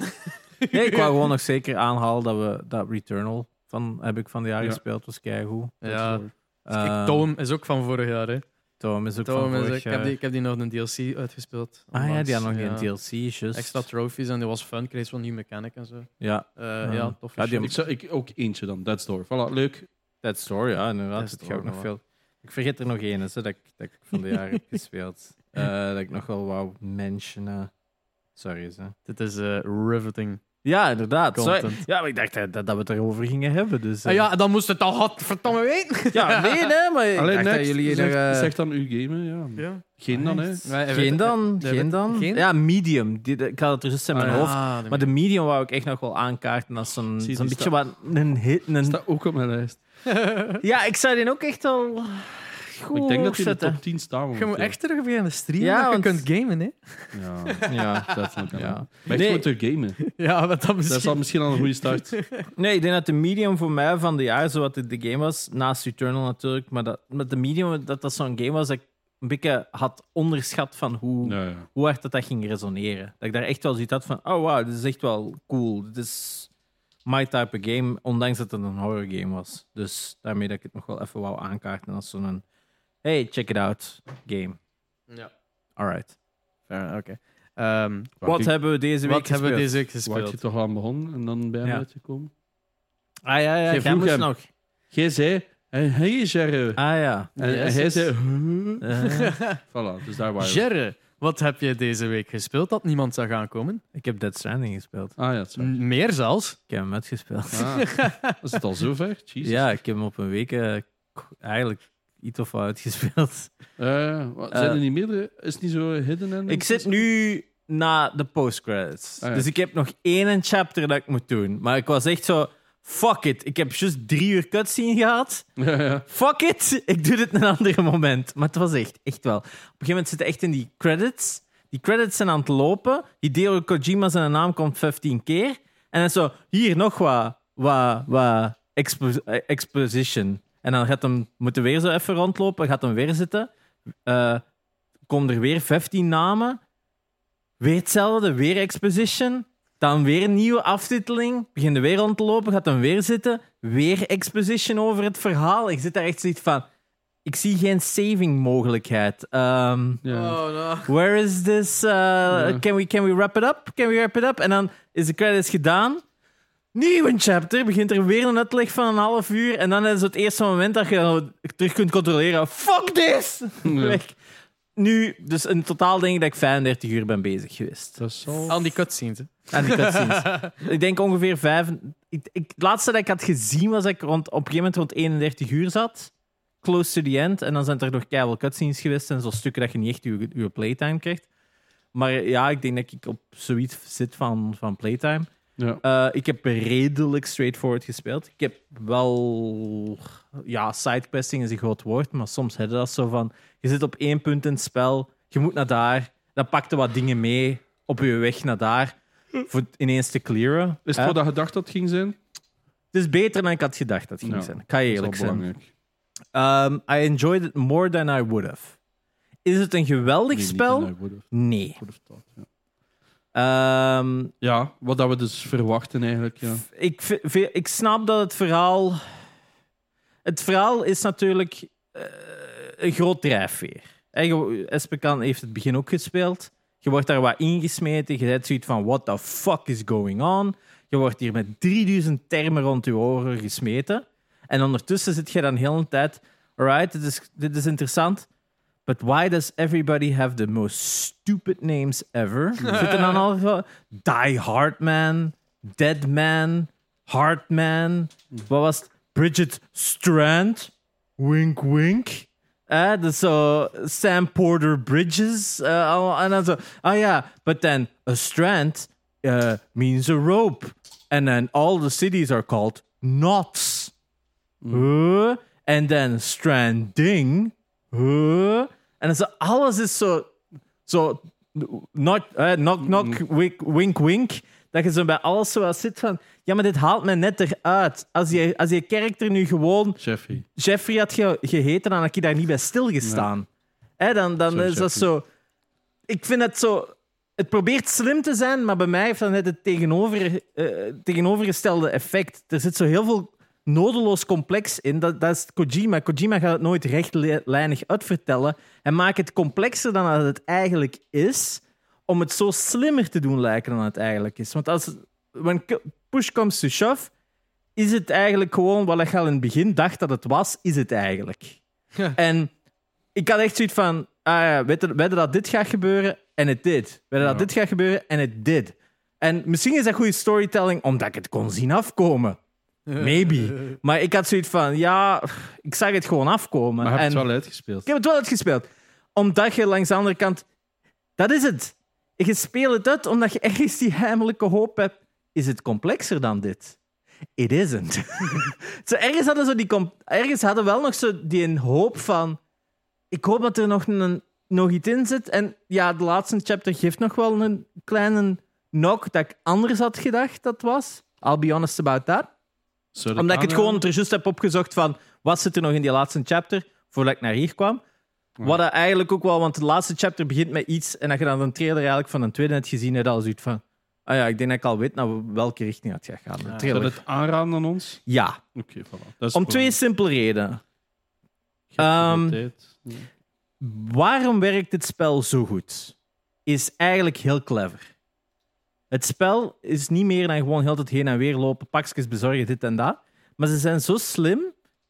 nee, ik wou gewoon nog zeker aanhalen dat we dat Returnal van, heb ik van dit jaar Ja. gespeeld, was keigoed. Ja, Eh, ik, Toom is ook van vorig jaar, hè. Toom is ook Toom van is, vorig ik, heb jaar. die, ik heb die nog een DLC uitgespeeld. Ah ja, onlangs. die had nog een DLC, just. Extra trophies en die was fun. Kreeg zo'n nieuwe mechanic en zo. Ja, Eh, Ja, tof. Ja, die- Ik zou ik ook eentje dan. That's door. Voilà, leuk. That Story, ja, inderdaad. That's Het Door, gaat ook nog voilà. veel. Ik vergeet er nog één, dus, hè, dat, ik, dat ik van de jaren heb gespeeld. Eh, dat ik nog wel wou mentionen. Sorry, hè. Dit is eh, riveting. Ja, inderdaad. Sorry. Content. Ja, maar ik dacht eh, dat, dat we het erover gingen hebben. Dus, eh. Ah ja, dan moest het al godverdomme weten. ja, nee, nee, maar... ik Alleen dacht dat next, jullie zeg, er, eh, zeg dan uw gamen, ja. Ja. Geen dan, hè. Geen dan, de- geen dan. geen? Ja, medium. Die, de- ik had het er juist in mijn Ah, ja. hoofd. Maar de medium wou ik echt nog wel aankaarten als zo'n Zie, die zo'n beetje staat- wat... Een hit, een... Staat ook op mijn lijst. Ja, ik zou die ook echt al goed ik denk dat die in de opzetten. top 10 staan Je moet momenteel. echt terug beginnen streamen Ja, dat je want- kunt gamen, hè? Ja, Ja. dat Ja. ja. Nee. Maar echt moeten gamen. Ja, wat dat Dat is al misschien al een goede start. Nee, ik denk dat de medium voor mij van de jaar, zo wat de de game was, naast Eternal natuurlijk, maar dat, met de medium dat dat zo'n game was dat ik een beetje had onderschat van hoe, Ja, ja. hoe hard dat, dat ging resoneren. Dat ik daar echt wel zoiets had van, oh wow, dit is echt wel cool. Dit is my type of game, ondanks dat het een horror game was. Dus daarmee dat ik het nog wel even wou aankaarten als zo'n hey, check it out game. Ja. Alright. Oké. Ehm, Wat hebben we deze week wat hebben we gespeeld? deze week Waar je gespeeld? toch aan begonnen en dan bij hem Ja. uitgekomen? Ah ja, Eh, ja, Jij jij vroeg moest hem. nog. Jij zei, hé, hey, Gerre. Ah ja. en, en yes, hij yes. zei, huh? Eh, Voilà, dus daar waren we. Jerre, wat heb je deze week gespeeld dat niemand zou gaan komen? ik heb Dead Stranding gespeeld. Ah ja, dat is waar. Mm. M- Meer zelfs. Ik heb hem uitgespeeld. Ah, is het al zover? Jezus. Ja, ik heb hem op een week eh, k- eigenlijk iets of wat uitgespeeld. Eh, wat, zijn er Eh. niet meerdere? Is het niet zo hidden en... Ik zit nu na de postcredits. Ah, ja. Dus ik heb nog één chapter dat ik moet doen. Maar ik was echt zo... Fuck it. Ik heb juist drie uur cutscene gehad. Ja, ja. Fuck it. Ik doe dit een ander moment. Maar het was echt, echt wel. Op een gegeven moment zitten echt in die credits. Die credits zijn aan het lopen. Hideo Kojima zijn naam komt 15 keer. En dan zo, hier nog wat, wat, wat expo- eh, exposition. En dan gaat hem, moet hij weer zo even rondlopen, gaat hem weer zitten. Eh komen er weer 15 namen. Weer hetzelfde, weer exposition. Dan weer een nieuwe aftiteling. Begin er weer rond te lopen, gaat dan weer zitten. Weer exposition over het verhaal. Ik zit daar echt zoiets van... Ik zie geen saving mogelijkheid. Ehm, ja. no. Where is this? uh, can, we, can we wrap it up? Can we wrap it up? En dan is de credits gedaan. Nieuw een chapter. Begint er weer een uitleg van een half uur. En dan is het eerste moment dat je dan terug kunt controleren. Fuck this! Weg. Nu, dus in totaal denk ik dat ik 35 uur ben bezig geweest. Dat zal... Aan die cutscenes. hè. Aan die cutscenes. ik denk ongeveer vijf... Ik, ik, het laatste dat ik had gezien was dat ik rond, op een gegeven moment rond 31 uur zat. Close to the end. En dan zijn er nog keihard cutscenes geweest en zo stukken dat je niet echt je, je playtime krijgt. Maar ja, ik denk dat ik op zoiets zit van, van playtime. Ja. Eh, ik heb redelijk straightforward gespeeld. Ik heb wel... Ja, sidequesting is een groot woord, maar soms heb je dat zo van... Je zit op één punt in het spel, je moet naar daar, dan pakte wat dingen mee op je weg naar daar, voor het ineens te clearen. Is Hè? het wat dat je dacht dat het ging zijn? Het is beter dan ik had gedacht dat het ging Ja, zijn. Ik ga je Dat eerlijk is wel zijn. belangrijk. Ehm, I enjoyed it more than I would have. Is het een geweldig Nee, niet spel? in I would have- Nee. would have thought, ja. Ehm, Ja, wat dat we dus verwachten eigenlijk, ja. ik, v- v- ik snap dat het verhaal. Het verhaal is natuurlijk eh, een groot drijfveer. Hè, je- Espekan heeft het begin ook gespeeld. Je wordt daar wat ingesmeten. Je hebt zoiets van: what the fuck is going on? Je wordt hier met 3000 termen rond je oren gesmeten. En ondertussen zit je dan heel de tijd: alright, dit is, dit is interessant. But why does everybody have the most stupid names ever? Zitten dan al zo- Die Hard Man, Dead Man, Hard Man. Wat was het? Bridget Strand? Wink, wink. Eh, dus zo Sam Porter Bridges. eh, al- en dan zo. Ah ja, but then a strand eh, means a rope. And then all the cities are called knots. Huh? and then stranding. Huh? en dan zo, alles is zo. Zo. Not, eh, knock, knock, wink, wink, wink. Dat je zo bij alles zo wel zit van. Ja, maar dit haalt me net eruit. Als je, als je character nu gewoon Jeffy. Jeffrey had ge- geheten, dan had ik daar niet bij stilgestaan. Hè, dan dan Zo, is dat Jeffrey. zo. Ik vind het zo. Het probeert slim te zijn, maar bij mij heeft dat net het tegenover, eh, tegenovergestelde effect. Er zit zo heel veel nodeloos complex in. Dat, dat is Kojima. Kojima gaat het nooit rechtlijnig uitvertellen. En maakt het complexer dan dat het eigenlijk is, om het zo slimmer te doen lijken dan het eigenlijk is. Want als when k- push comes to shove, is het eigenlijk gewoon wat je al in het begin dacht dat het was, is het eigenlijk. Ja. En ik had echt zoiets van, ah ja, weten, weten dat dit gaat gebeuren en het dit. Weten dat dit gaat gebeuren en het dit. En misschien is dat goede storytelling omdat ik het kon zien afkomen. Maybe. Maar ik had zoiets van, ja, ik zag het gewoon afkomen. Maar heb je en het wel uitgespeeld? Ik heb het wel uitgespeeld. Omdat je langs de andere kant... Dat is het. Je speelt het uit omdat je ergens die heimelijke hoop hebt. Is het complexer dan dit? It isn't. Zo, ergens, hadden ze die com- ergens hadden wel nog zo die hoop van... Ik hoop dat er nog, een, nog iets in zit. En ja, de laatste chapter geeft nog wel een kleine knock dat ik anders had gedacht dat was. I'll be honest about that Zou dat omdat ik het aanraden? gewoon er juist heb opgezocht van wat zit er nog in die laatste chapter voordat ik naar hier kwam. Wat dat eigenlijk ook wel, want de laatste chapter begint met iets en dat je dan een trailer eigenlijk van een tweede hebt gezien, had al zoiets van. Ah ja, ik denk dat ik al weet naar welke richting het gaat gaan. De Zou trailer. dat het aanraden aan ons? Ja, Oké, voilà. Dat is om gewoon- twee simpele redenen. Geen ehm, tijd. Ja. Waarom werkt dit spel zo goed? Is eigenlijk heel clever. Het spel is niet meer dan gewoon heel het heen en weer lopen, pakjes bezorgen, dit en dat. Maar ze zijn zo slim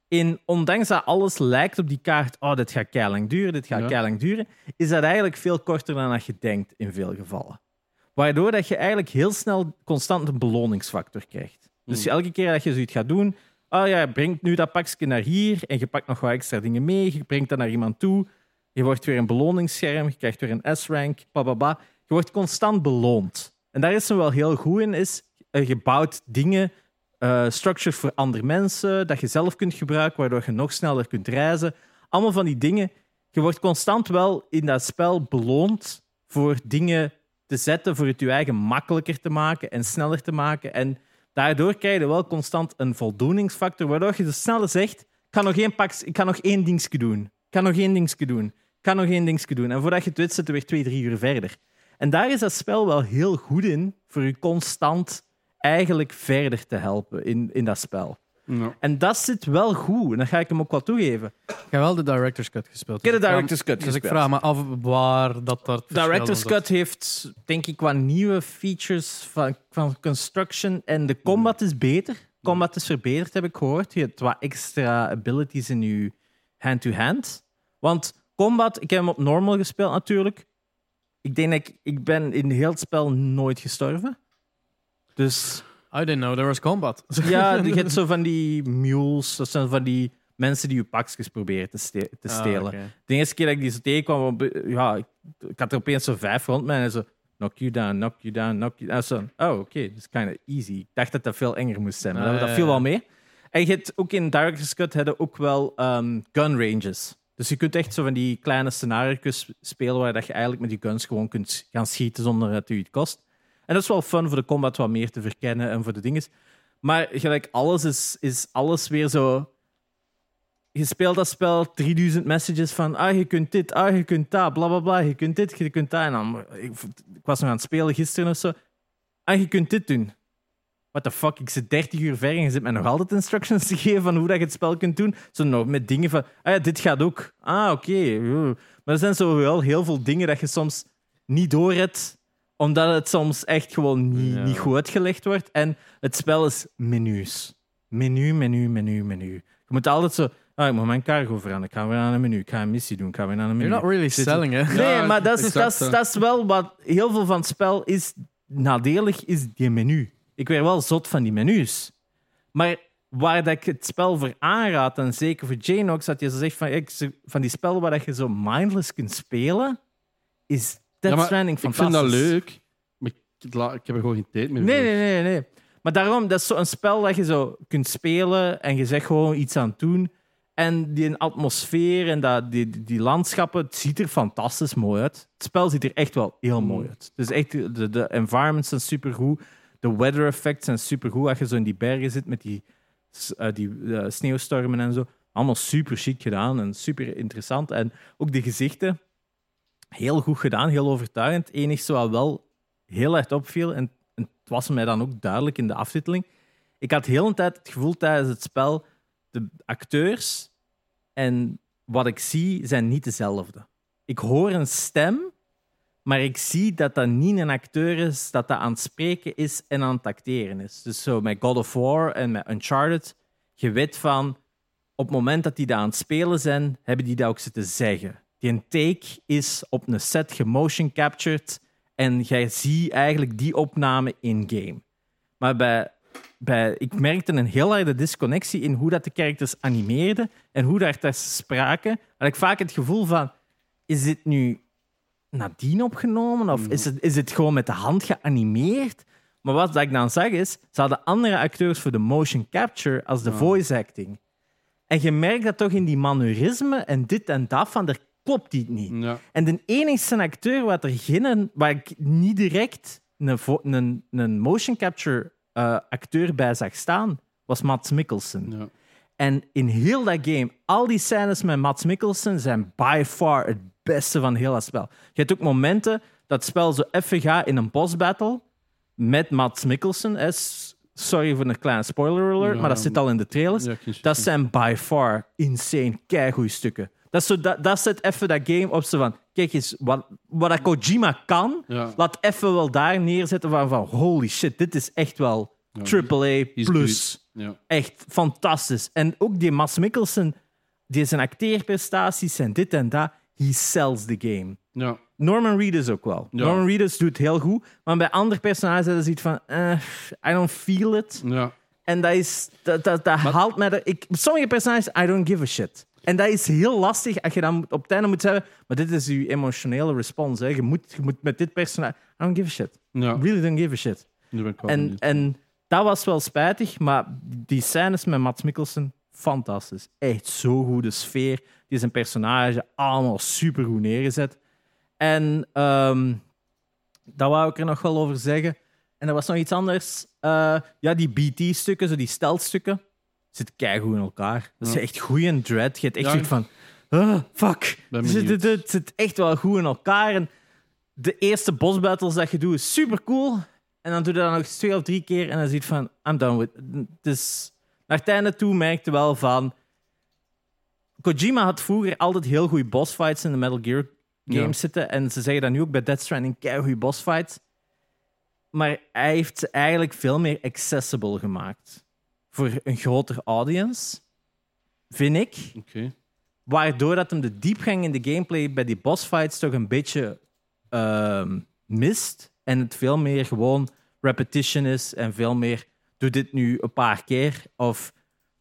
in, ondanks dat alles lijkt op die kaart, oh, dit gaat keilang duren, dit gaat Ja. keilang duren, is dat eigenlijk veel korter dan dat je denkt in veel gevallen. Waardoor dat je eigenlijk heel snel constant een beloningsfactor krijgt. Dus elke keer dat je zoiets gaat doen, oh ja, breng nu dat pakje naar hier en je pakt nog wat extra dingen mee, je brengt dat naar iemand toe, je wordt weer een beloningsscherm, je krijgt weer een S-rank, bababa. Je wordt constant beloond. En daar is ze wel heel goed in, is eh, je bouwt dingen, eh structures voor andere mensen, dat je zelf kunt gebruiken, waardoor je nog sneller kunt reizen. Allemaal van die dingen. Je wordt constant wel in dat spel beloond voor dingen te zetten, voor het je eigen makkelijker te maken en sneller te maken. En daardoor krijg je wel constant een voldoeningsfactor, waardoor je dus sneller zegt, ik kan nog één, pak, ik kan nog één dingetje doen. Ik kan nog één dingetje doen. Ik kan nog één dingetje doen. En voordat je het weet, zitten we weer twee, drie uur verder. En daar is dat spel wel heel goed in, voor je constant eigenlijk verder te helpen in, in dat spel. Ja. En dat zit wel goed, en dat ga ik hem ook wel toegeven. Ik heb wel de director's cut gespeeld. Ik heb de dus ik vraag Director's Cut me- Dus gespeeld. ik vraag me af waar dat dat Director's Cut heeft, denk ik, qua nieuwe features van, van construction. En de combat is beter. Combat is verbeterd, heb ik gehoord. Je hebt wat extra abilities in je hand-to-hand. Want combat, ik heb hem op normal gespeeld natuurlijk. Ik denk dat ik, ik ben in heel het spel nooit gestorven. Dus I didn't know there was combat. ja, je hebt zo van die mules. Dat zijn van die mensen die je pakjes proberen te, ste- te Ah, stelen. oké. De eerste keer dat ik die zo tegenkwam, op- ja, ik, ik had er opeens zo vijf rond mij en zo... Knock you down, knock you down, knock you down. En zo, oh, oké, dat is kind of easy. Ik dacht dat dat veel enger moest zijn, maar Ah, dat, dat ja, viel ja. wel mee. En je hebt ook in Director's Cut hadden ook wel ehm, gun ranges. Dus je kunt echt zo van die kleine scenario's spelen waar dat je eigenlijk met die guns gewoon kunt gaan schieten zonder dat het je iets kost. En dat is wel fun voor de combat wat meer te verkennen en voor de dinges. Maar gelijk alles is, is alles weer zo je speelt dat spel, 3000 messages van ah, je kunt dit, ah, je kunt dat, bla bla bla, je kunt dit, je kunt dat. En dan, ik, ik was nog aan het spelen gisteren of zo. Ah, je kunt dit doen. What the fuck, ik zit 30 uur ver en je zit mij nog altijd instructions te geven van hoe dat je het spel kunt doen. Zo nog met dingen van, ah ja, dit gaat ook. Ah, oké. oeh. Maar er zijn zo wel heel veel dingen dat je soms niet doorhebt, omdat het soms echt gewoon niet, Ja. niet goed uitgelegd wordt. En het spel is menus. Menu, menu, menu, menu. Je moet altijd zo, ah, ik moet mijn cargo veranderen, ik ga weer naar een menu, ik ga een missie doen, ik ga weer naar een menu. You're not really Dit- selling, hè? Nee, Ja, maar dat is, exact, dat, is, hè. dat is wel wat heel veel van het spel is nadelig, is die menu. Ik werd wel zot van die menus. Maar waar dat ik het spel voor aanraad, en zeker voor Janox, dat je zo zegt van, ik, van die spel waar dat je zo mindless kunt spelen, is Ja, Death maar Stranding Ik fantastisch. vind dat leuk, maar ik, la- ik heb er gewoon geen tijd meer Nee, voor. nee, nee, nee. Maar daarom, dat is zo'n spel dat je zo kunt spelen en je zegt gewoon iets aan het doen. En die atmosfeer en dat, die, die, die landschappen, het ziet er fantastisch mooi uit. Het spel ziet er echt wel heel mooi uit. Dus echt, de, de environments zijn supergoed. De weather effects zijn supergoed. Als je zo in die bergen zit met die, s- eh, die eh, sneeuwstormen en zo. Allemaal super chic gedaan en super interessant. En ook de gezichten, heel goed gedaan, heel overtuigend. Enigszins wat wel heel erg opviel, en, en het was mij dan ook duidelijk in de aftiteling. Ik had heel een tijd het gevoel tijdens het spel, de acteurs en wat ik zie zijn niet dezelfde. Ik hoor een stem, maar ik zie dat dat niet een acteur is, dat dat aan het spreken is en aan het acteren is. Dus zo met God of War en met Uncharted, je weet van, op het moment dat die daar aan het spelen zijn, hebben die dat ook zitten zeggen. Die take is op een set gemotion captured En jij ziet eigenlijk die opname in-game. Maar bij, bij, ik merkte een heel harde disconnectie in hoe dat de characters animeerden en hoe daar ter spraken. Had ik vaak het gevoel van, is dit nu nadien opgenomen? Of is het, is het gewoon met de hand geanimeerd? Maar wat dat ik dan zag is, ze hadden andere acteurs voor de motion capture als de voice acting. En je merkt dat toch in die manurismen en dit en dat van, er klopt iets niet. Ja. En de enigste acteur wat er geen, waar ik niet direct een, vo- een, een motion capture eh, acteur bij zag staan, was Mats Mikkelsen. Ja. En in heel dat game, al die scènes met Mats Mikkelsen zijn by far het beste van heel dat spel. Je hebt ook momenten dat het spel zo even gaat in een boss battle met Mats Mikkelsen. hè. S- Sorry voor een kleine spoiler alert, Ja, maar dat zit al in de trailers. Ja, ik ken het dat niet. zijn by far insane, keigoede stukken. Dat, is zo, dat, dat zet even dat game op ze van... Kijk eens, wat, wat dat Kojima kan, Ja. laat even wel daar neerzetten van, van... Holy shit, dit is echt wel AAA He's plus. good. Ja. Echt fantastisch. En ook die Mas Mikkelsen, die zijn acteerprestaties en dit en dat, he sells the game. Ja. Norman Reedus ook wel. Ja. Norman Reedus doet heel goed, maar bij andere personages is het zoiets van, eh, I don't feel it. Ja. En dat is, dat, dat, dat haalt mij er, ik, sommige personages, I don't give a shit. En dat is heel lastig als je dan op het einde moet zeggen, maar dit is je emotionele respons. Hè. Je, moet, je moet met dit personage, I don't give a shit. Ja. Really don't give a shit. Nu ben ik wel En, benieuwd. en dat was wel spijtig, maar die scènes met Mats Mikkelsen, fantastisch. Echt zo goed, de sfeer. Die zijn personage allemaal super goed neergezet. En ehm dat wou ik er nog wel over zeggen. En er was nog iets anders. Eh, ja, die BT-stukken, zo die steltstukken, zit keigoed in elkaar. Dat is echt goed en dread. Je hebt echt Ja. zoiets van... Ah, fuck. Ben Dus benieuwd. Het, het- het zit echt wel goed in elkaar. En de eerste boss battles dat je doet is super cool. En dan doe je dat nog eens twee of drie keer en dan ziet van, I'm done with. Dus naar het einde toe merkte wel van. Kojima had vroeger altijd heel goede boss fights in de Metal Gear games Ja. zitten. En ze zeggen dat nu ook bij Death Stranding goede boss fights. Maar hij heeft ze eigenlijk veel meer accessible gemaakt. Voor een grotere audience, vind ik. Oké. Waardoor dat hem de diepgang in de gameplay bij die bossfights toch een beetje ehm, mist. En het veel meer gewoon repetition is en veel meer doe dit nu een paar keer. Of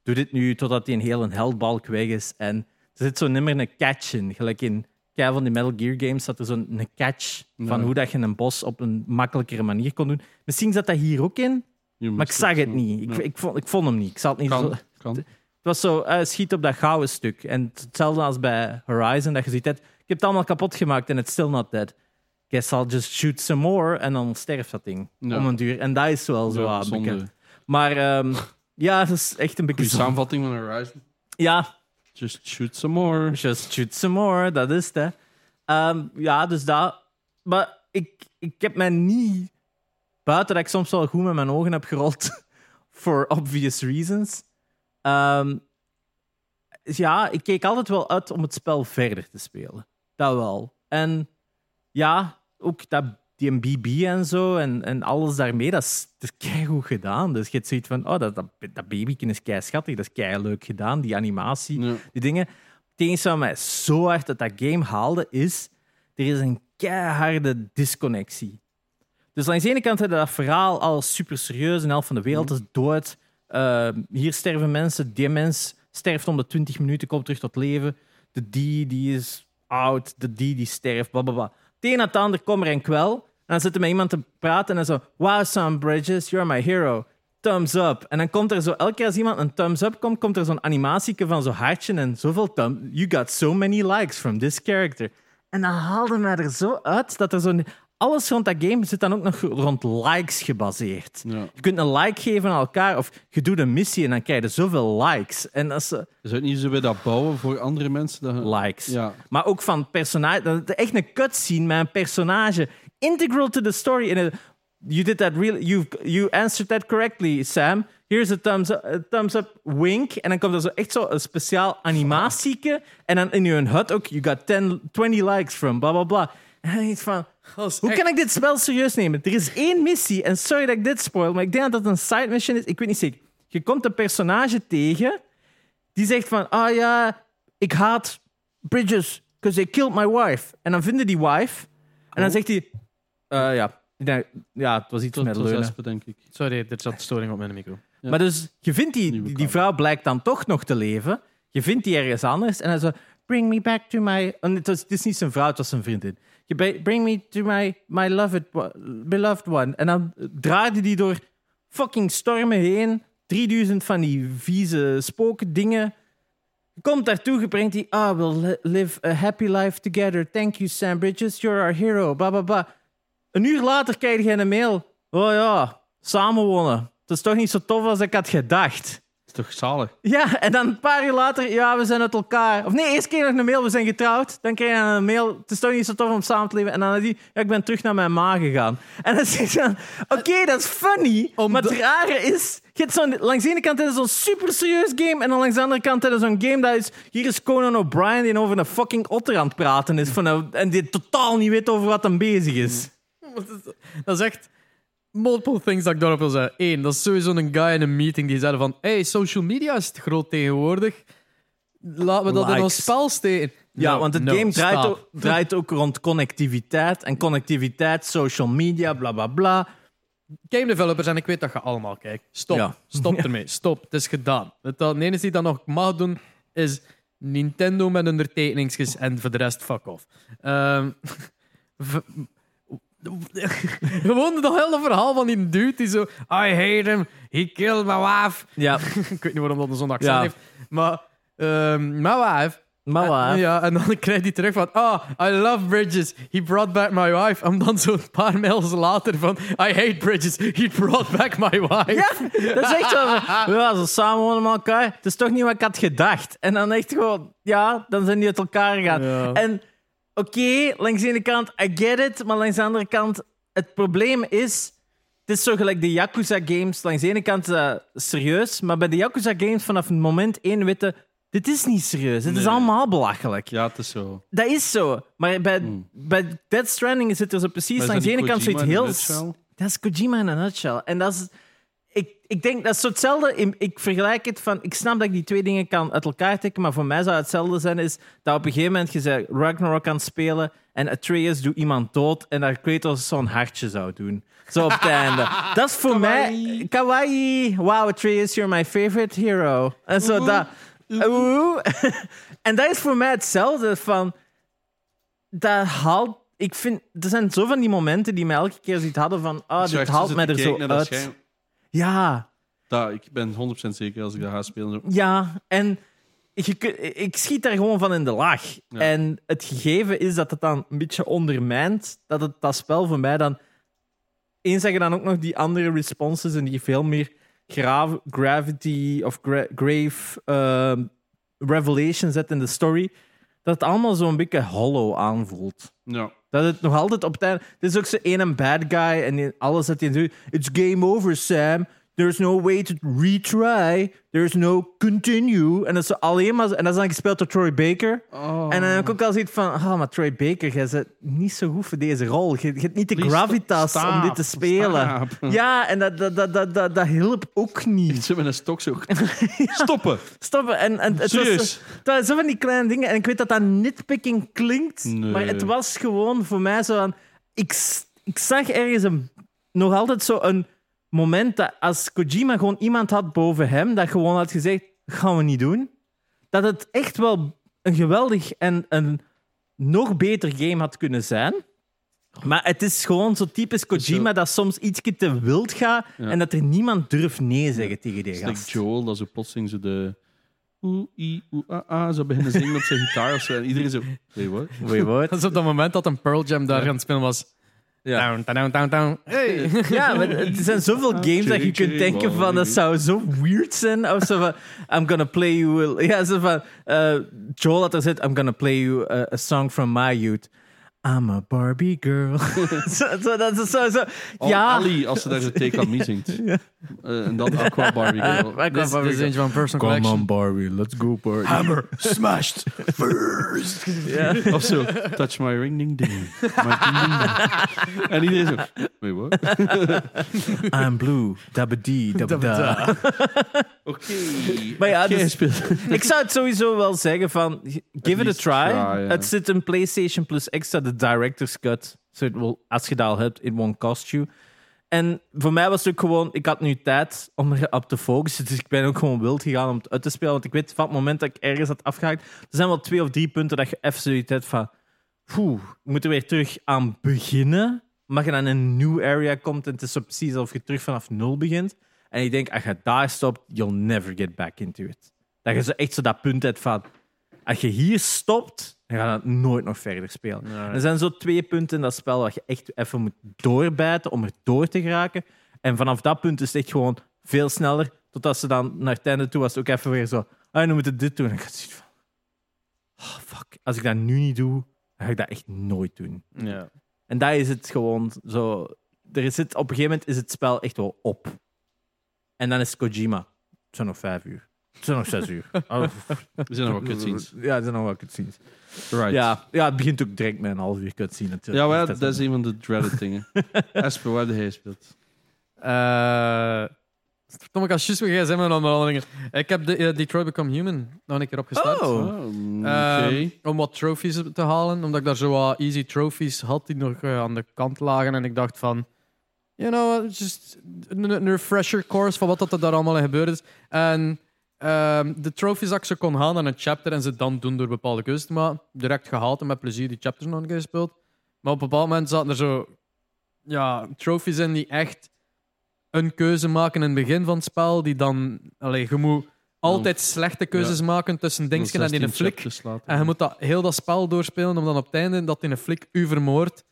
doe dit nu totdat die een hele heldbalk weg is. En er zit zo nimmer een catch in. Gelijk in kei van die Metal Gear games zat er zo'n een catch van Ja. hoe dat je een boss op een makkelijkere manier kon doen. Misschien zat dat hier ook in, Je maar moet ik zag het zo- niet. Ik, Ja. ik, vond, ik vond hem niet. Ik zal het niet zo- Kan. kan. het was zo, eh, schiet op dat gouden stuk. En hetzelfde als bij Horizon, dat je ziet, dat, ik heb het allemaal kapot gemaakt en it's still not dead. Guess I'll just shoot some more en dan sterft dat ding. Ja. Om een duur. En dat is wel zo Ja, aan zonde. bekend. Maar ehm, ja, dat is echt een beetje... Goeie samenvatting van Horizon. Ja, Just shoot some more. Just shoot some more, dat is het. hè. Ehm, ja, dus dat. Maar ik, ik heb mij niet. Buiten dat ik soms wel goed met mijn ogen heb gerold. For obvious reasons. Ehm, ja, ik keek altijd wel uit om het spel verder te spelen. Dat wel. En ja, ook dat, die MBB en zo en, en alles daarmee, dat is, dat is keigoed gedaan. Dus je hebt zoiets van, oh, dat, dat, dat babyken is kei schattig, dat is kei leuk gedaan, die animatie Ja. die dingen. Het enige wat mij zo hard dat dat game haalde, is... Er is een keiharde disconnectie. Dus aan de ene kant hadden dat verhaal al super serieus. Een helft van de wereld is dood. Eh, hier sterven mensen. Die mens sterft om de 20 minuten, komt terug tot leven. De die, die is oud. De die, die sterft. Blablabla. Het een na het ander kom er en kwel. En dan zit er met iemand te praten en dan zo... Wow, Sam Bridges, you're my hero. Thumbs up. En dan komt er zo... Elke keer als iemand een thumbs up komt, komt er zo'n animatieke van zo'n hartje en zoveel thumbs... You got so many likes from this character. En dat haalde mij er zo uit dat er zo'n. Alles rond dat game zit dan ook nog rond likes gebaseerd. Ja. Je kunt een like geven aan elkaar of je doet een missie en dan krijg je zoveel likes. En dat is eh, Is het niet zo bij dat bouwen voor andere mensen? Dat... likes. Ja. Maar ook van personage. dat het Echt een cutscene met een personage. Integral to the story. En, eh, you did that really. You, you answered that correctly, Sam. Here's a thumbs up, a thumbs up wink. En dan komt er zo echt zo een speciaal animatieke. En dan in je hut ook. You got 10, 20 likes from. Bla bla bla. En dan iets van. Hoe kan ik dit spel serieus nemen? Er is één missie, en sorry dat ik dit spoil, maar ik denk dat het een side mission is. Ik weet niet zeker. Je komt een personage tegen die zegt van, ah ja, ik haat Bridges, because they killed my wife. En dan vinden die wife, en dan zegt hij, Eh, ja. Nee, ja, Oh. het was iets Tot met tot leunen. zespen, denk ik. Sorry, er zat storing op mijn micro. Ja. Maar dus, je vindt die, Nieuwe die, kabel. vrouw blijkt dan toch nog te leven. Je vindt die ergens anders. En hij zo, bring me back to my... En het, was, het is niet zijn vrouw, het was zijn vriendin. Je be- bring me to my, my loved, one- beloved one. En dan draaide die door fucking stormen heen. 3000 van die vieze spookdingen. Je komt daartoe, je brengt die... Ah, we'll li- live a happy life together. Thank you, Sam Bridges. You're our hero. Blah, blah, blah. Een uur later krijg je een mail. Oh ja, samenwonen. Het is toch niet zo tof als ik had gedacht. is toch zalig? Ja, en dan een paar uur later, ja, we zijn uit elkaar. Of nee, eerst kreeg je nog een mail, we zijn getrouwd. Dan kreeg je een mail, het is toch niet zo tof om samen te leven. En dan had hij, ja, ik ben terug naar mijn ma gegaan. En dan zeg je dan, oké, dat is funny, maar het rare is... Je hebt zo'n, langs de ene kant is het zo'n super serieus game, en dan langs de andere kant is het zo'n game dat is... Hier is Conan O'Brien die over een fucking otter aan het praten is, van een- en die totaal niet weet over wat hem bezig is. Dat is echt multiple things dat ik daarop wil zeggen. Eén, dat is sowieso een guy in een meeting die zei van hey, social media is het groot tegenwoordig. Laten we dat in ons Likes. spel steken. Ja, No, want het no, game draait stop. ook, draait ook rond connectiviteit. En connectiviteit, social media, bla bla bla. Game developers, en ik weet dat je allemaal kijkt. Stop. Ja. Stop ermee. Stop. Het is gedaan. Het het enige die dat nog mag doen, is Nintendo met hun tekeningsjes en voor de rest fuck off. Ehm, v- Gewoon dat hele verhaal van die dude die zo... I hate him. He killed my wife. Ja, ik weet niet waarom dat een zo'n accent Ja. heeft. Maar... ehm my wife. maar waar. Eh, Ja, en dan krijgt hij terug van... Oh, I love Bridges. He brought back my wife. En dan zo'n paar mails later van... I hate Bridges. He brought back my wife. Ja, dat is echt zo. van, Ja, ze samenwonen met elkaar. Het is toch niet wat ik had gedacht. En dan echt gewoon, ja, dan zijn die uit elkaar gegaan. Ja. En oké, langs de ene kant, I get it. Maar langs de andere kant, het probleem is... Het is zo gelijk de Yakuza-games. Langs de ene kant eh, serieus, maar bij de Yakuza-games vanaf het moment één weten... Dit is niet serieus. Dit is Nee. allemaal belachelijk. Ja, het is zo. Dat is zo. Maar bij, bij Dead Stranding zit er zo precies Hmm. Maar langs is de dat ene niet kant zoiets Kojima in heel... een nutshell? Dat is Kojima in een nutshell. En dat is... Ik, ik denk, dat is zo hetzelfde. in- Ik vergelijk het van... Ik snap dat ik die twee dingen kan uit elkaar trekken, maar voor mij zou het hetzelfde zijn, is dat op een gegeven moment je zei Ragnarok kan spelen en Atreus doet iemand dood en dat Kratos zo'n hartje zou doen. Zo op het einde. Dat is voor mij... Kawaii! Wow, Atreus, you're my favorite hero. En zo dat... Oeh. en dat is voor mij hetzelfde van dat haalt. Ik vind, er zijn zo van die momenten die mij elke keer zoiets hadden van, ah, Zo dit echt haalt zitten mij er te zo kijken naar dat uit. scherm. Ja, Ja, ik ben 100% zeker als ik dat ga spelen. zo, ja. En je, kun- ik schiet daar gewoon van in de laag. Ja. En het gegeven is dat het dan een beetje ondermijnt, dat het dat spel voor mij dan... Eens dat je dan ook nog die andere responses en die veel meer gra- gravity of gra- grave ehm, revelation zet in de story, dat het allemaal zo'n beetje hollow aanvoelt. Ja. Dat het nog altijd op het einde... Het is ook zo één een bad guy en die- alles dat hij doet. It's game over, Sam. There's no way to retry. There's no continue. En dat is zo alleen maar... En dat is dan gespeeld door Troy Baker. Ah. En dan heb ik ook al zoiets van... Ah, maar Troy Baker, jij bent niet zo goed voor deze rol. Je, je hebt niet de Please, gravitas sta- om dit te staap, spelen. staap. Ja, en dat, dat, dat, dat, dat, dat hielp ook niet. Ze met een stok zo. Stoppen! Stoppen. En, en het was, Serieus? het waren zo van die kleine dingen. En ik weet dat dat nitpicking klinkt, Nee. maar het was gewoon voor mij zo aan. Ik, s- ik zag ergens een, nog altijd zo een moment dat als Kojima gewoon iemand had boven hem, dat gewoon had gezegd: gaan we niet doen. Dat het echt wel een geweldig en een nog beter game had kunnen zijn. Maar het is gewoon zo typisch Kojima dat soms ietsje te wild gaat Ja. en dat er niemand durft nee zeggen tegen die Het is gast. like Joel, dat zo plotseling zo de. Oe, i, oe, a, a, zo beginnen zingen op zijn gitaar of zo. En iedereen zo. Wait, what? Wait, what? Dat is op dat moment dat een Pearl Jam daar aan het spelen was. Ja. Down, down, down, down. Hey. Ja, maar er zijn zoveel Ah. games dat je kunt denken van dat zou zo weird zijn. Of zo van, I'm gonna play you... a- Ja, zo van, eh, Joel had er zit, I'm gonna play you eh, a, a song from my youth. I'm a Barbie girl. zo, zo, dat is zo, zo. Ja. Ja, Ali, als ze daar zo Take On Me zingt. Eh, en dan Aqua Barbie. Girl. Aqua Dit is- dit is eentje van Personal Come Collection. on, Barbie, let's go, Barbie. Hammer smashed first. Of zo. Touch my ring ding ding. My ding, ding, ding. En iedereen zo. Wait, what? Oké. I'm blue, dabba-dee, dabba-da. maar ja, Jij dus- speelt. ik zou het sowieso wel zeggen van, give it a least try. try, ja. Het zit een PlayStation Plus extra. De director's cut. So it will, als je dat al hebt, it won't cost you. En voor mij was het ook gewoon, ik had nu tijd om erop te focussen. Dus ik ben ook gewoon wild gegaan om het uit te spelen. Want ik weet van het moment dat ik ergens had afgehaakt, er zijn wel twee of drie punten dat je even zoiets hebt van. Poeh, ik moet er weer terug aan beginnen. Maar je dan in een nieuw area komt en het is zo precies alsof je terug vanaf nul begint. En ik denk, als je daar stopt, you'll never get back into it. Dat je zo echt zo dat punt hebt van. Als je hier stopt, dan ga je dat nooit nog verder spelen. Er zijn zo twee punten in dat spel waar je echt even moet doorbijten om er door te geraken. En vanaf dat punt is het echt gewoon veel sneller. Totdat ze dan naar het einde toe was, het ook even weer zo. Ah, nu moet ik dit doen. En ik had zoiets van. Oh, fuck. Als ik dat nu niet doe, dan ga ik dat echt nooit doen. Ja. En daar is het gewoon zo. Er zit, op een gegeven moment is het spel echt wel op. En dan is Kojima. Het zijn nog vijf uur. Het zijn nog zes uur. Oh, We zijn nog wel cutscenes. ja, het zijn nog wel cutscenes. Right. Ja, ja, het begint ook direct met een half uur cutscene natuurlijk. Dus Ja, maar Dat dat is een van de dreaded dingen. Esper, waar heb jij gespeeld? Eh verdomme, ik had juist mijn gsm en onderhandelingen. Ik heb de, eh, Detroit Become Human nog een keer opgestart. Oh. oké. Ehm, om wat trophies te halen. Omdat ik daar zo wat easy trophies had die nog eh, aan de kant lagen. En ik dacht van... You know, what, just een een refresher course van wat dat er daar allemaal in gebeurd is. En ehm, de trophies dat ik ze kon halen aan een chapter en ze dan doen door bepaalde keuzes te maken. Direct gehaald en met plezier die chapters nog een keer gespeeld. Maar op een bepaald moment zaten er zo... Ja, trophies in die echt een keuze maken in het begin van het spel. Die dan... Allee, je moet altijd slechte keuzes maken tussen dingetjes en die een 16 flik. chapters later. En je moet dat, heel dat spel doorspelen om dan op het einde dat in een flik u vermoordt.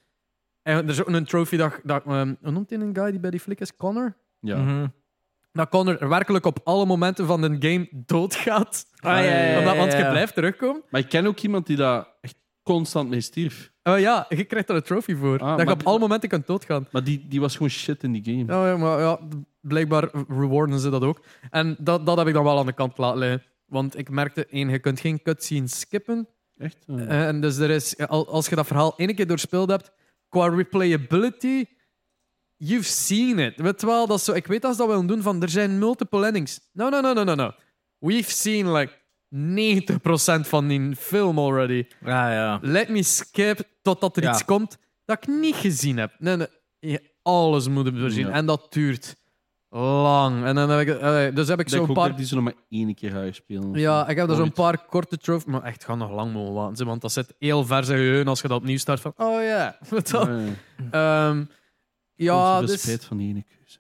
En er is ook een trophy dat... dat ehm, hoe noemt hij een guy die bij die flik is? Connor? Ja. Mhm. Dat Connor werkelijk op alle momenten van de game doodgaat. Ah, ja, ja, ja, Omdat, want je ja. blijft terugkomen. Maar ik ken ook iemand die daar echt constant mee stierf. Eh, ja, je krijgt daar een trophy voor. Ah, dat je maar- op alle momenten kunt doodgaan. Maar die, die was gewoon shit in die game. Ja, ja, maar ja, blijkbaar rewarden ze dat ook. En dat, dat heb ik dan wel aan de kant laten liggen. Want ik merkte, één, je kunt geen cutscenes skippen. Echt? eh. Eh, En dus er is, al- als je dat verhaal één keer doorspeeld hebt, qua replayability, you've seen it. Weet je wel, dat is zo, ik weet dat ze dat willen doen van er zijn multiple endings. No, no, no, no, no, no. We've seen like 90% van die film already. Ja, ja. Let me skip totdat er Ja. iets komt dat ik niet gezien heb. Nee, nee, je- alles moet ik doorzien. Ja. En dat duurt lang. En dan heb ik, eh, dus heb ik Ik denk zo'n ook paar... dat die ze nog maar één keer gaan spelen. Ja, ik heb er zo'n Ooit. paar korte trophies. Maar echt, ga nog lang mogen wachten. ze, Want dat zit heel ver zijn geheugen als je dat opnieuw start. Van, oh ja. Weet je wel? Ja, ja. Ehm, ja, Zoveel dus spijt van die ene keuze.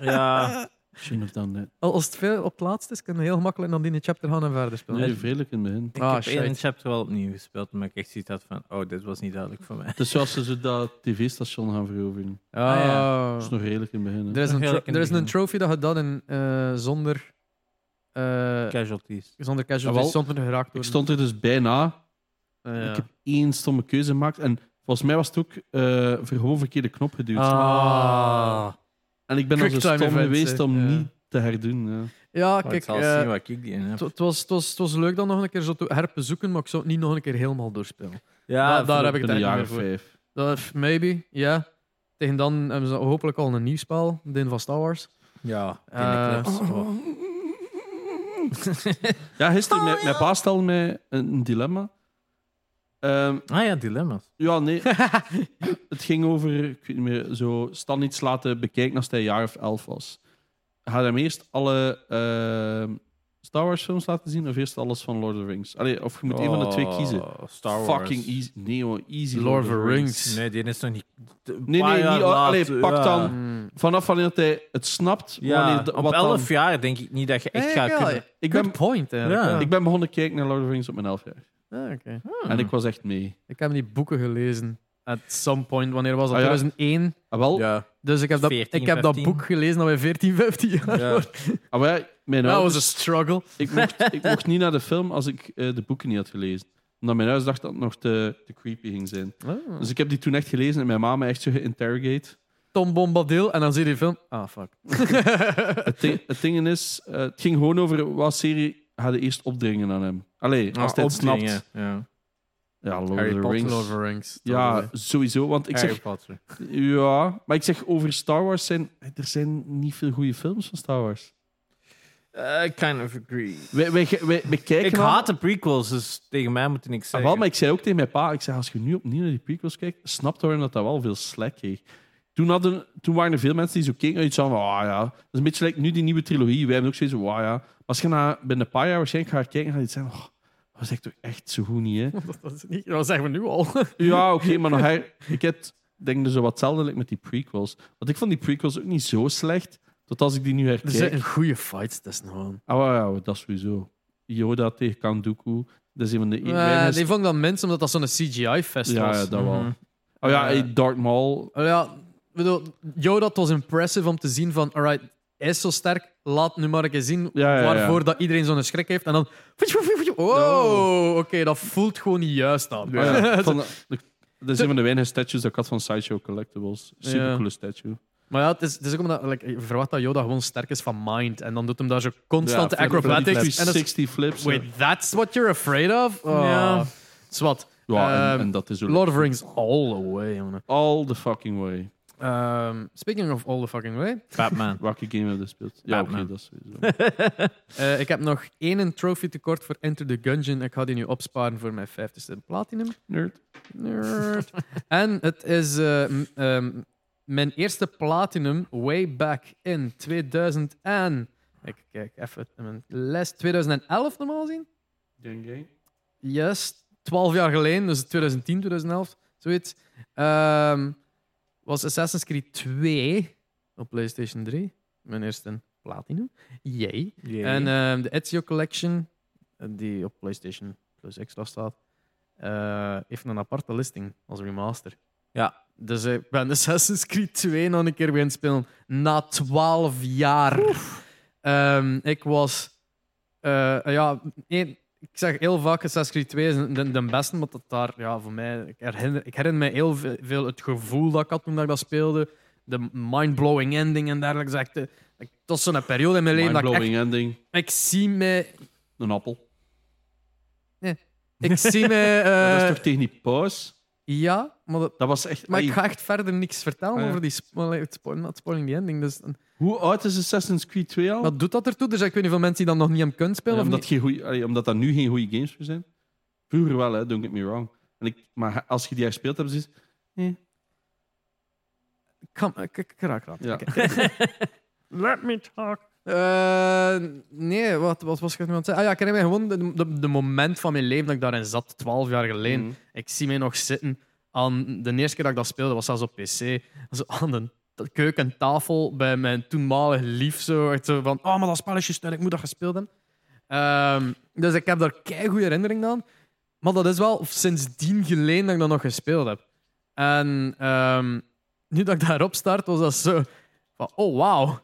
ja. Shouldn't have done that. al- als het veel op het laatst is, kun je heel makkelijk naar die chapter gaan en verder spelen. Nee, vredelijk in het begin. Ik Ah, heb shit. één chapter wel opnieuw gespeeld, maar ik echt zoiets had van, oh, dit was niet duidelijk voor mij. Het is zoals ze zo dat tv-station gaan veroveren. Ah, ja. Dat is nog redelijk in het begin. hè. Er is, een, Heel tro- erg in er is het een begin. trophy dat je dat in, eh, zonder, eh Casualties. zonder casualties Jawel. zonder geraakt Ah, Ik wordt. stond er dus bijna. Ik heb één stomme keuze gemaakt. En volgens mij was het ook eh, voor gewoon verkeerde knop geduwd. Ah. En ik ben al zo Quicktime stom events, geweest hè. om Ja. niet te herdoen. Ja. Ja, Oh, ik kijk. zal eh, zien wat ik die in heb. het- Het was, het, was, het was leuk dan nog een keer zo te herbezoeken, maar ik zou het niet nog een keer helemaal doorspelen. Ja, daar- daar voor- heb ik het een eigenlijk niet jaar of meer voor. vijf. Dat is maybe, ja. Tegen dan hebben ze hopelijk al een nieuw spel, de van Star Wars. Ja, Eh, in de clubs. Oh. Ja, gisteren, mijn, mijn baas stelde mij een, een dilemma. Ehm, Ah ja, dilemma's. ja, nee. het ging over, ik weet niet meer, zo Stan iets laten bekijken als hij een jaar of elf was. Ga hem eerst alle ehm, Star Wars films laten zien of eerst alles van Lord of the Rings? Allee, of je moet één van de twee kiezen. Oh, Star Wars. Fucking easy. Nee, hoor, easy. Lord of the Rings. Nee, die is nog niet. Een Nee, paar nee, jaar niet, ah, allee, later, pak ja. Hmm. dan. Mm. Vanaf wanneer dat hij het snapt, Ja, wanneer, dat- op wat 11 dan. jaar denk ik niet dat je echt Eh, gaat ja, kunnen. Ik Good ben, point, eigenlijk. Ja. Ja. ik ben begonnen kijken naar Lord of the Rings op mijn elf jaar. Ah, oké. Hmm. En ik was echt mee. Ik heb die boeken gelezen. At some point, wanneer was dat? Ah, ja. 2001. Ah, wel, Ja. Dus ik heb, dat, 14, ik heb dat 15. boek gelezen dat wij 14, 15 jaar Ja. waren. ah, maar ja, mijn That ouders- was a struggle. ik, mocht, ik mocht niet naar de film als ik eh, de boeken niet had gelezen. Omdat mijn huis dacht dat het nog te, te creepy ging zijn. Ah. Dus ik heb die toen echt gelezen en mijn mama echt zo geïnterrogate. Tom Bombadil, en dan zie je die film. Ah, fuck. Het ding, het ding is, eh, het ging gewoon over wat serie ga je eerst opdringen aan hem. Allee, als hij het snapt. Ja. Ja, Lord Ah, Harry of the Potter, Rings. Lord of the Rings. ja, sowieso. Want ik zeg, Potter. ja, maar Eh, ik zeg over Star Wars zijn er zijn niet veel goede films van Star Wars. I kind of agree. Wij, wij, wij, wij kijken Ik al- haat de prequels, dus tegen mij moet je niks Ah, zeggen. wel, maar ik zei ook tegen mijn pa, ik zei, als je nu opnieuw naar die prequels kijkt, snapt waarom dat dat wel veel slack kreeg. Toen, hadden, toen waren er veel mensen die zo keken en iets van, ah ja, dat is een beetje like nu die nieuwe trilogie. Wij hebben ook zoiets van, ah ja. Maar als je na, binnen een paar jaar waarschijnlijk gaat kijken, ga je iets zeggen, oh, dat was echt, toch echt zo goed niet, hè. Dat, dat, is niet, dat zeggen we nu al. Ja, oké, maar nog her, ik heb, denk dus zo wat hetzelfde like met die prequels. Want ik vond die prequels ook niet zo slecht, tot als ik die nu Er herkijk. zijn goede fights, dat is nou. Ah, ja, ja, dat sowieso. Yoda tegen Kanduku, dat is een van de weinige- die vond dan mensen omdat dat zo'n CGI-fest Ja, was. ja, dat wel. Mhm. Oh ja, Eh, hey, Darth Maul, Oh ja, ik bedoel, Yoda, het was impressive om te zien van, alright, hij is zo sterk, laat nu maar een keer zien Ja, ja, ja. waarvoor dat iedereen zo'n schrik heeft. En dan, oh, oké, dat voelt gewoon niet juist aan. Ah ja, van de- de- dat is een van de weinige statues dat ik had van Sideshow Collectibles. Super Ja. coole statue. Maar ja, het is, het is ook omdat, like, je verwacht dat Yoda gewoon sterk is van mind. En dan doet hem daar zo constante Ja, acrobatics. En dat is, 60 flips. wait, that's what you're afraid of? Oh, Ja. Zwat. ja, en, Ehm, en dat is ook- Lord of the Rings all the way, jongen. All the fucking way. Ehm, speaking of all the fucking way. Batman. Welke game hebben we gespeeld? Ja, oké, Batman. dat is sowieso. Eh, ik heb nog één trophy tekort voor Enter the Gungeon. Ik ga die nu opsparen voor mijn 50ste platinum. Nerd. Nerd. en het is eh, m- ehm, mijn eerste platinum way back in 2000 en... Ik kijk even in mijn les. 2011 normaal zien? Gang, gang. Yes, 12 jaar geleden, dus 2010, 2011, zoiets. Ehm, was Assassin's Creed 2 op PlayStation 3. Mijn eerste platinum. Yay. eh, En ehm, de Ezio Collection, eh, die op PlayStation Plus Extra staat, eh, heeft een aparte listing als remaster. Ja. Dus eh, ik ben Assassin's Creed 2 nog een keer beginnen spelen. Na 12 jaar. Ehm, ik was... eh, ja, één- ik zeg heel vaak Assassin's Creed 2 is de, de beste, want dat daar ja, voor mij... Ik herinner, ik herinner me heel ve- veel het gevoel dat ik had toen dat ik dat speelde. De mind-blowing ending en dergelijke. Dus echt, eh, ik- Het was zo'n periode in mijn leven dat ik echt Eh, Mindblowing ending. ik zie me. Een appel. Ik zie me. eh, dat is toch tegen die pauze? Ja, maar, dat- Dat was echt... maar ik Ey, ga echt verder niks vertellen Ah, ja. Oh. over die spo- allee, het spo- not spoiling the ending. Dus, Hoe oud is Assassin's Creed 2 al? wat doet dat ertoe? Dus ik weet niet veel mensen die dan nog niet hem kunnen spelen. Ja, of omdat, niet? geen goeie, allee, omdat dat nu geen goede games meer zijn. Vroeger wel, hè, don't get me wrong. En ik, maar als je die gespeeld hebt, is Eh. Kom, eh, k- k- raak raak. Ja. Oké. Let me talk. Eh, nee, wat, wat was ik nu aan het zeggen? Ah ja, ik herinner me gewoon de, de, de moment van mijn leven dat ik daarin zat, 12 jaar geleden. Mhm. Ik zie mij nog zitten aan de eerste keer dat ik dat speelde, was zelfs op PC. Zo aan de t- keukentafel bij mijn toenmalig lief. Zo, echt zo van: Oh, maar dat spel is juist uit, ik moet dat gespeeld hebben. Ehm, dus ik heb daar kei goede herinnering aan. Maar dat is wel sindsdien geleden dat ik dat nog gespeeld heb. En ehm, nu dat ik daarop start, was dat zo van: Oh, wow.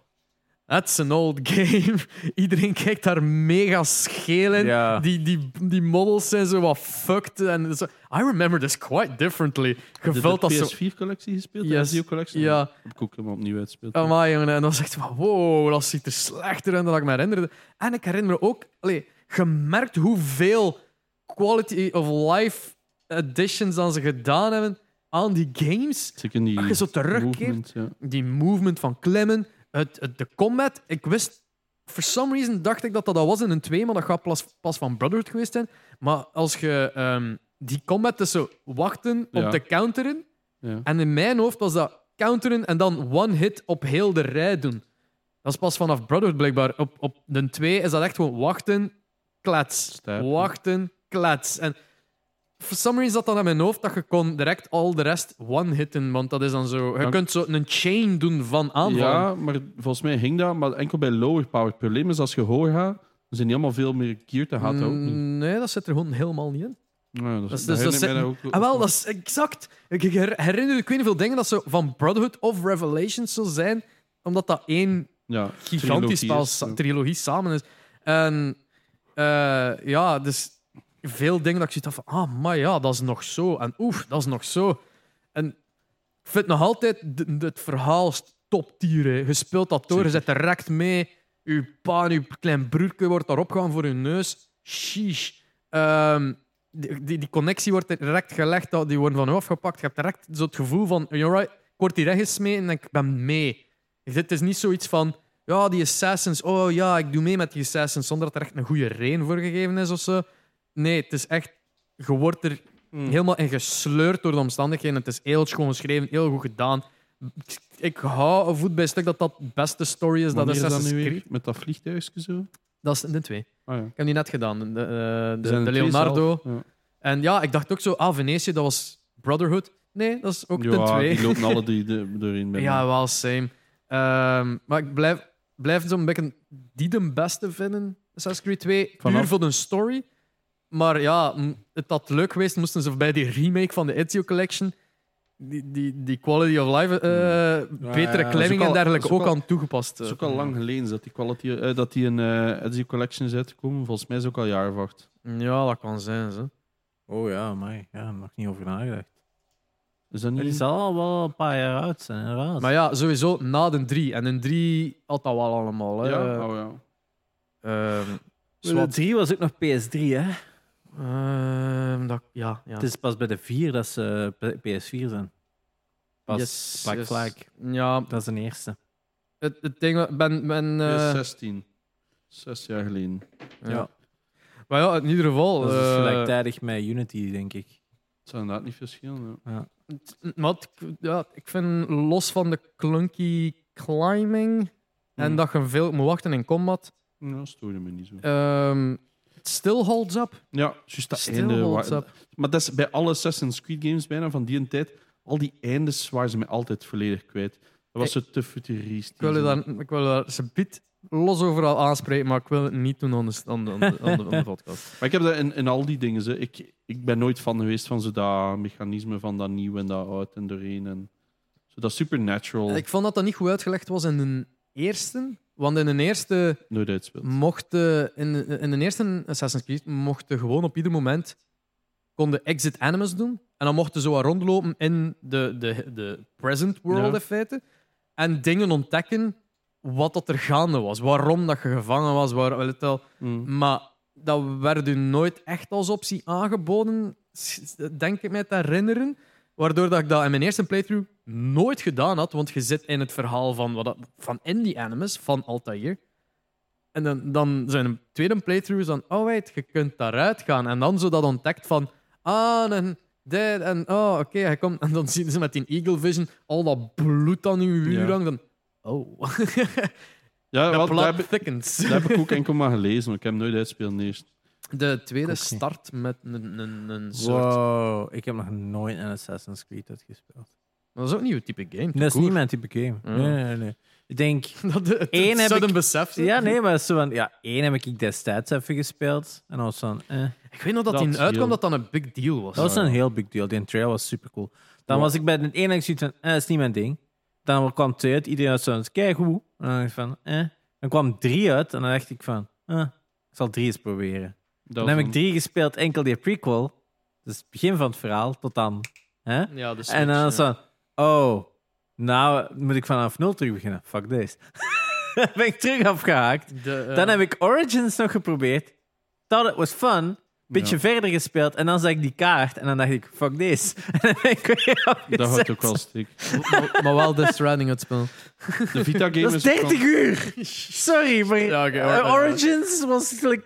That's an old game. Iedereen kijkt daar mega scheel in. Ja. Die, die, die models zijn zo wat fucked. En zo, I remember this quite differently. Je de, vult dat zo. PS4-collectie gespeeld? Yes. De SEO-collectie? Ja, Ehm, Ik ook helemaal opnieuw uitspeelt. amai, jongen. En dan was echt van, wow, dat ziet er slechter uit dan ik me herinnerde. En ik herinner me ook, allee, gemerkt hoeveel quality of life editions dan ze gedaan hebben aan die games. Zeker die Als je zo terugkeert, movement, ja. die movement van klimmen, het, het- de combat. Ik wist, for some reason dacht ik dat dat, dat was in een 2, maar dat gaat pas, pas van Brotherhood geweest zijn. Maar als je ehm, die combat is zo wachten op Ja. te counteren. Ja. En in mijn hoofd was dat counteren en dan one hit op heel de rij doen. Dat is pas vanaf Brotherhood blijkbaar. Op, op de 2 is dat echt gewoon wachten, klets. Stuipen. Wachten, klets. En for some reason zat dat in mijn hoofd dat je kon direct al de rest one-hitten. Want dat is dan zo. Je Dan- kunt zo een chain doen van aanvallen. Ja, maar volgens mij ging dat, maar enkel bij lower power. Het probleem is als je hoger gaat, dan zijn die allemaal veel meer geared. Dat gaat dat ook niet. Mm, Nee, dat zit er gewoon helemaal niet in. Nou, dat, Dat is- dus is dat herinner zit- ik mij Ah, wel, dat is exact. Ik ik her- herinner me, ik weet niet veel dingen dat ze van Brotherhood of Revelations zo zijn, omdat dat één ja, trilogie gigantisch is, spel, ja. sa- trilogie samen is. En eh, ja, dus veel dingen dat ik zoiets had van, ah, maar ja, dat is nog zo. En oef, dat is nog zo. En ik vind nog altijd d- d- het verhaal is top tier. hè. Je speelt dat door, je zet direct mee. Uw pa en uw klein broertje wordt daarop gaan voor hun neus. Sheesh. Ehm, die, die, die connectie wordt direct gelegd, dat- die worden van u afgepakt. Je hebt direct zo het gevoel van, alright, ik word hier weggesmeten en ik ben mee. Het is Dus niet zoiets van, Ja, die Assassins. Oh ja, ik doe mee met die Assassins. Zonder dat er echt een goede reden voor gegeven is of zo. Nee, het is echt. Je wordt er Hmm. helemaal in gesleurd door de omstandigheden. Het is heel schoon geschreven, heel goed gedaan. Ik- Ik hou voet bij stuk dat dat de beste story is. Dat Wanneer is dat Assassin's nu Creed. weer? Met dat vliegtuigje zo? Dat is de twee. Ah, ja. Ik heb die net gedaan. De, eh, de, Er zijn de er twee Leonardo. zelf. Ja. En ja, ik dacht ook zo, ah, Venetië, dat was Brotherhood. Nee, dat is ook de Ja, twee. die lopen alle drie de- doorheen. Bij Ja, mij. wel, same. Ehm, maar ik blijf, blijf zo'n beetje die de beste vinden, Assassin's Creed 2. Vanaf- Puur voor de story. Maar ja, m- het had leuk geweest moesten ze bij die remake van de Ezio Collection die, die, die quality of life, eh, Ja, Hmm. ja, betere ja. Dat is ook claiming al- en dergelijke dat is ook, ook al- aan toegepast. Het eh. is ook al lang geleden dat die, quality, eh, dat die een eh Ezio Collection is uitgekomen. Volgens mij is het ook al jaren wacht. Ja, dat kan zijn. Zo. Oh ja, maar ja, nog niet over nagedacht. Is dat Die niet... zal al wel een paar jaar oud zijn, inderdaad. Maar ja, sowieso na de 3. En in 3 had dat wel allemaal. Hè. Ja, oh ja. Ehm, Maar de 3 was ook nog PS3, hè? ehm, dat, ja, ja. Het is pas bij de 4 dat ze eh, P- PS4 zijn. Pas Yes, Black yes. Flag. Ja, Dat is de eerste. het, het ding... wa- Ben, ben, Die is eh, 16. Zes jaar geleden. Ja. Maar ja, in ieder geval. Dat is dus eh, gelijktijdig met Unity, denk ik. Het zou inderdaad niet veel schelen. ja. t- maar het- ja, ik vind los van de clunky climbing en Hmm. dat je veel moet wachten in combat, Ja, dat stoorde me niet zo. ehm, het still holds up. Ja, juist dat Still einde. holds waar- up. Maar dat is bij alle Assassin's Creed games bijna van die tijd. Al die eindes waren ze mij altijd volledig kwijt. Dat was zo te futuristisch. Ik wil je daar, ik wil je daar ze biedt los overal aanspreken, maar ik wil het niet doen aan de, aan de, aan de, aan de- aan de podcast. Maar ik heb dat in, in al die dingen. Zo. Ik, ik ben nooit fan geweest van zo dat mechanisme van dat nieuw en dat oud en doorheen. En zo dat supernatural Ik vond dat dat niet goed uitgelegd was in de eerste. Want in de eerste nooit uitspeelt. mochten in, de- in de eerste Assassin's Creed mochten gewoon op ieder moment konden exit animus doen en dan mochten ze wat rondlopen in de, de, de present world Ja. in feite en dingen ontdekken wat dat er gaande was, waarom dat je gevangen was, waar wel het wel. Mm. Maar dat werd u nooit echt als optie aangeboden, s- denk ik mij te herinneren. Waardoor dat ik dat in mijn eerste playthrough nooit gedaan had, want je zit in het verhaal van, wat dat, van Indie Animus, van Altair. En dan, dan zijn een tweede playthrough is dan, oh wait, je kunt daaruit gaan. En dan zo dat ontdekt van, ah, en dit, en oh, oké, hij komt. En dan zien ze met die Eagle Vision al dat bloed aan uw Ja. uur hangen. Dan, oh, dat Ja, wel, daar, plot heb, ik- thickens. daar heb ik ook enkel maar gelezen. want Ik heb hem nooit uitspelen eerst. De tweede Cookie. start met een, een, een soort... Wow, ik heb nog nooit een Assassin's Creed uitgespeeld. Maar Dat is ook niet uw type game. Dat is Cool. niet mijn type game. Ja. Nee, nee, nee. Ik denk... Dat de, het Eén heb sudden ik- besef. zo. Ja, nee, maar zo van... Ja, één heb ik destijds even gespeeld. En dat was van... Eh. Ik weet nog dat, Dat die is uitkwam heel- dat dat een big deal was. Dat was een heel big deal. Die trail was super cool. Dan was ik bij de ene ik zoiets van, eh, dat is niet mijn ding. Dan kwam twee uit, iedereen had zo'n kijk hoe. En dan dacht ik van, eh. Dan kwam drie uit en dan dacht ik van, eh, ik zal drie eens proberen. Dat Dan was heb ik een- drie gespeeld, enkel die prequel. Dus het begin van het verhaal tot dan. Hè? Ja, dus En dan was het van, oh, nou moet ik vanaf nul terug beginnen. Fuck this. dan ben ik terug afgehaakt. eh, Dan heb ik Origins nog geprobeerd. Thought it was fun. Beetje Ja. verder gespeeld. En dan zag ik die kaart. En dan dacht ik, fuck this. En dan ben ik weer Dat houdt afgezet. ook wel stik. maar, maar wel Death Stranding het spel. De Vita game Dat is is ook 30 uur. Sorry, maar Ja, oké, eh, hoor, hoor, Origins was like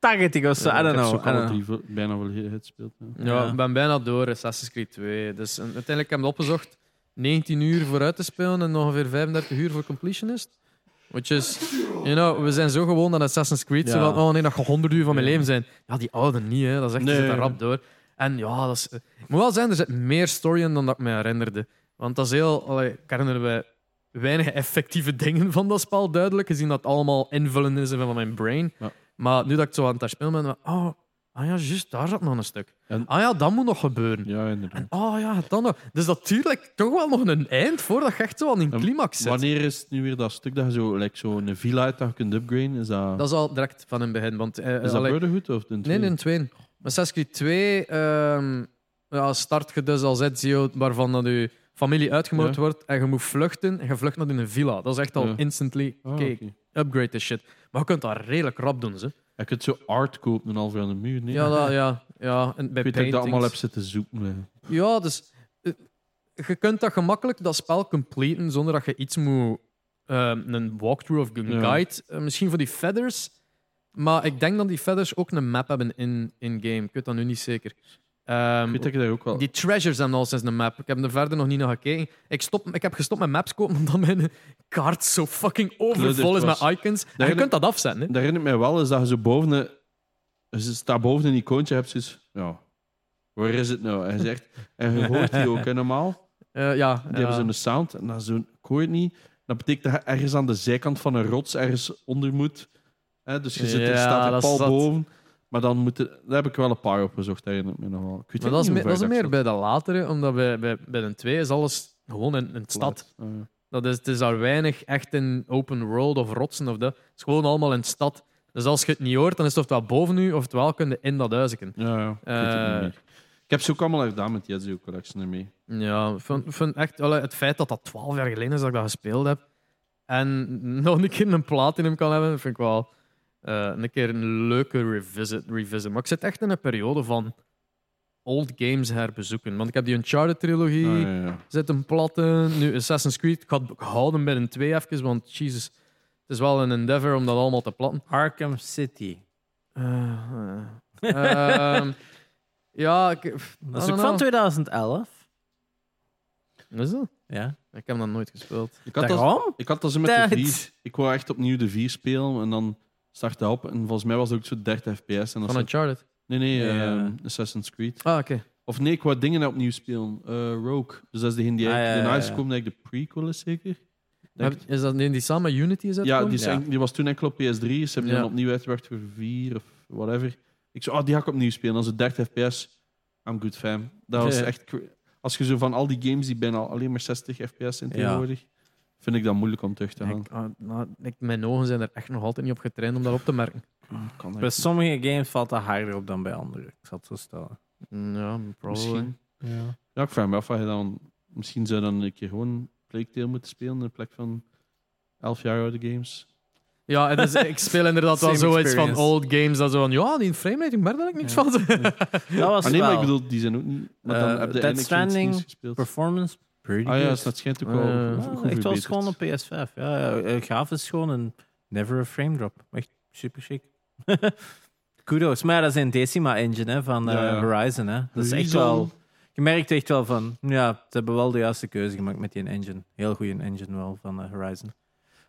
80 of zo. wel- I don't ik heb ze know. ook I alle don't know. drie vo- bijna wel uitgespeeld. Ja. Ja, Ja. ik ben bijna door, Assassin's Creed 2. Dus en uiteindelijk heb ik hem opgezocht 19 uur vooruit te spelen en ongeveer 35 uur voor completionist. Which is, you know, we zijn zo gewoon aan Assassin's Creed. Zo Ja. van, oh nee, dat gaat 100 uur van mijn leven zijn. Ja, die oude niet, hè. Dat is echt, je Nee. zit daar rap door. En ja, dat is... Ik moet wel zijn, er zit meer story in dan dat ik me herinnerde. Want dat is heel... Allee, ik herinner me weinig effectieve dingen van dat spel, duidelijk. Gezien dat het allemaal invullen is van mijn brain. Ja. Maar nu dat ik zo aan het spelen ben, dan- oh, ah ja, juist, daar zat nog een stuk. En- Ah ja, dat moet nog gebeuren. Ja, inderdaad. Oh ja, dan nog. Dus natuurlijk toch wel nog een eind voordat je echt zo aan die En climax zit. Wanneer is het nu weer dat stuk dat je zo, like, zo een villa hebt dat je kunt upgraden? Is dat, Dat is al direct van in het begin. Want, eh, is dat allee- Brotherhood of de Nee, tweede? nee, twee. Assassin's Creed 2 ehm, ja, start je dus als Ezio, waarvan dat je familie uitgemoord Ja. wordt en je moet vluchten en je vlucht naar een villa. Dat is echt al Ja. instantly, Ah, oké, oké. upgrade this shit. Maar je kunt dat redelijk rap doen, ze. Je kunt zo art kopen en al voor aan de muur. Nee? Ja, dat, ja, ja. En bij Ik weet dat ik dat allemaal paintings. heb zitten zoeken. hè. Ja, dus eh, je kunt dat gemakkelijk, dat spel, completen zonder dat je iets moet eh, een walkthrough of een Ja. guide. eh, misschien voor die feathers. Maar ik denk dat die feathers ook een map hebben in- in-game. ik weet dat nu niet zeker. Ehm, Ik weet dat je daar ook wel... die treasures hebben al sinds een map. Ik heb er verder nog niet naar gekeken. Ik, stop, ik heb gestopt met maps kopen omdat mijn kaart zo fucking overvol is met was. icons. En je Eigenlijk- kunt dat afzetten. Hè. Dat herinner ik mij wel, is dat je zo boven... Een, je staat boven een icoontje, je hebt zoiets... Ja, waar is het nou? En je zegt... En je hoort die ook, hè, normaal. Eh, ja, Die ja. hebben zo'n sound en dan zo'n, ik hoor het niet. Dat betekent dat je ergens aan de zijkant van een rots ergens onder moet. Hè? Dus je zit er, Ja, staat er dat pal zat. boven. Maar dan moet er- daar heb ik wel een paar opgezocht, herinner ik me nog wel. Ik weet Maar ook dat is, niet me- hoe dat is ver meer ik bij de latere, omdat bij, bij, bij een 2 is alles gewoon in, in de zat. stad. Ah, ja. Dat is, het is daar weinig echt in open world of rotsen of dat. Het is gewoon allemaal in de stad. Dus als je het niet hoort, dan is het ofwel boven u, ofwel kun je in dat huizen. Ja, ja, ik weet het Eh. niet meer. Ik heb ze ook allemaal gedaan met die Yazoo Collection ermee. Ja, ik vind, ik vind echt, allee, het feit dat dat 12 jaar geleden is dat ik dat gespeeld heb. En nog een keer een platinum kan hebben, vind ik wel eh, een keer een leuke revisit, revisit. Maar ik zit echt in een periode van old games herbezoeken. Want ik heb die Uncharted trilogie, Ah, ja, ja. zit een platte, nu Assassin's Creed. Ik had ik hou hem bij een twee even, want Jesus, het is wel een endeavor om dat allemaal te platten. Arkham City. Eh, eh. Ehm, ja, ik, Dat is ook van 2011. Is dat? Ja. Ik heb dat nooit gespeeld. Ik had dat Daarom? Ik had dat zo met Tijd. de 4. Ik wou echt opnieuw de 4 spelen en dan startte hij op. En volgens mij was het ook zo 30 fps. En Van dan zat- Uncharted. Nee, nee, Ja, ja. ehm, Assassin's Creed. Ah, oké. Of nee, ik wou dingen opnieuw spelen. Eh, Rogue. Dus dat is degene die Ah, ja, ja, eigenlijk daarna ja. is gekomen, eigenlijk de prequel is zeker. Denk Heb- Is dat die die samen Unity is Ja, uitgekomen? die, is Ja. eigenlijk- die was toen enkel op PS3. Ze hebben Ja. die dan opnieuw uitgebracht voor 4 of whatever. Ik zei, oh, die ga ik opnieuw spelen. Als het 30 fps, I'm good fam. Dat was Ja. echt... cra- Als je zo van al die games die bijna alleen maar 60 fps zijn Ja. tegenwoordig, vind ik dat moeilijk om terug te gaan. Ik, ah, nou, ik- mijn ogen zijn er echt nog altijd niet op getraind om dat op te merken. Kan dat Bij sommige games valt dat harder op dan bij andere. Ik zal het zo stellen. Mm, Ja, probably. misschien? Ja, ik vraag me af of je dan... Misschien zou je dan een keer gewoon Plague Tale moeten spelen in plek van 11 jaar oude games. Ja, het is, ik speel inderdaad wel Same zoiets experience. van old games. Dat zo van, ja, die frame rate, ik merk daar ik niks van. Oh, Dat was Ah, nee, maar ik wel. bedoel, die zijn ook niet... Maar dan Eh, heb je Death eindelijk zoiets Stranding, nieuws gespeeld. Performance, pretty Ah ja, good. dat schijnt ook wel Eh, goed- Ja, goed echt wel verbeterd. schoon op PS5. Ja, ja, eh, grafisch schoon en never a frame drop. Echt super chic. Kudos. Maar ja, dat is een Decima engine hè, van eh, Ja, ja. Horizon. Hè. Dat is echt Horizon. wel. Je merkt echt wel van. Ja, ze hebben wel de juiste keuze gemaakt met die engine. Heel goede engine wel van eh, Horizon.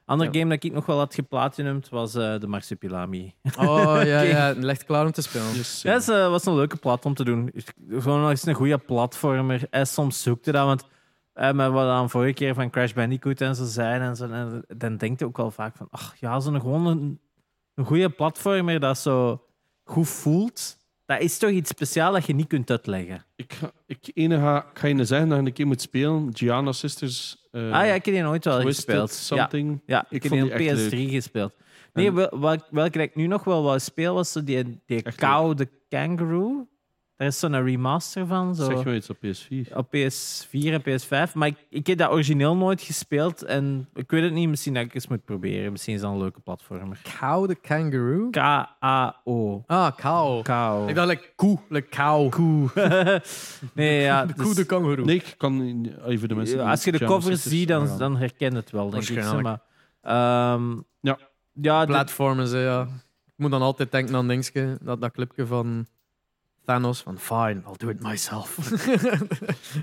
Ander Ja. game dat ik nog wel had geplatinumd was eh, de Marsupilami. Oh ja, ja, ligt klaar om te spelen. Yes, Ja, dat is, eh, was een leuke plat om te doen. Gewoon nog eens een goede platformer. En soms zoekte dat, want eh, met wat we dan vorige keer van Crash Bandicoot en zo zijn, en, zo, en dan denk je ook wel vaak van, ach ja, zo'n gewoon een, een goede platformer dat zo goed voelt, dat is toch iets speciaals dat je niet kunt uitleggen. Ik ga, ik, ene ga, ik ga je zeggen dat je een keer moet spelen. Gianna Sisters. eh, ah ja, ik heb die nooit wel Twisted gespeeld. Ja, Something. ja, ik, Ik heb vond die op die echt PS3 gespeeld. Nee, En- wel- welk- welke dat ik nu nog wel wou spelen was zo die, die Echt Cow the Kangaroo. Daar is zo'n remaster van. Zo. Zeg maar iets op PS4. op PS4 en PS5. Maar ik, ik heb dat origineel nooit gespeeld. En ik weet het niet, misschien dat ik eens moet proberen. Misschien is dat een leuke platformer. Cow the kangaroo? K-A-O. Ah, cow. Kou. Ik dacht, like, koe, like cow. Koe. nee, ja. De dus- koe de kangaroo. Nee, ik kan niet- even de mensen. die als je de Gianna covers Sisters- ziet, dan, Ja. dan herken je het wel, denk ik. Zeg maar. Waarschijnlijk. Ehm, Ja. Ja, de- Platformers, hè, ja. Ik moet dan altijd denken aan dingetje, dat, dat clipje van Thanos. Van, fine, I'll do it myself.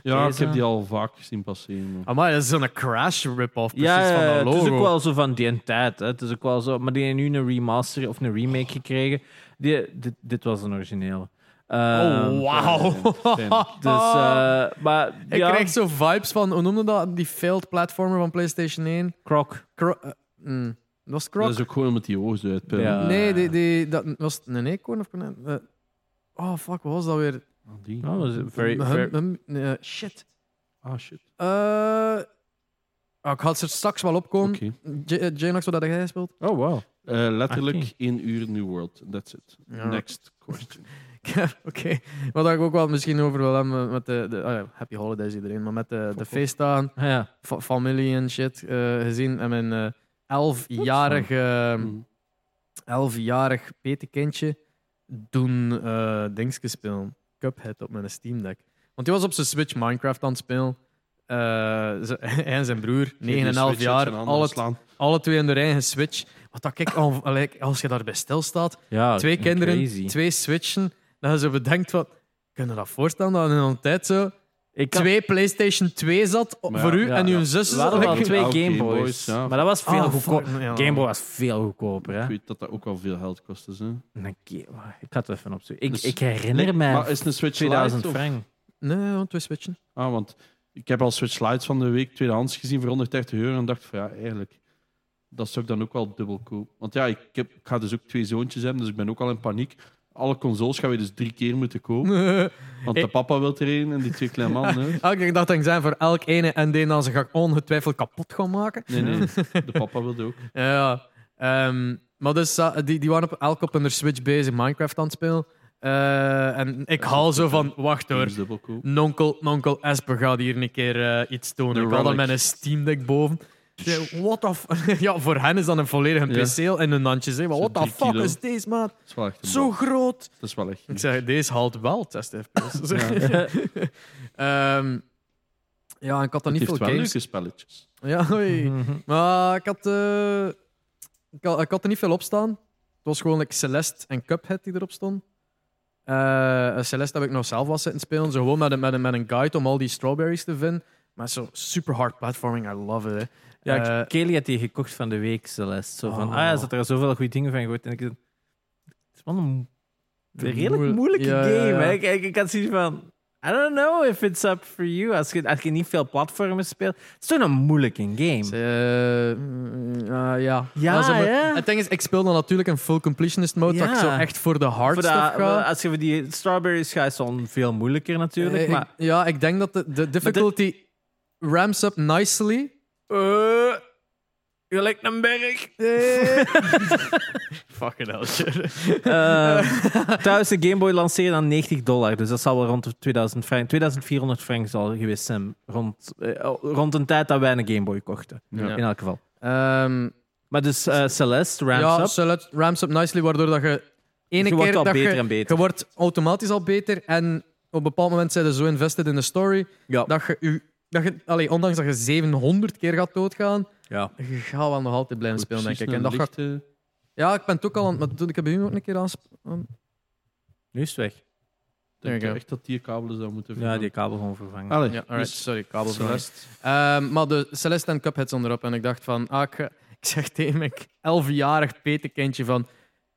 Ja, ik Deze. heb die al vaak zien passeren. Amai, dat is zo'n Crash rip-off precies ja, van dat het logo. is ook wel zo van die en tijd. Hè. Het is ook wel zo, maar die heeft nu een remaster of een remake gekregen. Die, dit, dit was een origineel. Ehm, Oh, wauw. fijn, fijn. Dus, eh, maar Ik ja, kreeg zo vibes van, hoe noemde dat? Die failed platformer van PlayStation 1. Croc. Cro eh, mm, was het Croc? Dat is ook gewoon met die ogen zo uitpellen. Ja. Nee, die, die, dat was het een eekhoorn of konijn? Eh, oh, fuck, wat was dat weer? Ah, die. Oh, dat is very, Hum- very- hum- nee, shit. Ah, shit. Eh, ah, ik ga het er straks wel opkomen. Oké. J- eh, Janox, wat had jij gespeeld? Oh, wow. letterlijk Oké. één uur New World. That's it. Ja. Next question. Oké, wat ik ook wel misschien over wil hebben met de... de ah ja, happy holidays iedereen, maar met de, de feestdagen. Ah, ja. fa- familie en shit eh, gezien. En mijn eh, elfjarig, eh, Mhm. elfjarig petekindje doen eh dingetjes spelen. Cuphead op mijn Steam Deck. Want die was op zijn Switch Minecraft aan het spelen. eh, ze- hij en zijn broer, Die die 9,5 switch uit jaar, zijn handen alle, slaan. alle twee in de eigen Switch. Wat dat ik, al- allee, als je daarbij stilstaat, Ah, Ja, twee kinderen, crazy. twee Switchen, dat je zo bedenkt van, kun je dat voorstellen dat in een tijd zo Ik had twee PlayStation 2 zat o- Maar voor ja, u ja, en uw ja. zus we hadden wel zat. twee Oude Game Game Boys. Boys, ja. Maar dat was veel Ah, goedkoper. fuck, ja. Game Boy was veel goedkoper. Hè? Ik weet dat dat ook al veel geld kost. Dus, hè. Een keer- wacht, Ik had het even opzoeken. Ik, Dus- ik herinner mij maar is het een Switch Lite? 2000 of- frank. Nee, ja, twee Switchen. Ah, want ik heb al Switch Lite van de week tweedehands gezien voor 130 euro en dacht van ja, eigenlijk, dat zou ik dan ook wel dubbel kopen. Want ja, ik, heb, ik ga dus ook twee zoontjes hebben, dus ik ben ook al in paniek. Alle consoles gaan we dus drie keer moeten kopen. Want de Ik- papa wil er één en die twee kleine man. hè. Elke keer dacht Ah, ik zijn voor elk ene en die dan ze ga ik ongetwijfeld kapot gaan maken. Nee, nee, de papa wilde ook. Ja, ehm, maar dus, eh, die, die waren op, elk op hun Switch bezig Minecraft aan het spelen. Eh, en ik haal zo van, wacht hoor, Dus dubbel kopen. nonkel, nonkel Esper gaat hier een keer eh, iets De tonen. Ik had hem relics. met een Steam Deck boven. Ik zei, What the f- ja, voor hen is dat een volledige Ja. perceel in hun handjes. hè. Maar Zo What the drie fuck kilo. is deze, man? Dat is wel echt een Zo bal. groot! Dat is wel echt. Ik zeg, deze haalt wel 60 fps. Ja. Ehm, ja, en ik had dan Het niet heeft veel wel games. leuke Mhm. spelletjes. Ja, oei. Mhm. Maar ik had, eh, ik, had, ik had er niet veel op staan. Het was gewoon like, Celeste en Cuphead die erop stonden. Eh, Celeste heb ik nog zelf was zitten spelen. Zo gewoon met een, met, een, met een guide om al die strawberries te vinden. Maar zo super hard platforming, I love it. hè. Ja, ik- Eh, Kelly had die gekocht van de week, Celeste. Zo van, Oh. ah ja, ze had er zoveel goede dingen van gehoord. En ik dacht, het is wel een, een redelijk Moeilijk. moeilijke Ja, ja, game. ja. Hè? Kijk, ik had zoiets van, I don't know if it's up for you. Als je, als je niet veel platformen speelt, het is toch een moeilijke game. Ze- mm, eh, ja. Ja, Maar ze hebben- hè? Het ding is, ik speel dan natuurlijk een full completionist mode, dat ik Ja. zo echt voor de hard Voor de- stuff ga. als je voor die strawberries gaat, is het dan veel moeilijker natuurlijk. Eh, ik- maar ja, ik denk dat de, de difficulty ramps up nicely. Eh, je lijkt een berg. eh. Fucking hell, Trouwens, Eh, de Game Boy lanceerde aan 90 dollar. Dus dat zal wel rond de 2000 frank, 2400 frank zal geweest zijn. Rond, eh, rond een tijd dat wij een Game Boy kochten. Ja. In elk geval. Ehm, Maar dus eh, Celeste, Ramps ja, Up. Dus Celeste ramps up nicely, waardoor dat je ene Je wordt keer al dat beter je, en beter. je wordt automatisch al beter en op een bepaald moment zijn ze zo invested in de story Ja. dat je, u, dat je allee, ondanks dat je 700 keer gaat doodgaan, Ja. je gaat wel nog altijd blijven spelen, denk ik. Precies En een dat ga ik- lichte- ja, ik ben het ook al aan het- maar toen- ik heb hem ook een keer aansp- aan. Nu is het weg. There Ik you denk go. echt dat die kabelen zou moeten Ja, die vervangen. kabel gewoon vervangen. Allee, Ja, alright, dus sorry, kabel. Celeste. Ehm, maar de Celeste en Cuphead zijn erop. En ik dacht van, ah, ik, ga- ik zeg tegen mijn k- 11-jarig petekindje van,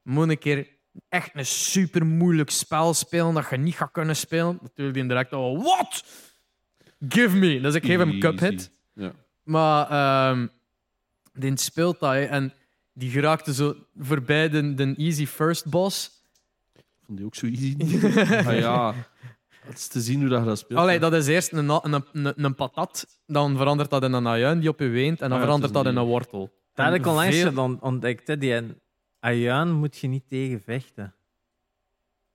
moet een keer echt een super moeilijk spel spelen dat je niet gaat kunnen spelen. Natuurlijk die direct al, what? Give me. Dus ik geef hem Easy. Cuphead. Ja. Maar ehm die speelt dat, hè, en die geraakte zo voorbij de, de easy first boss. vond die ook zo easy. ah ja, het is te zien hoe dat je dat Dus speelt. eh, Allee, dat is eerst een, na- een, een, een patat, dan verandert dat in een ajuin die op je weent, en dan Ah, ja, verandert het dat is in een- een wortel. Daar had ik En onlangs veel- dan ontdekt. hè, Die een Ayaan moet je niet tegen vechten.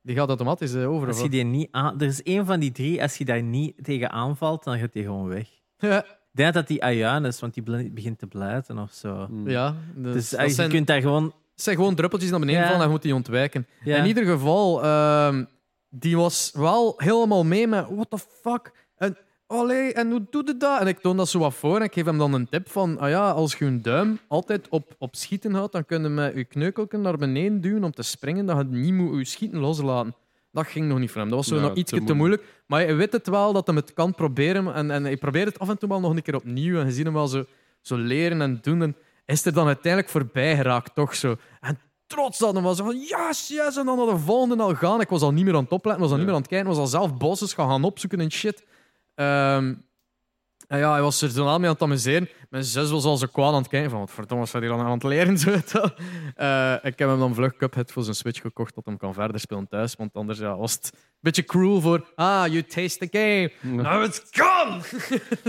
Die gaat automatisch eh, over. Als of je wat? die niet aan... Er is één van die drie, als je daar niet tegen aanvalt, dan gaat die gewoon weg. Ja, Ik denk dat die Ayaan is, want die bl- begint te blijten of zo. Hmm. ja dus, Dus dat eigenlijk zijn, je kunt daar gewoon... zijn gewoon druppeltjes naar beneden Ja. vallen en je moet die ontwijken. Ja. In ieder geval, ehm, die was wel helemaal mee met what the fuck. En, allee, en hoe doet het dat? En ik toon dat zo wat voor en ik geef hem dan een tip van, ah ja, als je een duim altijd op, op schieten houdt, dan kun je met je kneukelken naar beneden duwen om te springen, dat je niet moet je schieten loslaten. Dat ging nog niet voor hem. Dat was zo Ja, nog te iets te moeilijk. moeilijk. Maar je weet het wel dat hij het kan proberen. En, en hij probeert het af en toe wel nog een keer opnieuw. En je ziet hem wel zo, zo leren en doen. En hij is er dan uiteindelijk voorbij geraakt, toch zo. En trots dat hem was. Zo van, yes, yes. En dan naar de volgende al gaan. Ik was al niet meer aan het opletten. was al niet Ja. meer aan het kijken. was al zelf bosses gaan, gaan opzoeken en shit. Ehm, en ja, hij was er zo aan mee aan het amuseren. Mijn zus was al zo kwaad aan het kijken. Van, wat verdomme, wat is hij hier aan aan het leren? Zo, weet je wel. Eh, ik heb hem dan vlug Cuphead voor zijn Switch gekocht, dat hem kan verder spelen thuis. Want anders ja, was het een beetje cruel voor... Ah, you taste the game. Nou, Now it's gone!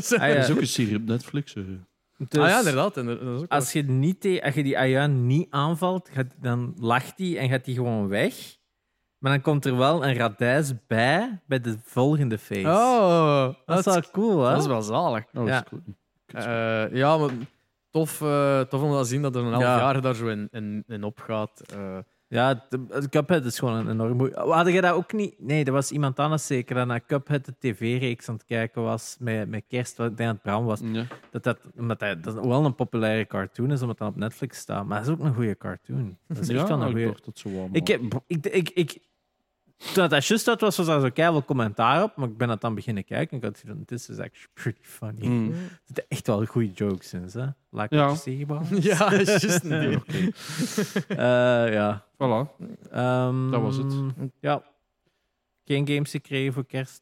Zo. Ah, ja. Er is ook een serie op Netflix. eh. hè. Dus Ah ja, inderdaad. inderdaad, dat is ook Als je, niet te- als je die Ayaan niet aanvalt, gaat- dan lacht hij en gaat hij gewoon weg. Maar dan komt er wel een radijs bij bij de volgende feest. wel- Oh, dat is dat, wel cool, hè? dat is wel zalig. Ja. Oh, dat is cool. Eh, ja, maar tof, eh, tof om te zien dat er een half Ja. jaar daar zo in, in, in opgaat. Eh, Ja, de- de Cuphead is gewoon een enorm moe- Had jij dat ook niet? Nee, er was iemand anders zeker dat naar Cuphead de tv-reeks aan het kijken was met, met kerst, wat ik denk dat het Bram was. Ja. Dat, dat, omdat hij, dat is wel een populaire cartoon is, omdat dat op Netflix staat. Maar dat is ook een goede cartoon. Dat is echt wel een ik goede... dacht dat zo warm Ik heb... Ik, ik, ik, toen dat juist uit was, was daar zo keihard commentaar op. Maar ik ben dat dan beginnen kijken. en Ik had gezien, this is actually pretty funny. Mm. Er zitten echt wel goede jokes in, hè? Laat Ja. ik zeggen, Ja, juist. Ja, indeed. oké. Eh, ja. Voilà. Ehm, Dat was het. Ja. Geen games gekregen voor kerst?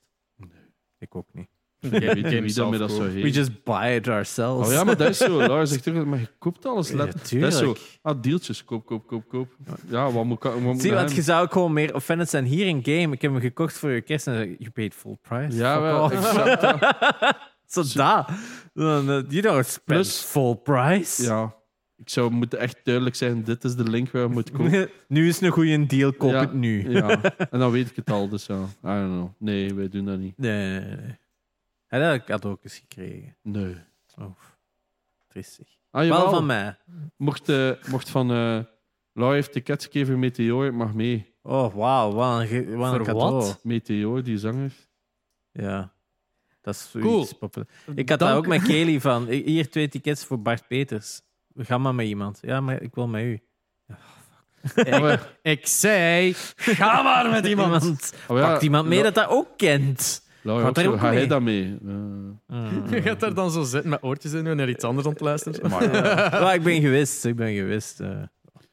Ik ook niet. Ik weet niet wie dat zelf met dat zou kopen. heen. We just buy it ourselves. Oh ja, maar dat is zo. Laura zegt toch, maar je koopt alles. Let. dat is zo. tuurlijk. Ah, deeltjes. Koop, koop, koop, koop. Ja, wat moet ik... Wat moet ik Zie, met want hem? je zou ook gewoon meer offended zijn. Hier een game, ik heb hem gekocht voor je kerst en je paid full price. Ja, Fuck wel. off. exact, ja. Zo daar. Dan, eh, You don't spend Plus- full price. Ja. Ik zou moeten echt duidelijk zijn, dit is de link waar je moet kopen. nu is het een goede deal, koop Ja. het nu. Ja. En dan weet ik het al, dus ja. I don't know. Nee, wij doen dat niet. Nee, nee, nee, nee. Hij had ik had ook eens gekregen. Nee. Oh, tristig. Ah, Wel jawel. van mij. Mocht, eh, mocht van... eh Laura heeft de Catskever Meteor, ik mag mee. Oh, wauw, wat een, ge- wat een Voor cadeau. wat? Meteor, die zanger. Ja. Dat is Cool. cool. Ik had daar Dank. ook met Kelly van. I- Hier twee tickets voor Bart Peters. We gaan maar met iemand. Ja, maar ik wil met u. Ah, Ik, ik zei, ga maar met iemand. Oh ja, Pakt iemand mee La- dat dat ook kent. Laura, Gaat ook hij zo, ook ga jij mee? dat mee? Eh, Je gaat daar dan zo zitten met oortjes in en naar iets anders aan het luisteren. Maar eh, ik ben gewist. Ik ben gewist. eh.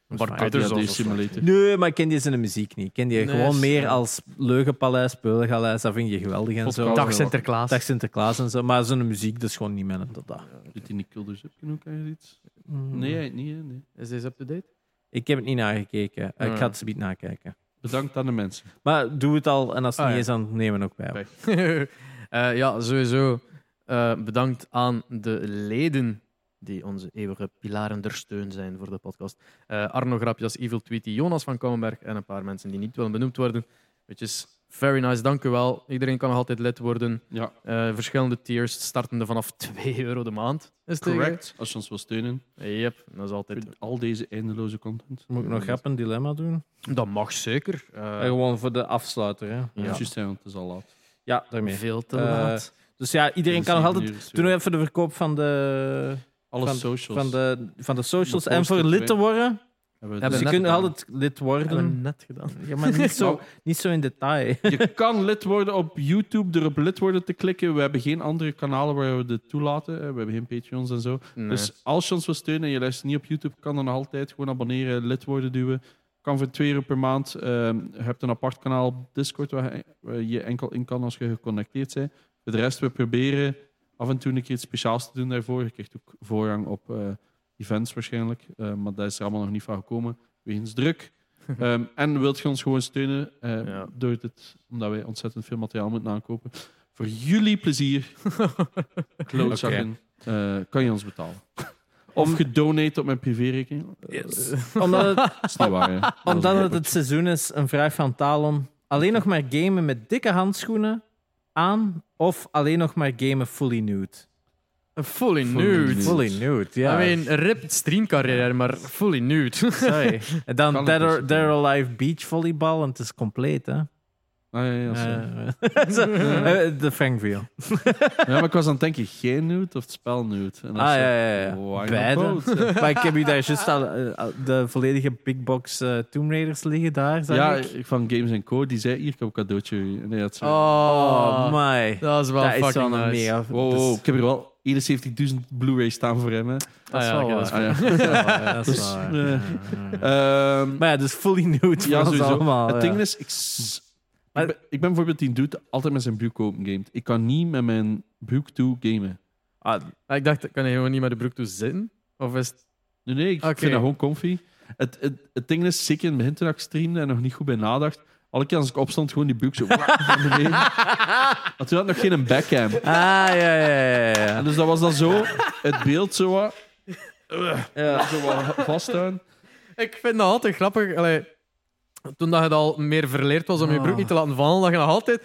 Bart ADHD dus Peters of zo. Simulator. Nee, maar ik ken die zijn muziek niet. Ik ken die Nee, gewoon is- meer als Leugenpaleis, Peulenpaleis. Dat vind je geweldig en zo. Podcast. Dag Sinterklaas. Dag Sinterklaas en zo. Maar zo'n muziek, dat is gewoon niet mijn tot dat. Zit die Nick Kulders ook in ook eigenlijk iets? Mm. Nee, eigenlijk niet. hè, Nee. Is deze up-to-date? Ik heb het niet nagekeken. Eh, Ik Ja. ga het niet nakijken. Bedankt aan de mensen. Maar doe het al en als het Ah, niet ja. is, dan nemen we ook bij. Bij. Eh, ja, sowieso eh, bedankt aan de leden die onze eeuwige pilaren der steun zijn voor de podcast. Eh, Arno Grapjas, Evil Tweety, Jonas van Kouwenberg en een paar mensen die niet willen benoemd worden. Which is very nice, dank u wel. Iedereen kan nog altijd lid worden. Ja, Eh, verschillende tiers, startende vanaf 2 euro de maand. Is het correct. Als je ons wil steunen. tegen? Yep, dat is altijd... Voor al deze eindeloze content. Moet ik nog grap een dilemma doen? Dat mag zeker. Eh, Eh, gewoon voor de afsluiter. Hè? Ja. Ja. Juist, hè, want het is al laat. Ja, daarmee. Veel te Eh, laat. Dus ja, iedereen kan nog Zeven altijd. uur is Doe nog weer. even de verkoop van de, Alle van- socials. van de, van de socials. De en voor posters lid te worden. Hebben we Hebben Dus het je net kunt nog gedaan. altijd lid Hebben we worden. net gedaan. Ja, maar niet zo, niet zo in detail. Je kan lid worden op YouTube door op lid worden te klikken. We hebben geen andere kanalen waar we dit toelaten. hè. We hebben geen Patreons en zo. Nee. Dus als je ons wil steunen en je luistert niet op YouTube, kan dan nog altijd gewoon abonneren, lid worden duwen. Kan voor 2 euro per maand. Ehm, je hebt een apart kanaal op Discord waar je- waar je enkel in kan als je geconnecteerd bent. Voor de rest, we proberen af en toe een keer iets speciaals te doen daarvoor. Je krijgt ook voorrang op eh, events waarschijnlijk. Eh, maar daar is er allemaal nog niet van gekomen, wegens druk. Ehm, en wilt je ons gewoon steunen eh, Ja. door dit, omdat wij ontzettend veel materiaal moeten aankopen. Voor jullie plezier, klootzakken, eh, kan je ons betalen. Of gedonate op mijn privérekening. Omdat het, Dat is niet waar, hè. Dat is omdat een het het seizoen is, een vraag van Talon. Alleen nog maar gamen met dikke handschoenen aan. Of alleen nog maar gamen fully nude. Fully nude. nude. Fully nude, ja. I mean, ripped streamcarrière, maar fully nude. Sorry. En dan Kan Dead het or, dus. Dead or Alive Beach Volleybal. En het is compleet, hè? Ah, ja, ja, sorry. Eh, zo, eh, De Frankville. Ja, maar ik was aan het denken, geen nude of het spel nude? En dan Ah, zei ja, ja, ik, ja. why not Beide. both, hè? Maar ik heb hier daar juist al, eh, al de volledige Big Box eh, Tomb Raiders liggen daar, zag Ja, eh, ik. ik- van Games Co. Die zei, hier, ik heb een cadeautje. En hij had zo, Oh, Oh, my. dat is wel Dat is fucking wel een nice. mega... wow, wow, ik heb hier wel 71.000 Blu-rays staan voor hem. Hè. Dat is wel oké, waar. dat is Ah, ja. Dat is Dus, waar. eh, Ehm, Maar ja, dus fully nude ja, voor ons sowieso. allemaal. het ja. ding is, ik, s- Maar- ik, ben, ik ben bijvoorbeeld die dude dat altijd met zijn broek open gamet. Ik kan niet met mijn broek toe gamen. Ah, Maar Ik dacht, kan je gewoon niet met de broek toe zitten? Of is het... Nee, nee, ik Oké. vind dat gewoon comfy. Het, het, het ding is, zeker in het begin toen ik streamde en nog niet goed bij nadacht, alle keer als ik opstond, gewoon die broek zo naar beneden. Want toen had ik nog geen backcam. Ah, ja, ja, ja, ja. En dus dat was dan zo, het beeld zo wat, ja. zo wat vasthouden. Ik vind dat altijd grappig. Allee, toen dat je het al meer verleerd was om je Ah. broek niet te laten vallen, dat je nog altijd...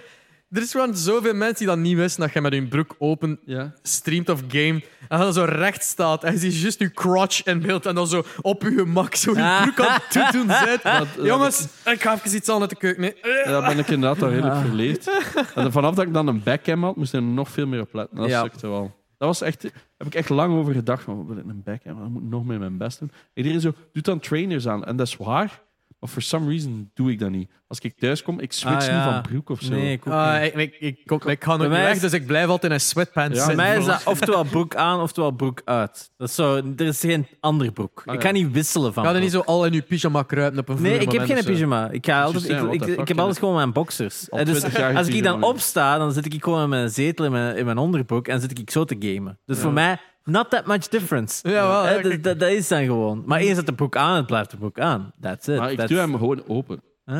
Er is gewoon zoveel mensen die dat niet wisten dat je met hun broek open Ja. streamt of game en dan zo recht staat en je ziet juist je crotch in beeld en dan zo op je gemak zo Ah. je broek aan het toedoen zit. Dat- Jongens, ik ga even iets aan uit de keuken. Nee. Ja, Daar ben ik inderdaad al redelijk verleerd. En vanaf dat ik dan een backham had, moest ik er nog veel meer op letten. Dat Ja. stukte wel. Dat was echt, daar heb ik echt lang over gedacht. Van, wil ik een backham? Dan moet ik nog meer mijn best doen. Iedereen zo, doet dan trainers aan. En dat is waar, maar for some reason doe ik dat niet. Als ik thuis kom, ik switch Ah, ja. niet van broek of zo. Nee, ik ook niet. Ah, ik, ik, ik, ik, ik ga nog Bij mij weg, is- dus ik blijf altijd in een sweatpants Ja. zitten. Bij Voor mij is dat oftewel broek aan, oftewel broek uit. Dat is zo, er is geen ander broek. Ah, Ik ja. kan niet wisselen van Ga er broek. niet zo al in je pyjama kruipen op een Nee, vroeg ik heb moment dus, eh, geen of zo. pyjama. Ik, ga altijd, Juist, ja, ik, eh, what ik, the fuck, ik heb hè? altijd gewoon mijn boxers. Al En dus 20 jaar als geen ik dan pyjama. opsta, dan zit ik gewoon in mijn zetel, in mijn, in mijn onderbroek, en zit ik zo te gamen. Dus voor mij, not that much difference. Ja, wel, Hè, ja, dus kijk. dat, dat is dan gewoon. Maar eens dat de broek aan, het blijft de broek aan. That's it. Maar ik That's- doe hem gewoon open. Ah,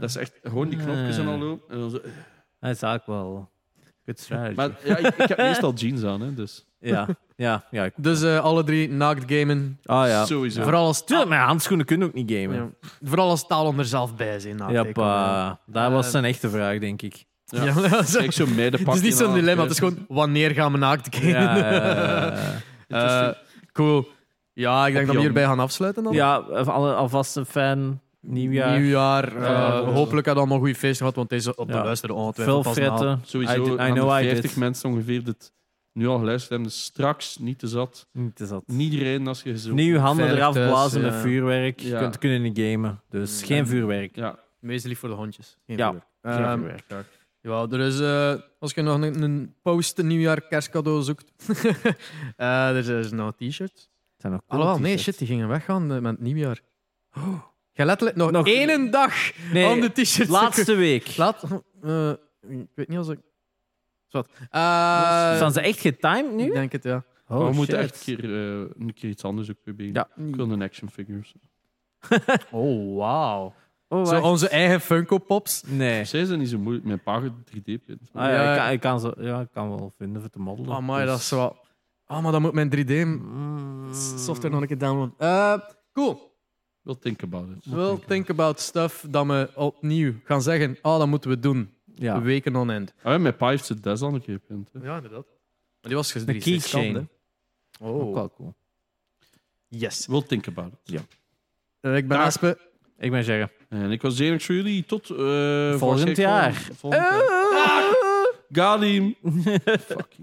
Dat is echt gewoon die knopjes en Ah. al open. En dan zo- dat is eigenlijk wel... Good strategy. Maar ja, ik, ik heb meestal jeans aan, hè, dus ja, ja, ja. ik- Dus eh, alle drie naakt gamen. Ah ja. sowieso. Vooral als, Tuurlijk, mijn handschoenen kunnen ook niet gamen. ja. Vooral als taal om er zelf bij zijn. na het Ja, tekenen. pa. dat Eh, was zijn echte vraag, denk ik. Ja. Ja. dat is- Kijk, zo'n het meidenpakje is niet zo'n aan. dilemma, het is gewoon wanneer gaan we naakt gamen? Ja, eh, Eh, cool. Ja, ik denk dat we Jan. hierbij gaan afsluiten dan. ja eh, al- alvast een fan. Nieuwjaar. Nieuwjaar. eh, Ja. hopelijk had allemaal een goed feest gehad, want deze op de Ja. luisteren Veel ongetwijfeld pas na. fretten. Sowieso, I, aan I de know I 50 did. mensen ongeveer dit nu al geluisterd hebben. Dus straks niet te zat. Niet is dat. Niet rijden als je zo. Nieuw handen Veilig eraf thuis, blazen ja. met vuurwerk. Je Ja. kunt kunnen niet gamen. Dus Ja. geen vuurwerk. Ja, Meest lief voor de hondjes. Geen Ja. probleem. Geen Ehm, vuurwerk. Ja, er is, eh, als je nog een, een post-nieuwjaar kerstcadeau zoekt, Eh er zijn nog t-shirts. Het zijn nog coole Alhoewel, nee, Ah, shit, t-shirts. die gingen weggaan eh, met het nieuwjaar. Oh, je letterlijk nog, Nog- één dag Nee, om de t-shirts te laatste week. kopen. Laat, eh, ik weet niet als ik... Zwat. Eh, Zijn ze echt getimed nu? Oh, ik denk het, ja. maar Oh, we shit. moeten echt een keer, eh, een keer iets anders ook proberen. Ja. Ik wil een action figures. Oh, wauw. Oh, Zo wacht. onze eigen Funko Pops. Nee. Zij zijn niet zo moeilijk. Mijn pa gaat 3D-print. Ah, ja, Ja. Ik, kan, ik, kan ze, ja, ik kan wel vinden voor te modellen. Oh, maar Dus- dat is wel... Ah, maar dan moet mijn Mm. 3D-software nog een keer downloaden. Eh, cool. We'll think about it. We'll think about stuff dat we opnieuw gaan zeggen. Ah, dat moeten we doen. dus- Ja. Weken on end. Ah, ja, mijn pa heeft zijn des al een keer geprint. hè. Ja, inderdaad. Maar die was Een keychain. gezien. Ook Oh. wel cool. Yes. We'll think about it. Eh, ik ben Dag. Aspe. Ik ben zeggen. En ik was zeer voor jullie. Tot eh, waarschijnlijk jaar. Eh. Ah! Volgend jaar. Got him. Fucking